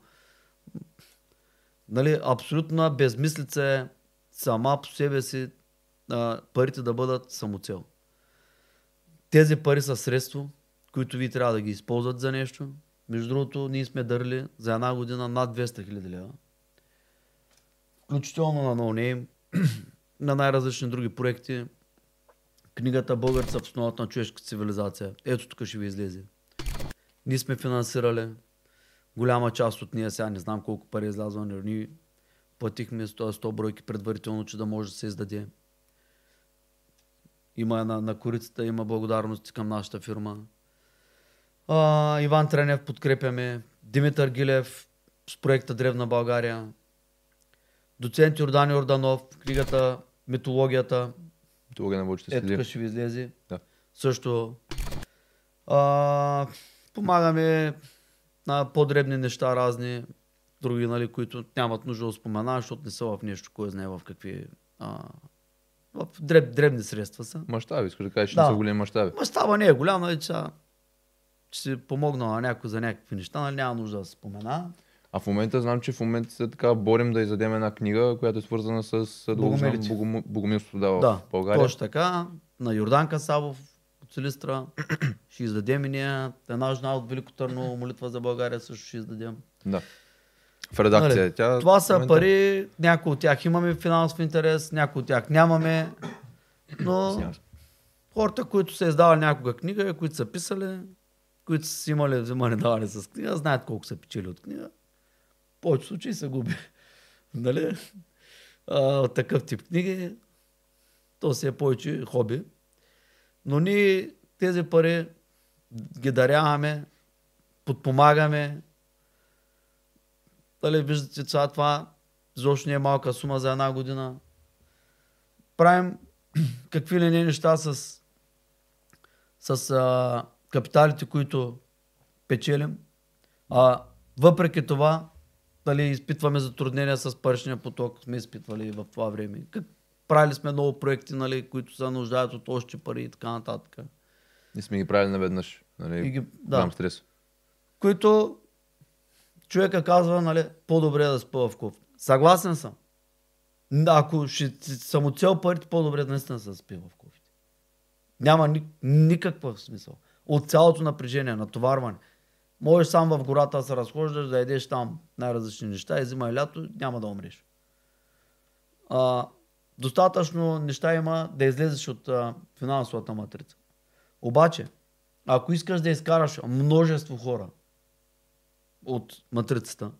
Speaker 1: Нали, абсолютна безмислица е сама по себе си а, парите да бъдат самоцел. Тези пари са средство, които вие трябва да ги използват за нещо. Между другото, ние сме дърли за една година над 200 хиляди лева. Включително на NoName, на най-различни други проекти, Книгата Българца в основата на човешката цивилизация. Ето тук ще ви излезе. Ние сме финансирали голяма част от нея, сега не знам колко пари е излязла, но ние Платихме 100, 100 бройки предварително, че да може да се издаде. Има на, на корицата, има благодарности към нашата фирма. А, Иван Тренев подкрепяме. Димитър Гилев с проекта Древна България. Доцент Йордан Йорданов, книгата Митологията.
Speaker 2: Митология на вълчите
Speaker 1: Е, тук
Speaker 2: следи.
Speaker 1: ще ви излезе.
Speaker 2: Да.
Speaker 1: Също. А, помагаме на по-дребни неща разни, други, нали, които нямат нужда да споменаваш, защото не са в нещо, кое знае в какви... А, в дреб, дребни средства са.
Speaker 2: Мащаби, искаш да кажеш, че
Speaker 1: Да.
Speaker 2: не са големи мащаби.
Speaker 1: Мащаба не е голям, нали, че, че си помогнал на някой за някакви неща, нали, няма нужда да се спомена.
Speaker 2: А в момента знам, че в момента се така борим да издадем една книга, която е свързана с
Speaker 1: Богомилите.
Speaker 2: богом... богомилството да, в
Speaker 1: да,
Speaker 2: България.
Speaker 1: точно така. На Йордан Касабов от Силистра ще издадем и ние. Една жена от Велико Търново, молитва за България също ще издадем.
Speaker 2: Да. В редакция.
Speaker 1: Нали,
Speaker 2: Тя,
Speaker 1: Това
Speaker 2: в
Speaker 1: са
Speaker 2: момента-
Speaker 1: пари, някои от тях имаме финансов интерес, някои от тях нямаме. Но
Speaker 2: Извинявам се.
Speaker 1: хората, които са издавали някога книга, които са писали, които са си имали взимане давали с книга, знаят колко са печели от книга. В повече случаи се губи. Нали? А, от такъв тип книги, то си е повече хоби. Но ние тези пари ги даряваме, подпомагаме. Дали виждате това, това изобщо не е малка сума за една година. Правим какви ли не неща с, с а, капиталите, които печелим. А, въпреки това, дали изпитваме затруднения с паричния поток, сме изпитвали в това време. Как, правили сме много проекти, нали, които се нуждаят от още пари и така нататък.
Speaker 2: И сме ги правили наведнъж. Нали,
Speaker 1: И ги- да.
Speaker 2: Нямам стрес.
Speaker 1: които човека казва, нали, по-добре е да спа в кофта. Съгласен съм. Да, Ако ще си самоцел парите, по-добре е наистина се спи в кофите. Няма ни, никакъв смисъл. От цялото напрежение, натоварване. Можеш сам в гората да се разхождаш, да едеш там най-различни неща и зима и лято, няма да умреш. А, достатъчно неща има да излезеш от а, финансовата матрица. Обаче, ако искаш да изкараш множество хора от матрицата,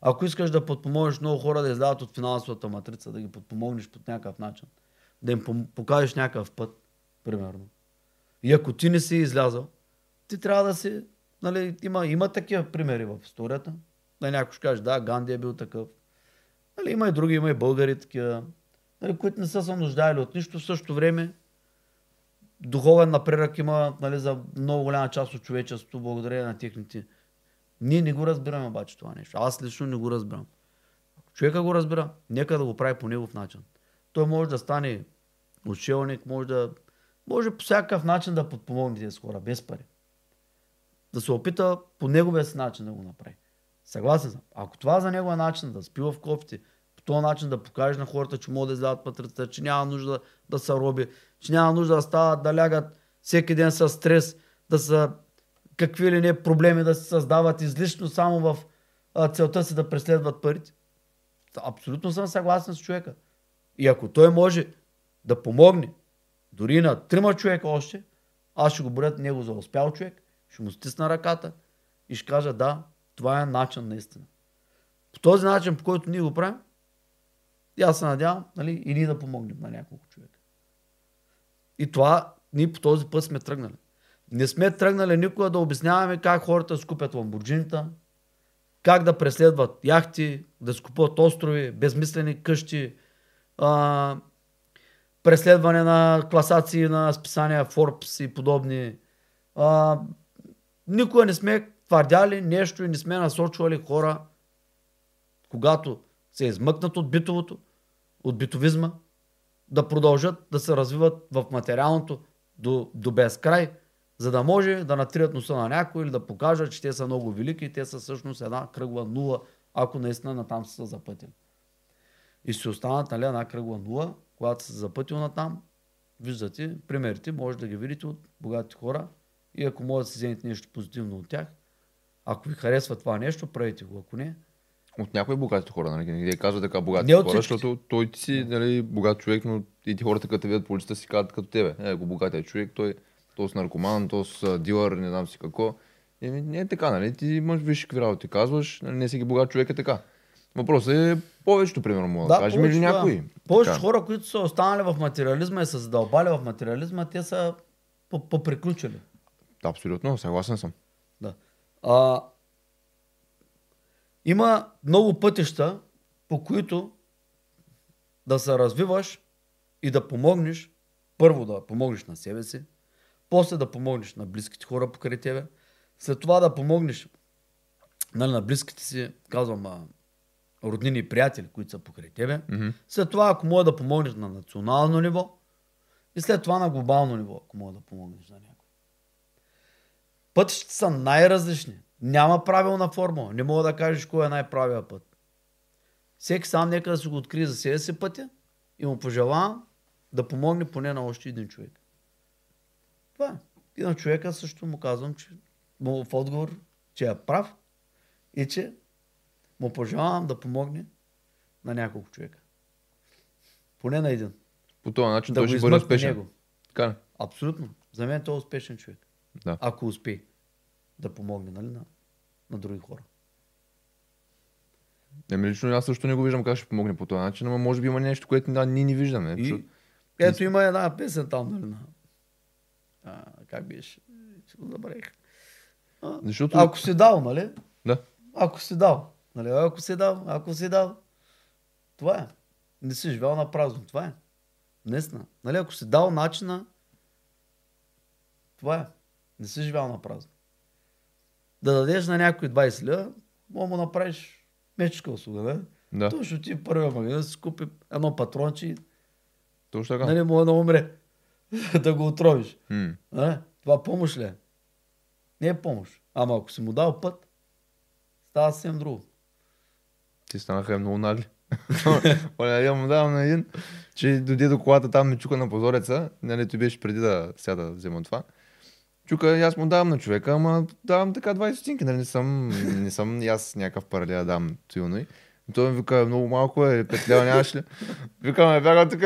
Speaker 1: ако искаш да подпомогнеш много хора да излязат от финансовата матрица, да ги подпомогнеш по някакъв начин, да им пом- покажеш някакъв път, примерно. И ако ти не си излязъл, ти трябва да си... Нали, има, има такива примери в историята. Да някой ще каже, да, Ганди е бил такъв. Нали, има и други, има и българи такива, нали, които не са се нуждаели от нищо. В същото време духовен напредък има нали, за много голяма част от човечеството, благодарение на техните. Ние не го разбираме обаче това нещо. Аз лично не го разбирам. Ако човека го разбира, нека да го прави по негов начин. Той може да стане учелник, може да... Може по всякакъв начин да подпомогне тези хора, без пари. Да се опита по неговия си начин да го направи. Съгласен съм. Ако това за него е начин да спива в кофти, по този начин да покажеш на хората, че могат да излязат патрицата, че няма нужда да са роби, че няма нужда да стават, да лягат всеки ден с стрес, да са какви ли не проблеми да се създават излишно само в а, целта си да преследват парите. Абсолютно съм съгласен с човека. И ако той може да помогне дори на трима човека още, аз ще го боря него за успял човек, ще му стисна ръката и ще кажа да, това е начин наистина. По този начин, по който ние го правим, и аз се надявам, нали, и ние да помогнем на няколко човека. И това, ние по този път сме тръгнали. Не сме тръгнали никога да обясняваме как хората скупят ламбурджинита, как да преследват яхти, да скупуват острови, безмислени къщи, а, преследване на класации на списания Forbes и подобни. А, никога не сме твърдяли нещо и не сме насочвали хора, когато се е измъкнат от битовото, от битовизма, да продължат да се развиват в материалното до, до безкрай, за да може да натрият носа на някой или да покажат, че те са много велики и те са всъщност една кръгла нула, ако наистина натам са запътени. И ще останат нали, една кръгла нула, когато са запътил натам, виждате примерите, може да ги видите от богати хора и ако може да се вземете нещо позитивно от тях, ако ви харесва това нещо, правете го, ако не,
Speaker 2: От някои богатите хора, нали? Не казва така богати
Speaker 1: Не от
Speaker 2: хора,
Speaker 1: всички.
Speaker 2: защото той ти си нали, богат човек, но и ти хората, като те видят по улицата, си казват като тебе. Е, ако богатия човек, той то с наркоман, то с а, дилър, не знам си какво. Еми, не е така, нали? Ти имаш виж какви работи казваш, нали, не всеки богат човек е така. Въпросът е повечето, примерно, мога да, да кажем, или
Speaker 1: повечето, да.
Speaker 2: някои.
Speaker 1: Повечето
Speaker 2: Така.
Speaker 1: хора, които са останали в материализма и са задълбали в материализма, те са по- поприключили.
Speaker 2: Да, абсолютно, съгласен съм.
Speaker 1: Да. А, има много пътища, по които да се развиваш и да помогнеш. Първо да помогнеш на себе си, после да помогнеш на близките хора покрай тебе, след това да помогнеш нали, на близките си, казвам, а, роднини и приятели, които са покрай тебе.
Speaker 2: Мгм.
Speaker 1: След това, ако може да помогнеш на национално ниво и след това на глобално ниво, ако може да помогнеш на някой. Пътищата са най-различни. Няма правилна формула. Не мога да кажеш кой е най-правия път. Всеки сам нека да си го открие за себе си пътя и му пожелавам да помогне поне на още един човек. Това е. И на човека също му казвам, че му в отговор, че е прав и че му пожелавам да помогне на няколко човека. Поне на един.
Speaker 2: По този начин
Speaker 1: Да
Speaker 2: той
Speaker 1: го
Speaker 2: ще бъде
Speaker 1: измъкне
Speaker 2: успешен.
Speaker 1: него.
Speaker 2: Така ли?
Speaker 1: Абсолютно. За мен той е успешен човек.
Speaker 2: Да.
Speaker 1: Ако успее да помогне нали, на, на други хора.
Speaker 2: Еми лично аз също не го виждам как ще помогне по този начин, но може би има нещо, което да, ние не виждаме.
Speaker 1: И,
Speaker 2: защото-
Speaker 1: Е, ето има една песен там, нали, на... А, как беше? Ще го забравих. А,
Speaker 2: Защото...
Speaker 1: Ако си дал, нали?
Speaker 2: Да.
Speaker 1: Ако си дал. Нали? Ако си дал, ако си дал. Това е. Не си живял на празно. Това е. Днесна. Нали? Ако си дал начина, това е. Не си живял на празно. Да дадеш на някой 20 лева, може му направиш мечка услуга, да?
Speaker 2: Да,
Speaker 1: Той ще отиде в първия магазин, да си купи едно патронче и
Speaker 2: точно така.
Speaker 1: нали, може да умре. да го отровиш.
Speaker 2: М,
Speaker 1: А, това помощ ли е? Не е помощ. Ама ако си му дал път, става съвсем друго.
Speaker 2: Ти станаха много нагли. Оля, я му давам на един, че дойде до колата там ми чука на позореца, нали, той беше преди да сяда да взема това. Чука, и аз му давам на човека, ама давам така 20 стотинки, нали, не съм, не съм и аз някакъв паралия дам тилно и. Той ми вика, много малко е, петлява нямаш ли? Вика, ме бяга тук.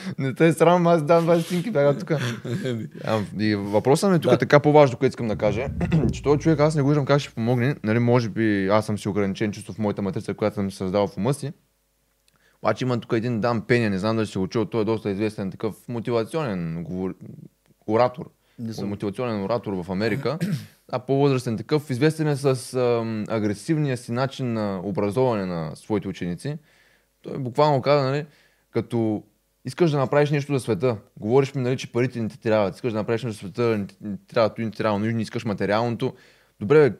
Speaker 2: не те е срам, аз дам 20 стотинки, бяга тук. А, и въпросът ми тук е
Speaker 1: Да.
Speaker 2: така по-важно, което искам да кажа, че този човек аз не го виждам как ще помогне. Нали, може би аз съм си ограничен чисто в моята матрица, която съм създал в ума си. Обаче има тук един Дан Пеня, не знам дали си го чул, той е доста известен такъв мотивационен говор... оратор.
Speaker 1: Не съм.
Speaker 2: Мотивационен оратор в Америка. А по-възрастен такъв, известен е с ам, агресивния си начин на образование на своите ученици. Той буквално каза, нали, като искаш да направиш нещо за света, говориш ми, нали, че парите не ти трябват, искаш да направиш нещо за света, не ти, не ти трябва, той не ти трябва, нужно, искаш материалното. Добре, бе,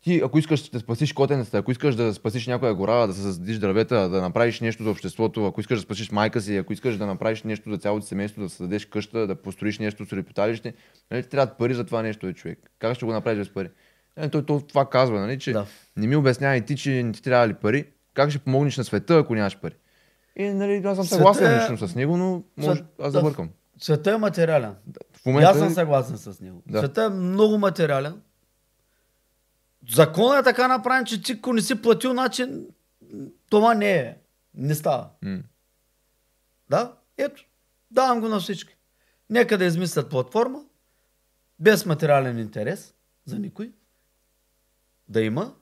Speaker 2: ти, ако искаш да спасиш котенцата, ако искаш да спасиш някоя гора, да се създадиш дървета, да направиш нещо за обществото, ако искаш да спасиш майка си, ако искаш да направиш нещо за цялото семейство, да създадеш къща, да построиш нещо с репуталище, нали, ти трябват пари за това нещо, е, човек. Как ще го направиш без пари? Е, той, той това казва, нали, че
Speaker 1: Да.
Speaker 2: не ми обяснявай ти, че не ти трябва ли пари. Как ще помогнеш на света, ако нямаш пари? И нали, аз съм
Speaker 1: Света
Speaker 2: съгласен
Speaker 1: е-
Speaker 2: лично с него, но може,
Speaker 1: Свет-
Speaker 2: аз да бъркам.
Speaker 1: Света е материален.
Speaker 2: В
Speaker 1: И
Speaker 2: момента
Speaker 1: аз съм съгласен с него.
Speaker 2: Да.
Speaker 1: Света е много материален. Законът е така направен, че ти ако не си платил начин, това не е. Не става.
Speaker 2: М.
Speaker 1: Да? Ето. Давам го на всички. Нека да измислят платформа, без материален интерес за никой, да има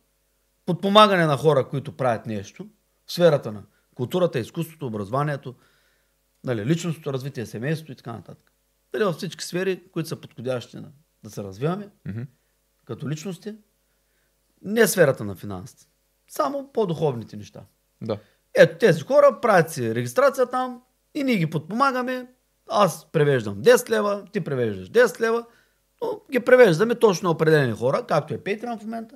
Speaker 1: подпомагане на хора, които правят нещо в сферата на културата, изкуството, образованието, нали, личностното развитие, семейството и така нататък. Дали във всички сфери, които са подходящи на, да се развиваме
Speaker 2: Мгм.
Speaker 1: като личности, не сферата на финансите, само по-духовните неща.
Speaker 2: Да.
Speaker 1: Ето Е, тези хора правят си регистрация там и ние ги подпомагаме. Аз превеждам 10 лева, ти превеждаш 10 лева, но ги превеждаме точно на определени хора, както е Patreon в момента,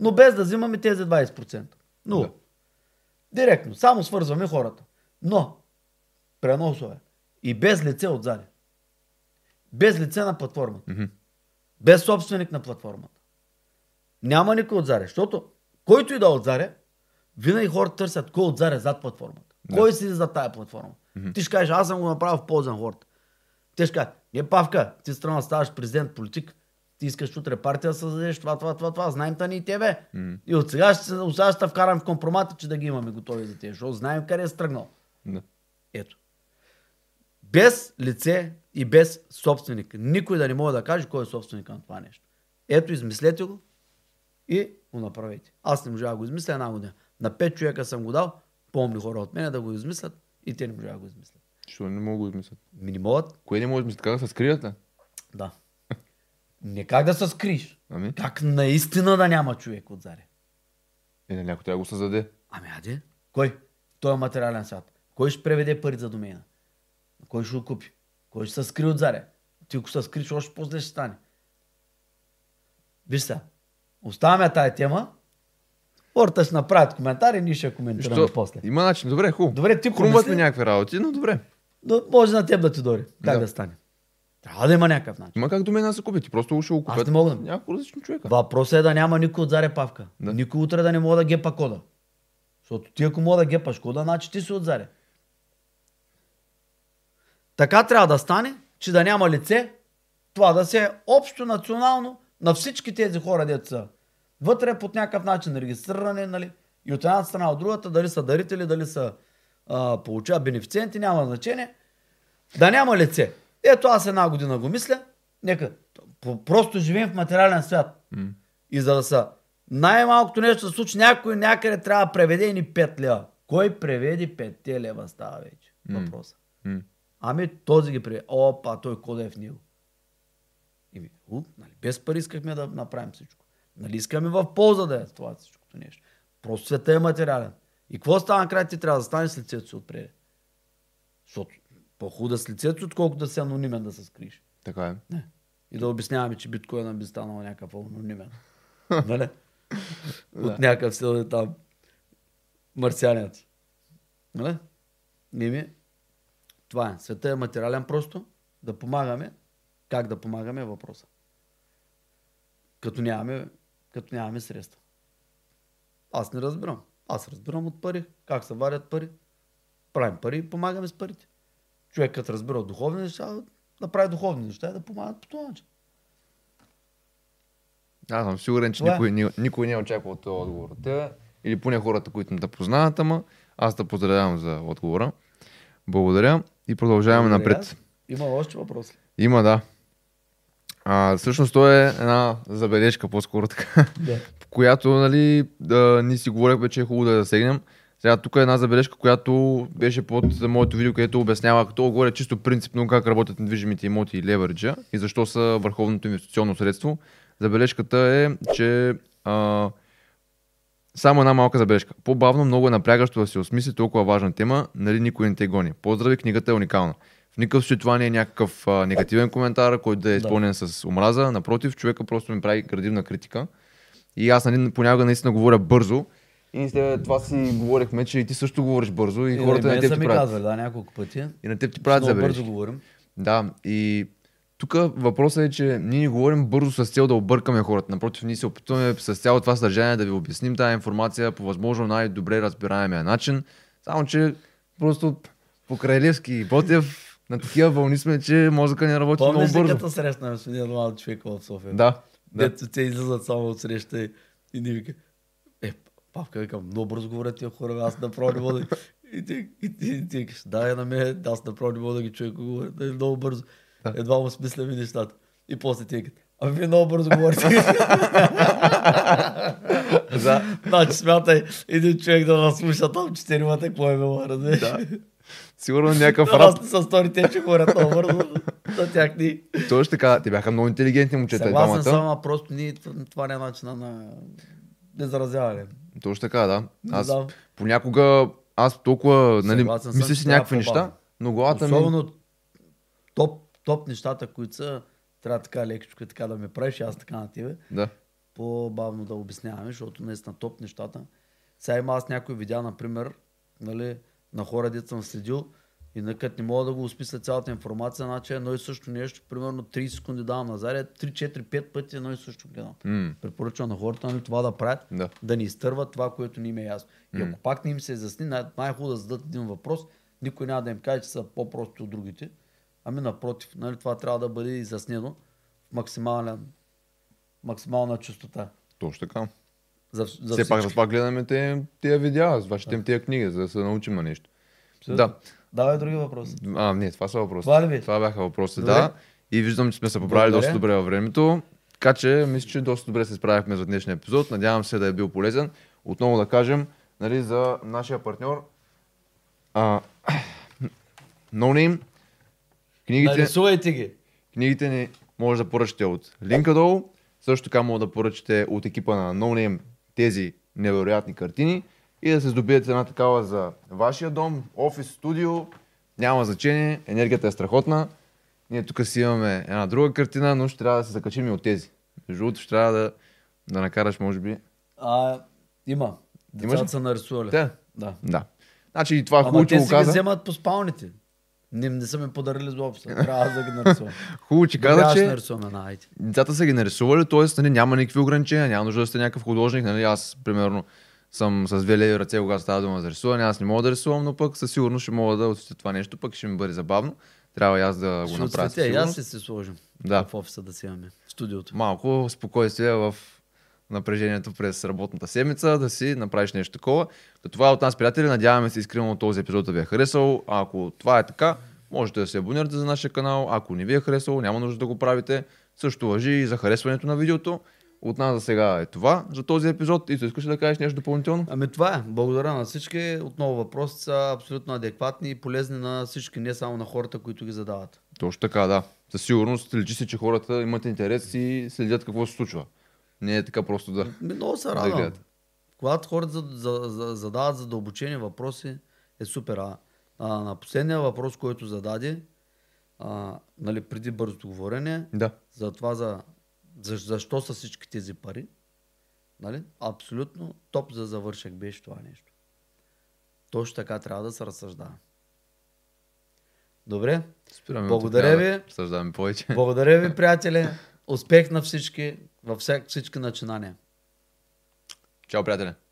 Speaker 1: но без да взимаме тези 20%. Но,
Speaker 2: Да.
Speaker 1: да. директно, само свързваме хората. Но, преносове и без лице отзади. Без лице на платформата.
Speaker 2: Мгм.
Speaker 1: Без собственик на платформата. Няма никой от Заря, защото който и да е от Заря, винаги хората търсят кой от Заря е зад платформата.
Speaker 2: Да.
Speaker 1: Кой седи зад тая платформа? Ти ще кажеш, аз съм го направил в полза на хората. Те ще кажат, не Павка, ти страна ставаш президент, политик, ти искаш утре партия да създадеш това, това, това, това, знаем та ни и тебе. И от сега ще, се- от сега ще те вкарам в компромата, че да ги имаме готови за тези, защото знаем къде е стръгнал.
Speaker 2: да.
Speaker 1: Ето. Без лице и без собственик. Никой да не може да каже кой е собственик на това нещо. Ето, измислете го и го направете. Аз не можа да го измисля една година. На пет човека съм го дал, помни хора от мене да го измислят и те не можа да го измислят.
Speaker 2: Що не мога да измислят?
Speaker 1: Ми не могат?
Speaker 2: Кое не мога да измислят? Как да се скрият? а?
Speaker 1: Да. Не как да се скриеш.
Speaker 2: Ами?
Speaker 1: Как наистина да няма човек от заря?
Speaker 2: Е, нали, ако трябва да го създаде.
Speaker 1: Ами аде, кой? Той е материален свят. Кой ще преведе пари за домейна? Кой ще го купи? Кой ще се скри от заря? Ти ако се скриш, още по-зле ще стане. Виж сега, оставяме тая тема. Хората ще направят коментари, ние ще я коментираме
Speaker 2: Що?
Speaker 1: после.
Speaker 2: Има начин. Добре, хубаво.
Speaker 1: Добре, ти
Speaker 2: Хрумват ми
Speaker 1: помисли.
Speaker 2: някакви работи, но добре.
Speaker 1: Но може на теб да ти дори. Как
Speaker 2: Да.
Speaker 1: да. стане? Трябва да има някакъв начин.
Speaker 2: Има как до мен да се купи. Ти просто ще го
Speaker 1: Аз
Speaker 2: купят.
Speaker 1: не мога да-
Speaker 2: Няколко различни човека.
Speaker 1: Въпросът е да няма никой от заря павка.
Speaker 2: Да.
Speaker 1: Никой утре да не мога да гепа кода. Защото ти ако мога да гепаш кода, значи ти си от заря. Така трябва да стане, че да няма лице, това да се е общо национално на всички тези хора, дето са вътре под някакъв начин регистрирани, нали? И от едната страна, от другата, дали са дарители, дали са а, получава бенефициенти, няма значение. Да няма лице. Ето аз една година го мисля. Нека. По- Просто живеем в материален свят.
Speaker 2: М.
Speaker 1: И за да са най-малкото нещо да се случи, някой някъде трябва да преведе и ни 5 лева. Кой преведи 5 лева става вече?
Speaker 2: М.
Speaker 1: Въпроса.
Speaker 2: М.
Speaker 1: Ами този ги прие. Опа, той кода е в него. И ми, у, нали, без пари искахме да направим всичко. Нали искаме в полза да е това всичкото нещо. Просто света е материален. И какво става накрая? Ти трябва да станеш с лицето си отпред. Защото по-хубаво да с лицето си, отколкото да си анонимен да се скриеш.
Speaker 2: Така е.
Speaker 1: Не. И да обясняваме, че биткоина би станал някакъв анонимен. Нали? От някакъв си да е там марсианец. Нали? Не ми. Това е. Света е материален просто. Да помагаме. Как да помагаме е въпроса. Като нямаме, като нямаме средства. Аз не разбирам. Аз разбирам от пари. Как се варят пари. Правим пари и помагаме с парите. Човек като разбира от духовни неща, да прави духовни неща и да помага по този начин.
Speaker 2: Аз съм сигурен, че
Speaker 1: Това е.
Speaker 2: никой, ни- никой не е очаквал този отговор от тебе. Или поне хората, които не те познават, ама аз те поздравявам за отговора. Благодаря и продължаваме напред.
Speaker 1: Има още въпроси.
Speaker 2: Има, да. А, всъщност то е една забележка по-скоро така,
Speaker 1: Да.
Speaker 2: която, нали, да, ни си говорихме, че е хубаво да я засегнем. Сега тук е една забележка, която беше под моето видео, където обяснява като горе чисто принципно как работят недвижимите имоти и левериджа и защо са върховното инвестиционно средство. Забележката е, че а, само една малка забележка. По-бавно много е напрягащо да се осмисли толкова важна тема, нали никой не те гони. Поздрави, книгата е уникална. В никакъв случай това не е някакъв а, негативен коментар, който да е
Speaker 1: Да.
Speaker 2: изпълнен с омраза. Напротив, човека просто ми прави градивна критика. И аз нали, понякога наистина говоря бързо. И с тебе това си говорихме, че и ти също говориш бързо и,
Speaker 1: Е, И
Speaker 2: хората
Speaker 1: хората
Speaker 2: на
Speaker 1: не
Speaker 2: теб
Speaker 1: са
Speaker 2: ти
Speaker 1: ми
Speaker 2: правят.
Speaker 1: казвали, да, няколко пъти.
Speaker 2: И на теб ти правят
Speaker 1: Много
Speaker 2: забележки.
Speaker 1: бързо говорим.
Speaker 2: Да, и тук въпросът е, че ние не говорим бързо с цел да объркаме хората. Напротив, ние се опитваме с цяло това съдържание да ви обясним тази информация по възможно най-добре разбираемия начин. Само, че просто по Крайлевски и Ботев на такива вълни сме, че мозъка не работи
Speaker 1: Помниш
Speaker 2: много
Speaker 1: ли
Speaker 2: бързо.
Speaker 1: като срещнахме с един млад човек в София?
Speaker 2: Да, да.
Speaker 1: Дето те излизат само от среща и, и ни вика. Е, папка, викам, много бързо говорят тия хора, аз направо не мога да... И ти, и ти, и ти викаш, да, е на мен, аз направо не мога да ги чуя, ако говорят, е много бързо.
Speaker 2: Да.
Speaker 1: Едва му смисляме нещата. И после ти викат, ами вие много бързо говорите.
Speaker 2: Да.
Speaker 1: значи смятай, един човек да нас слуша там четиримата, какво е било, разбираш?
Speaker 2: Да. Сигурно някакъв
Speaker 1: Да,
Speaker 2: рап.
Speaker 1: аз не съм стори те, че говорят много бързо. За тях ни.
Speaker 2: Точно така, те бяха много интелигентни момчета и
Speaker 1: Съгласен съм,
Speaker 2: двамата.
Speaker 1: а просто ние, т- това не е начина на изразяване.
Speaker 2: Точно така, да.
Speaker 1: Не
Speaker 2: Аз
Speaker 1: знам.
Speaker 2: понякога, аз толкова, нали,
Speaker 1: Съгласен съм,
Speaker 2: мисля
Speaker 1: че
Speaker 2: си
Speaker 1: трябва
Speaker 2: някакви неща,
Speaker 1: по-бавно.
Speaker 2: но главата ми...
Speaker 1: Особено топ, топ нещата, които са, трябва така лекичко и така да ме правиш, и аз така на тебе.
Speaker 2: Да.
Speaker 1: по-бавно да обясняваме, защото наистина топ нещата. Сега има аз някои видеа, например, нали, на хора, дето съм следил, и на като не мога да го осмисля цялата информация, значи едно и също нещо, примерно 30 секунди давам на заря, 3-4-5 пъти едно и също гледам.
Speaker 2: М.
Speaker 1: Препоръчвам на хората нали, това да правят,
Speaker 2: Да.
Speaker 1: да ни изтърват това, което не им е ясно. И ако пак не им се изясни, най- най-хубаво да зададат един въпрос, никой няма да им каже, че са по-прости от другите. Ами напротив, нали, това трябва да бъде изяснено в максимален, максимална чистота.
Speaker 2: Точно така.
Speaker 1: За, вс- за
Speaker 2: За Все
Speaker 1: всички.
Speaker 2: пак за това гледаме те, тия видеа, за вашите им тия книги, за да се научим на нещо.
Speaker 1: Абсолютно.
Speaker 2: Да.
Speaker 1: Давай други въпроси.
Speaker 2: А, не, това са въпроси.
Speaker 1: Това ли ви? е?
Speaker 2: това бяха въпроси,
Speaker 1: Добре.
Speaker 2: да. И виждам, че сме се поправили
Speaker 1: Благодаря.
Speaker 2: доста добре във времето. Така че, мисля, че доста добре се справихме за днешния епизод. Надявам се да е бил полезен. Отново да кажем, нали, за нашия партньор. А, no Name.
Speaker 1: Нали,
Speaker 2: Книгите,
Speaker 1: Нарисувайте ги.
Speaker 2: книгите ни може да поръчате от линка долу. Също така може да поръчате от екипа на No Name тези невероятни картини и да се здобиете една такава за вашия дом, офис, студио. Няма значение, енергията е страхотна. Ние тук си имаме една друга картина, но ще трябва да се закачим и от тези. Между другото ще трябва да, да накараш, може би.
Speaker 1: А, има.
Speaker 2: Имаш ли?
Speaker 1: Децата са нарисували.
Speaker 2: Да.
Speaker 1: Да.
Speaker 2: Да. Значи и това хубаво,
Speaker 1: Ама
Speaker 2: че
Speaker 1: те
Speaker 2: го
Speaker 1: си ги
Speaker 2: каза.
Speaker 1: вземат по спалните. Не, не са ми подарили за общо. Трябва аз да ги нарисувам.
Speaker 2: Хубаво, че
Speaker 1: Тогава
Speaker 2: каза,
Speaker 1: ще
Speaker 2: че
Speaker 1: нарисуваме една айти.
Speaker 2: децата са ги нарисували, т.е. Нали, няма никакви ограничения, няма нужда да сте някакъв художник. Нали, аз, примерно, съм с две леви ръце, когато става дума за рисуване. Аз не мога да рисувам, но пък със сигурност ще мога да отсветя това нещо, пък ще ми бъде забавно. Трябва и аз да го
Speaker 1: Ще
Speaker 2: направя. със
Speaker 1: отцвете, и аз
Speaker 2: сигурност.
Speaker 1: ще се сложим.
Speaker 2: Да.
Speaker 1: В офиса да си имаме. В студиото.
Speaker 2: Малко спокойствие в напрежението през работната седмица, да си направиш нещо такова. Та това е от нас, приятели. Надяваме се искрено този епизод да ви е харесал. А ако това е така, можете да се абонирате за нашия канал. Ако не ви е харесало, няма нужда да го правите. Също въжи и за харесването на видеото. От нас за сега е това за този епизод. И искаш ли да кажеш нещо допълнително?
Speaker 1: Ами това е. Благодаря на всички. Отново въпросите са абсолютно адекватни и полезни на всички, не само на хората, които ги задават.
Speaker 2: Точно така, да. Със сигурност личи се, че хората имат интерес и следят какво се случва. Не е така просто да.
Speaker 1: Ми, Много се
Speaker 2: Да
Speaker 1: радвам.
Speaker 2: гледате.
Speaker 1: Когато хората за- за- за- задават задълбочени въпроси, е супер. А, а на последния въпрос, който зададе, а, нали, преди бързото говорене,
Speaker 2: Да.
Speaker 1: за това за, за, защо са всички тези пари, нали? абсолютно топ за завършък беше това нещо. Точно така трябва да се разсъждава. Добре,
Speaker 2: Спираме
Speaker 1: Благодаря
Speaker 2: тук, няма
Speaker 1: ви.
Speaker 2: Да съждаваме повече.
Speaker 1: благодаря ви, приятели. Успех на всички във всяк- всички начинания.
Speaker 2: Чао, приятели!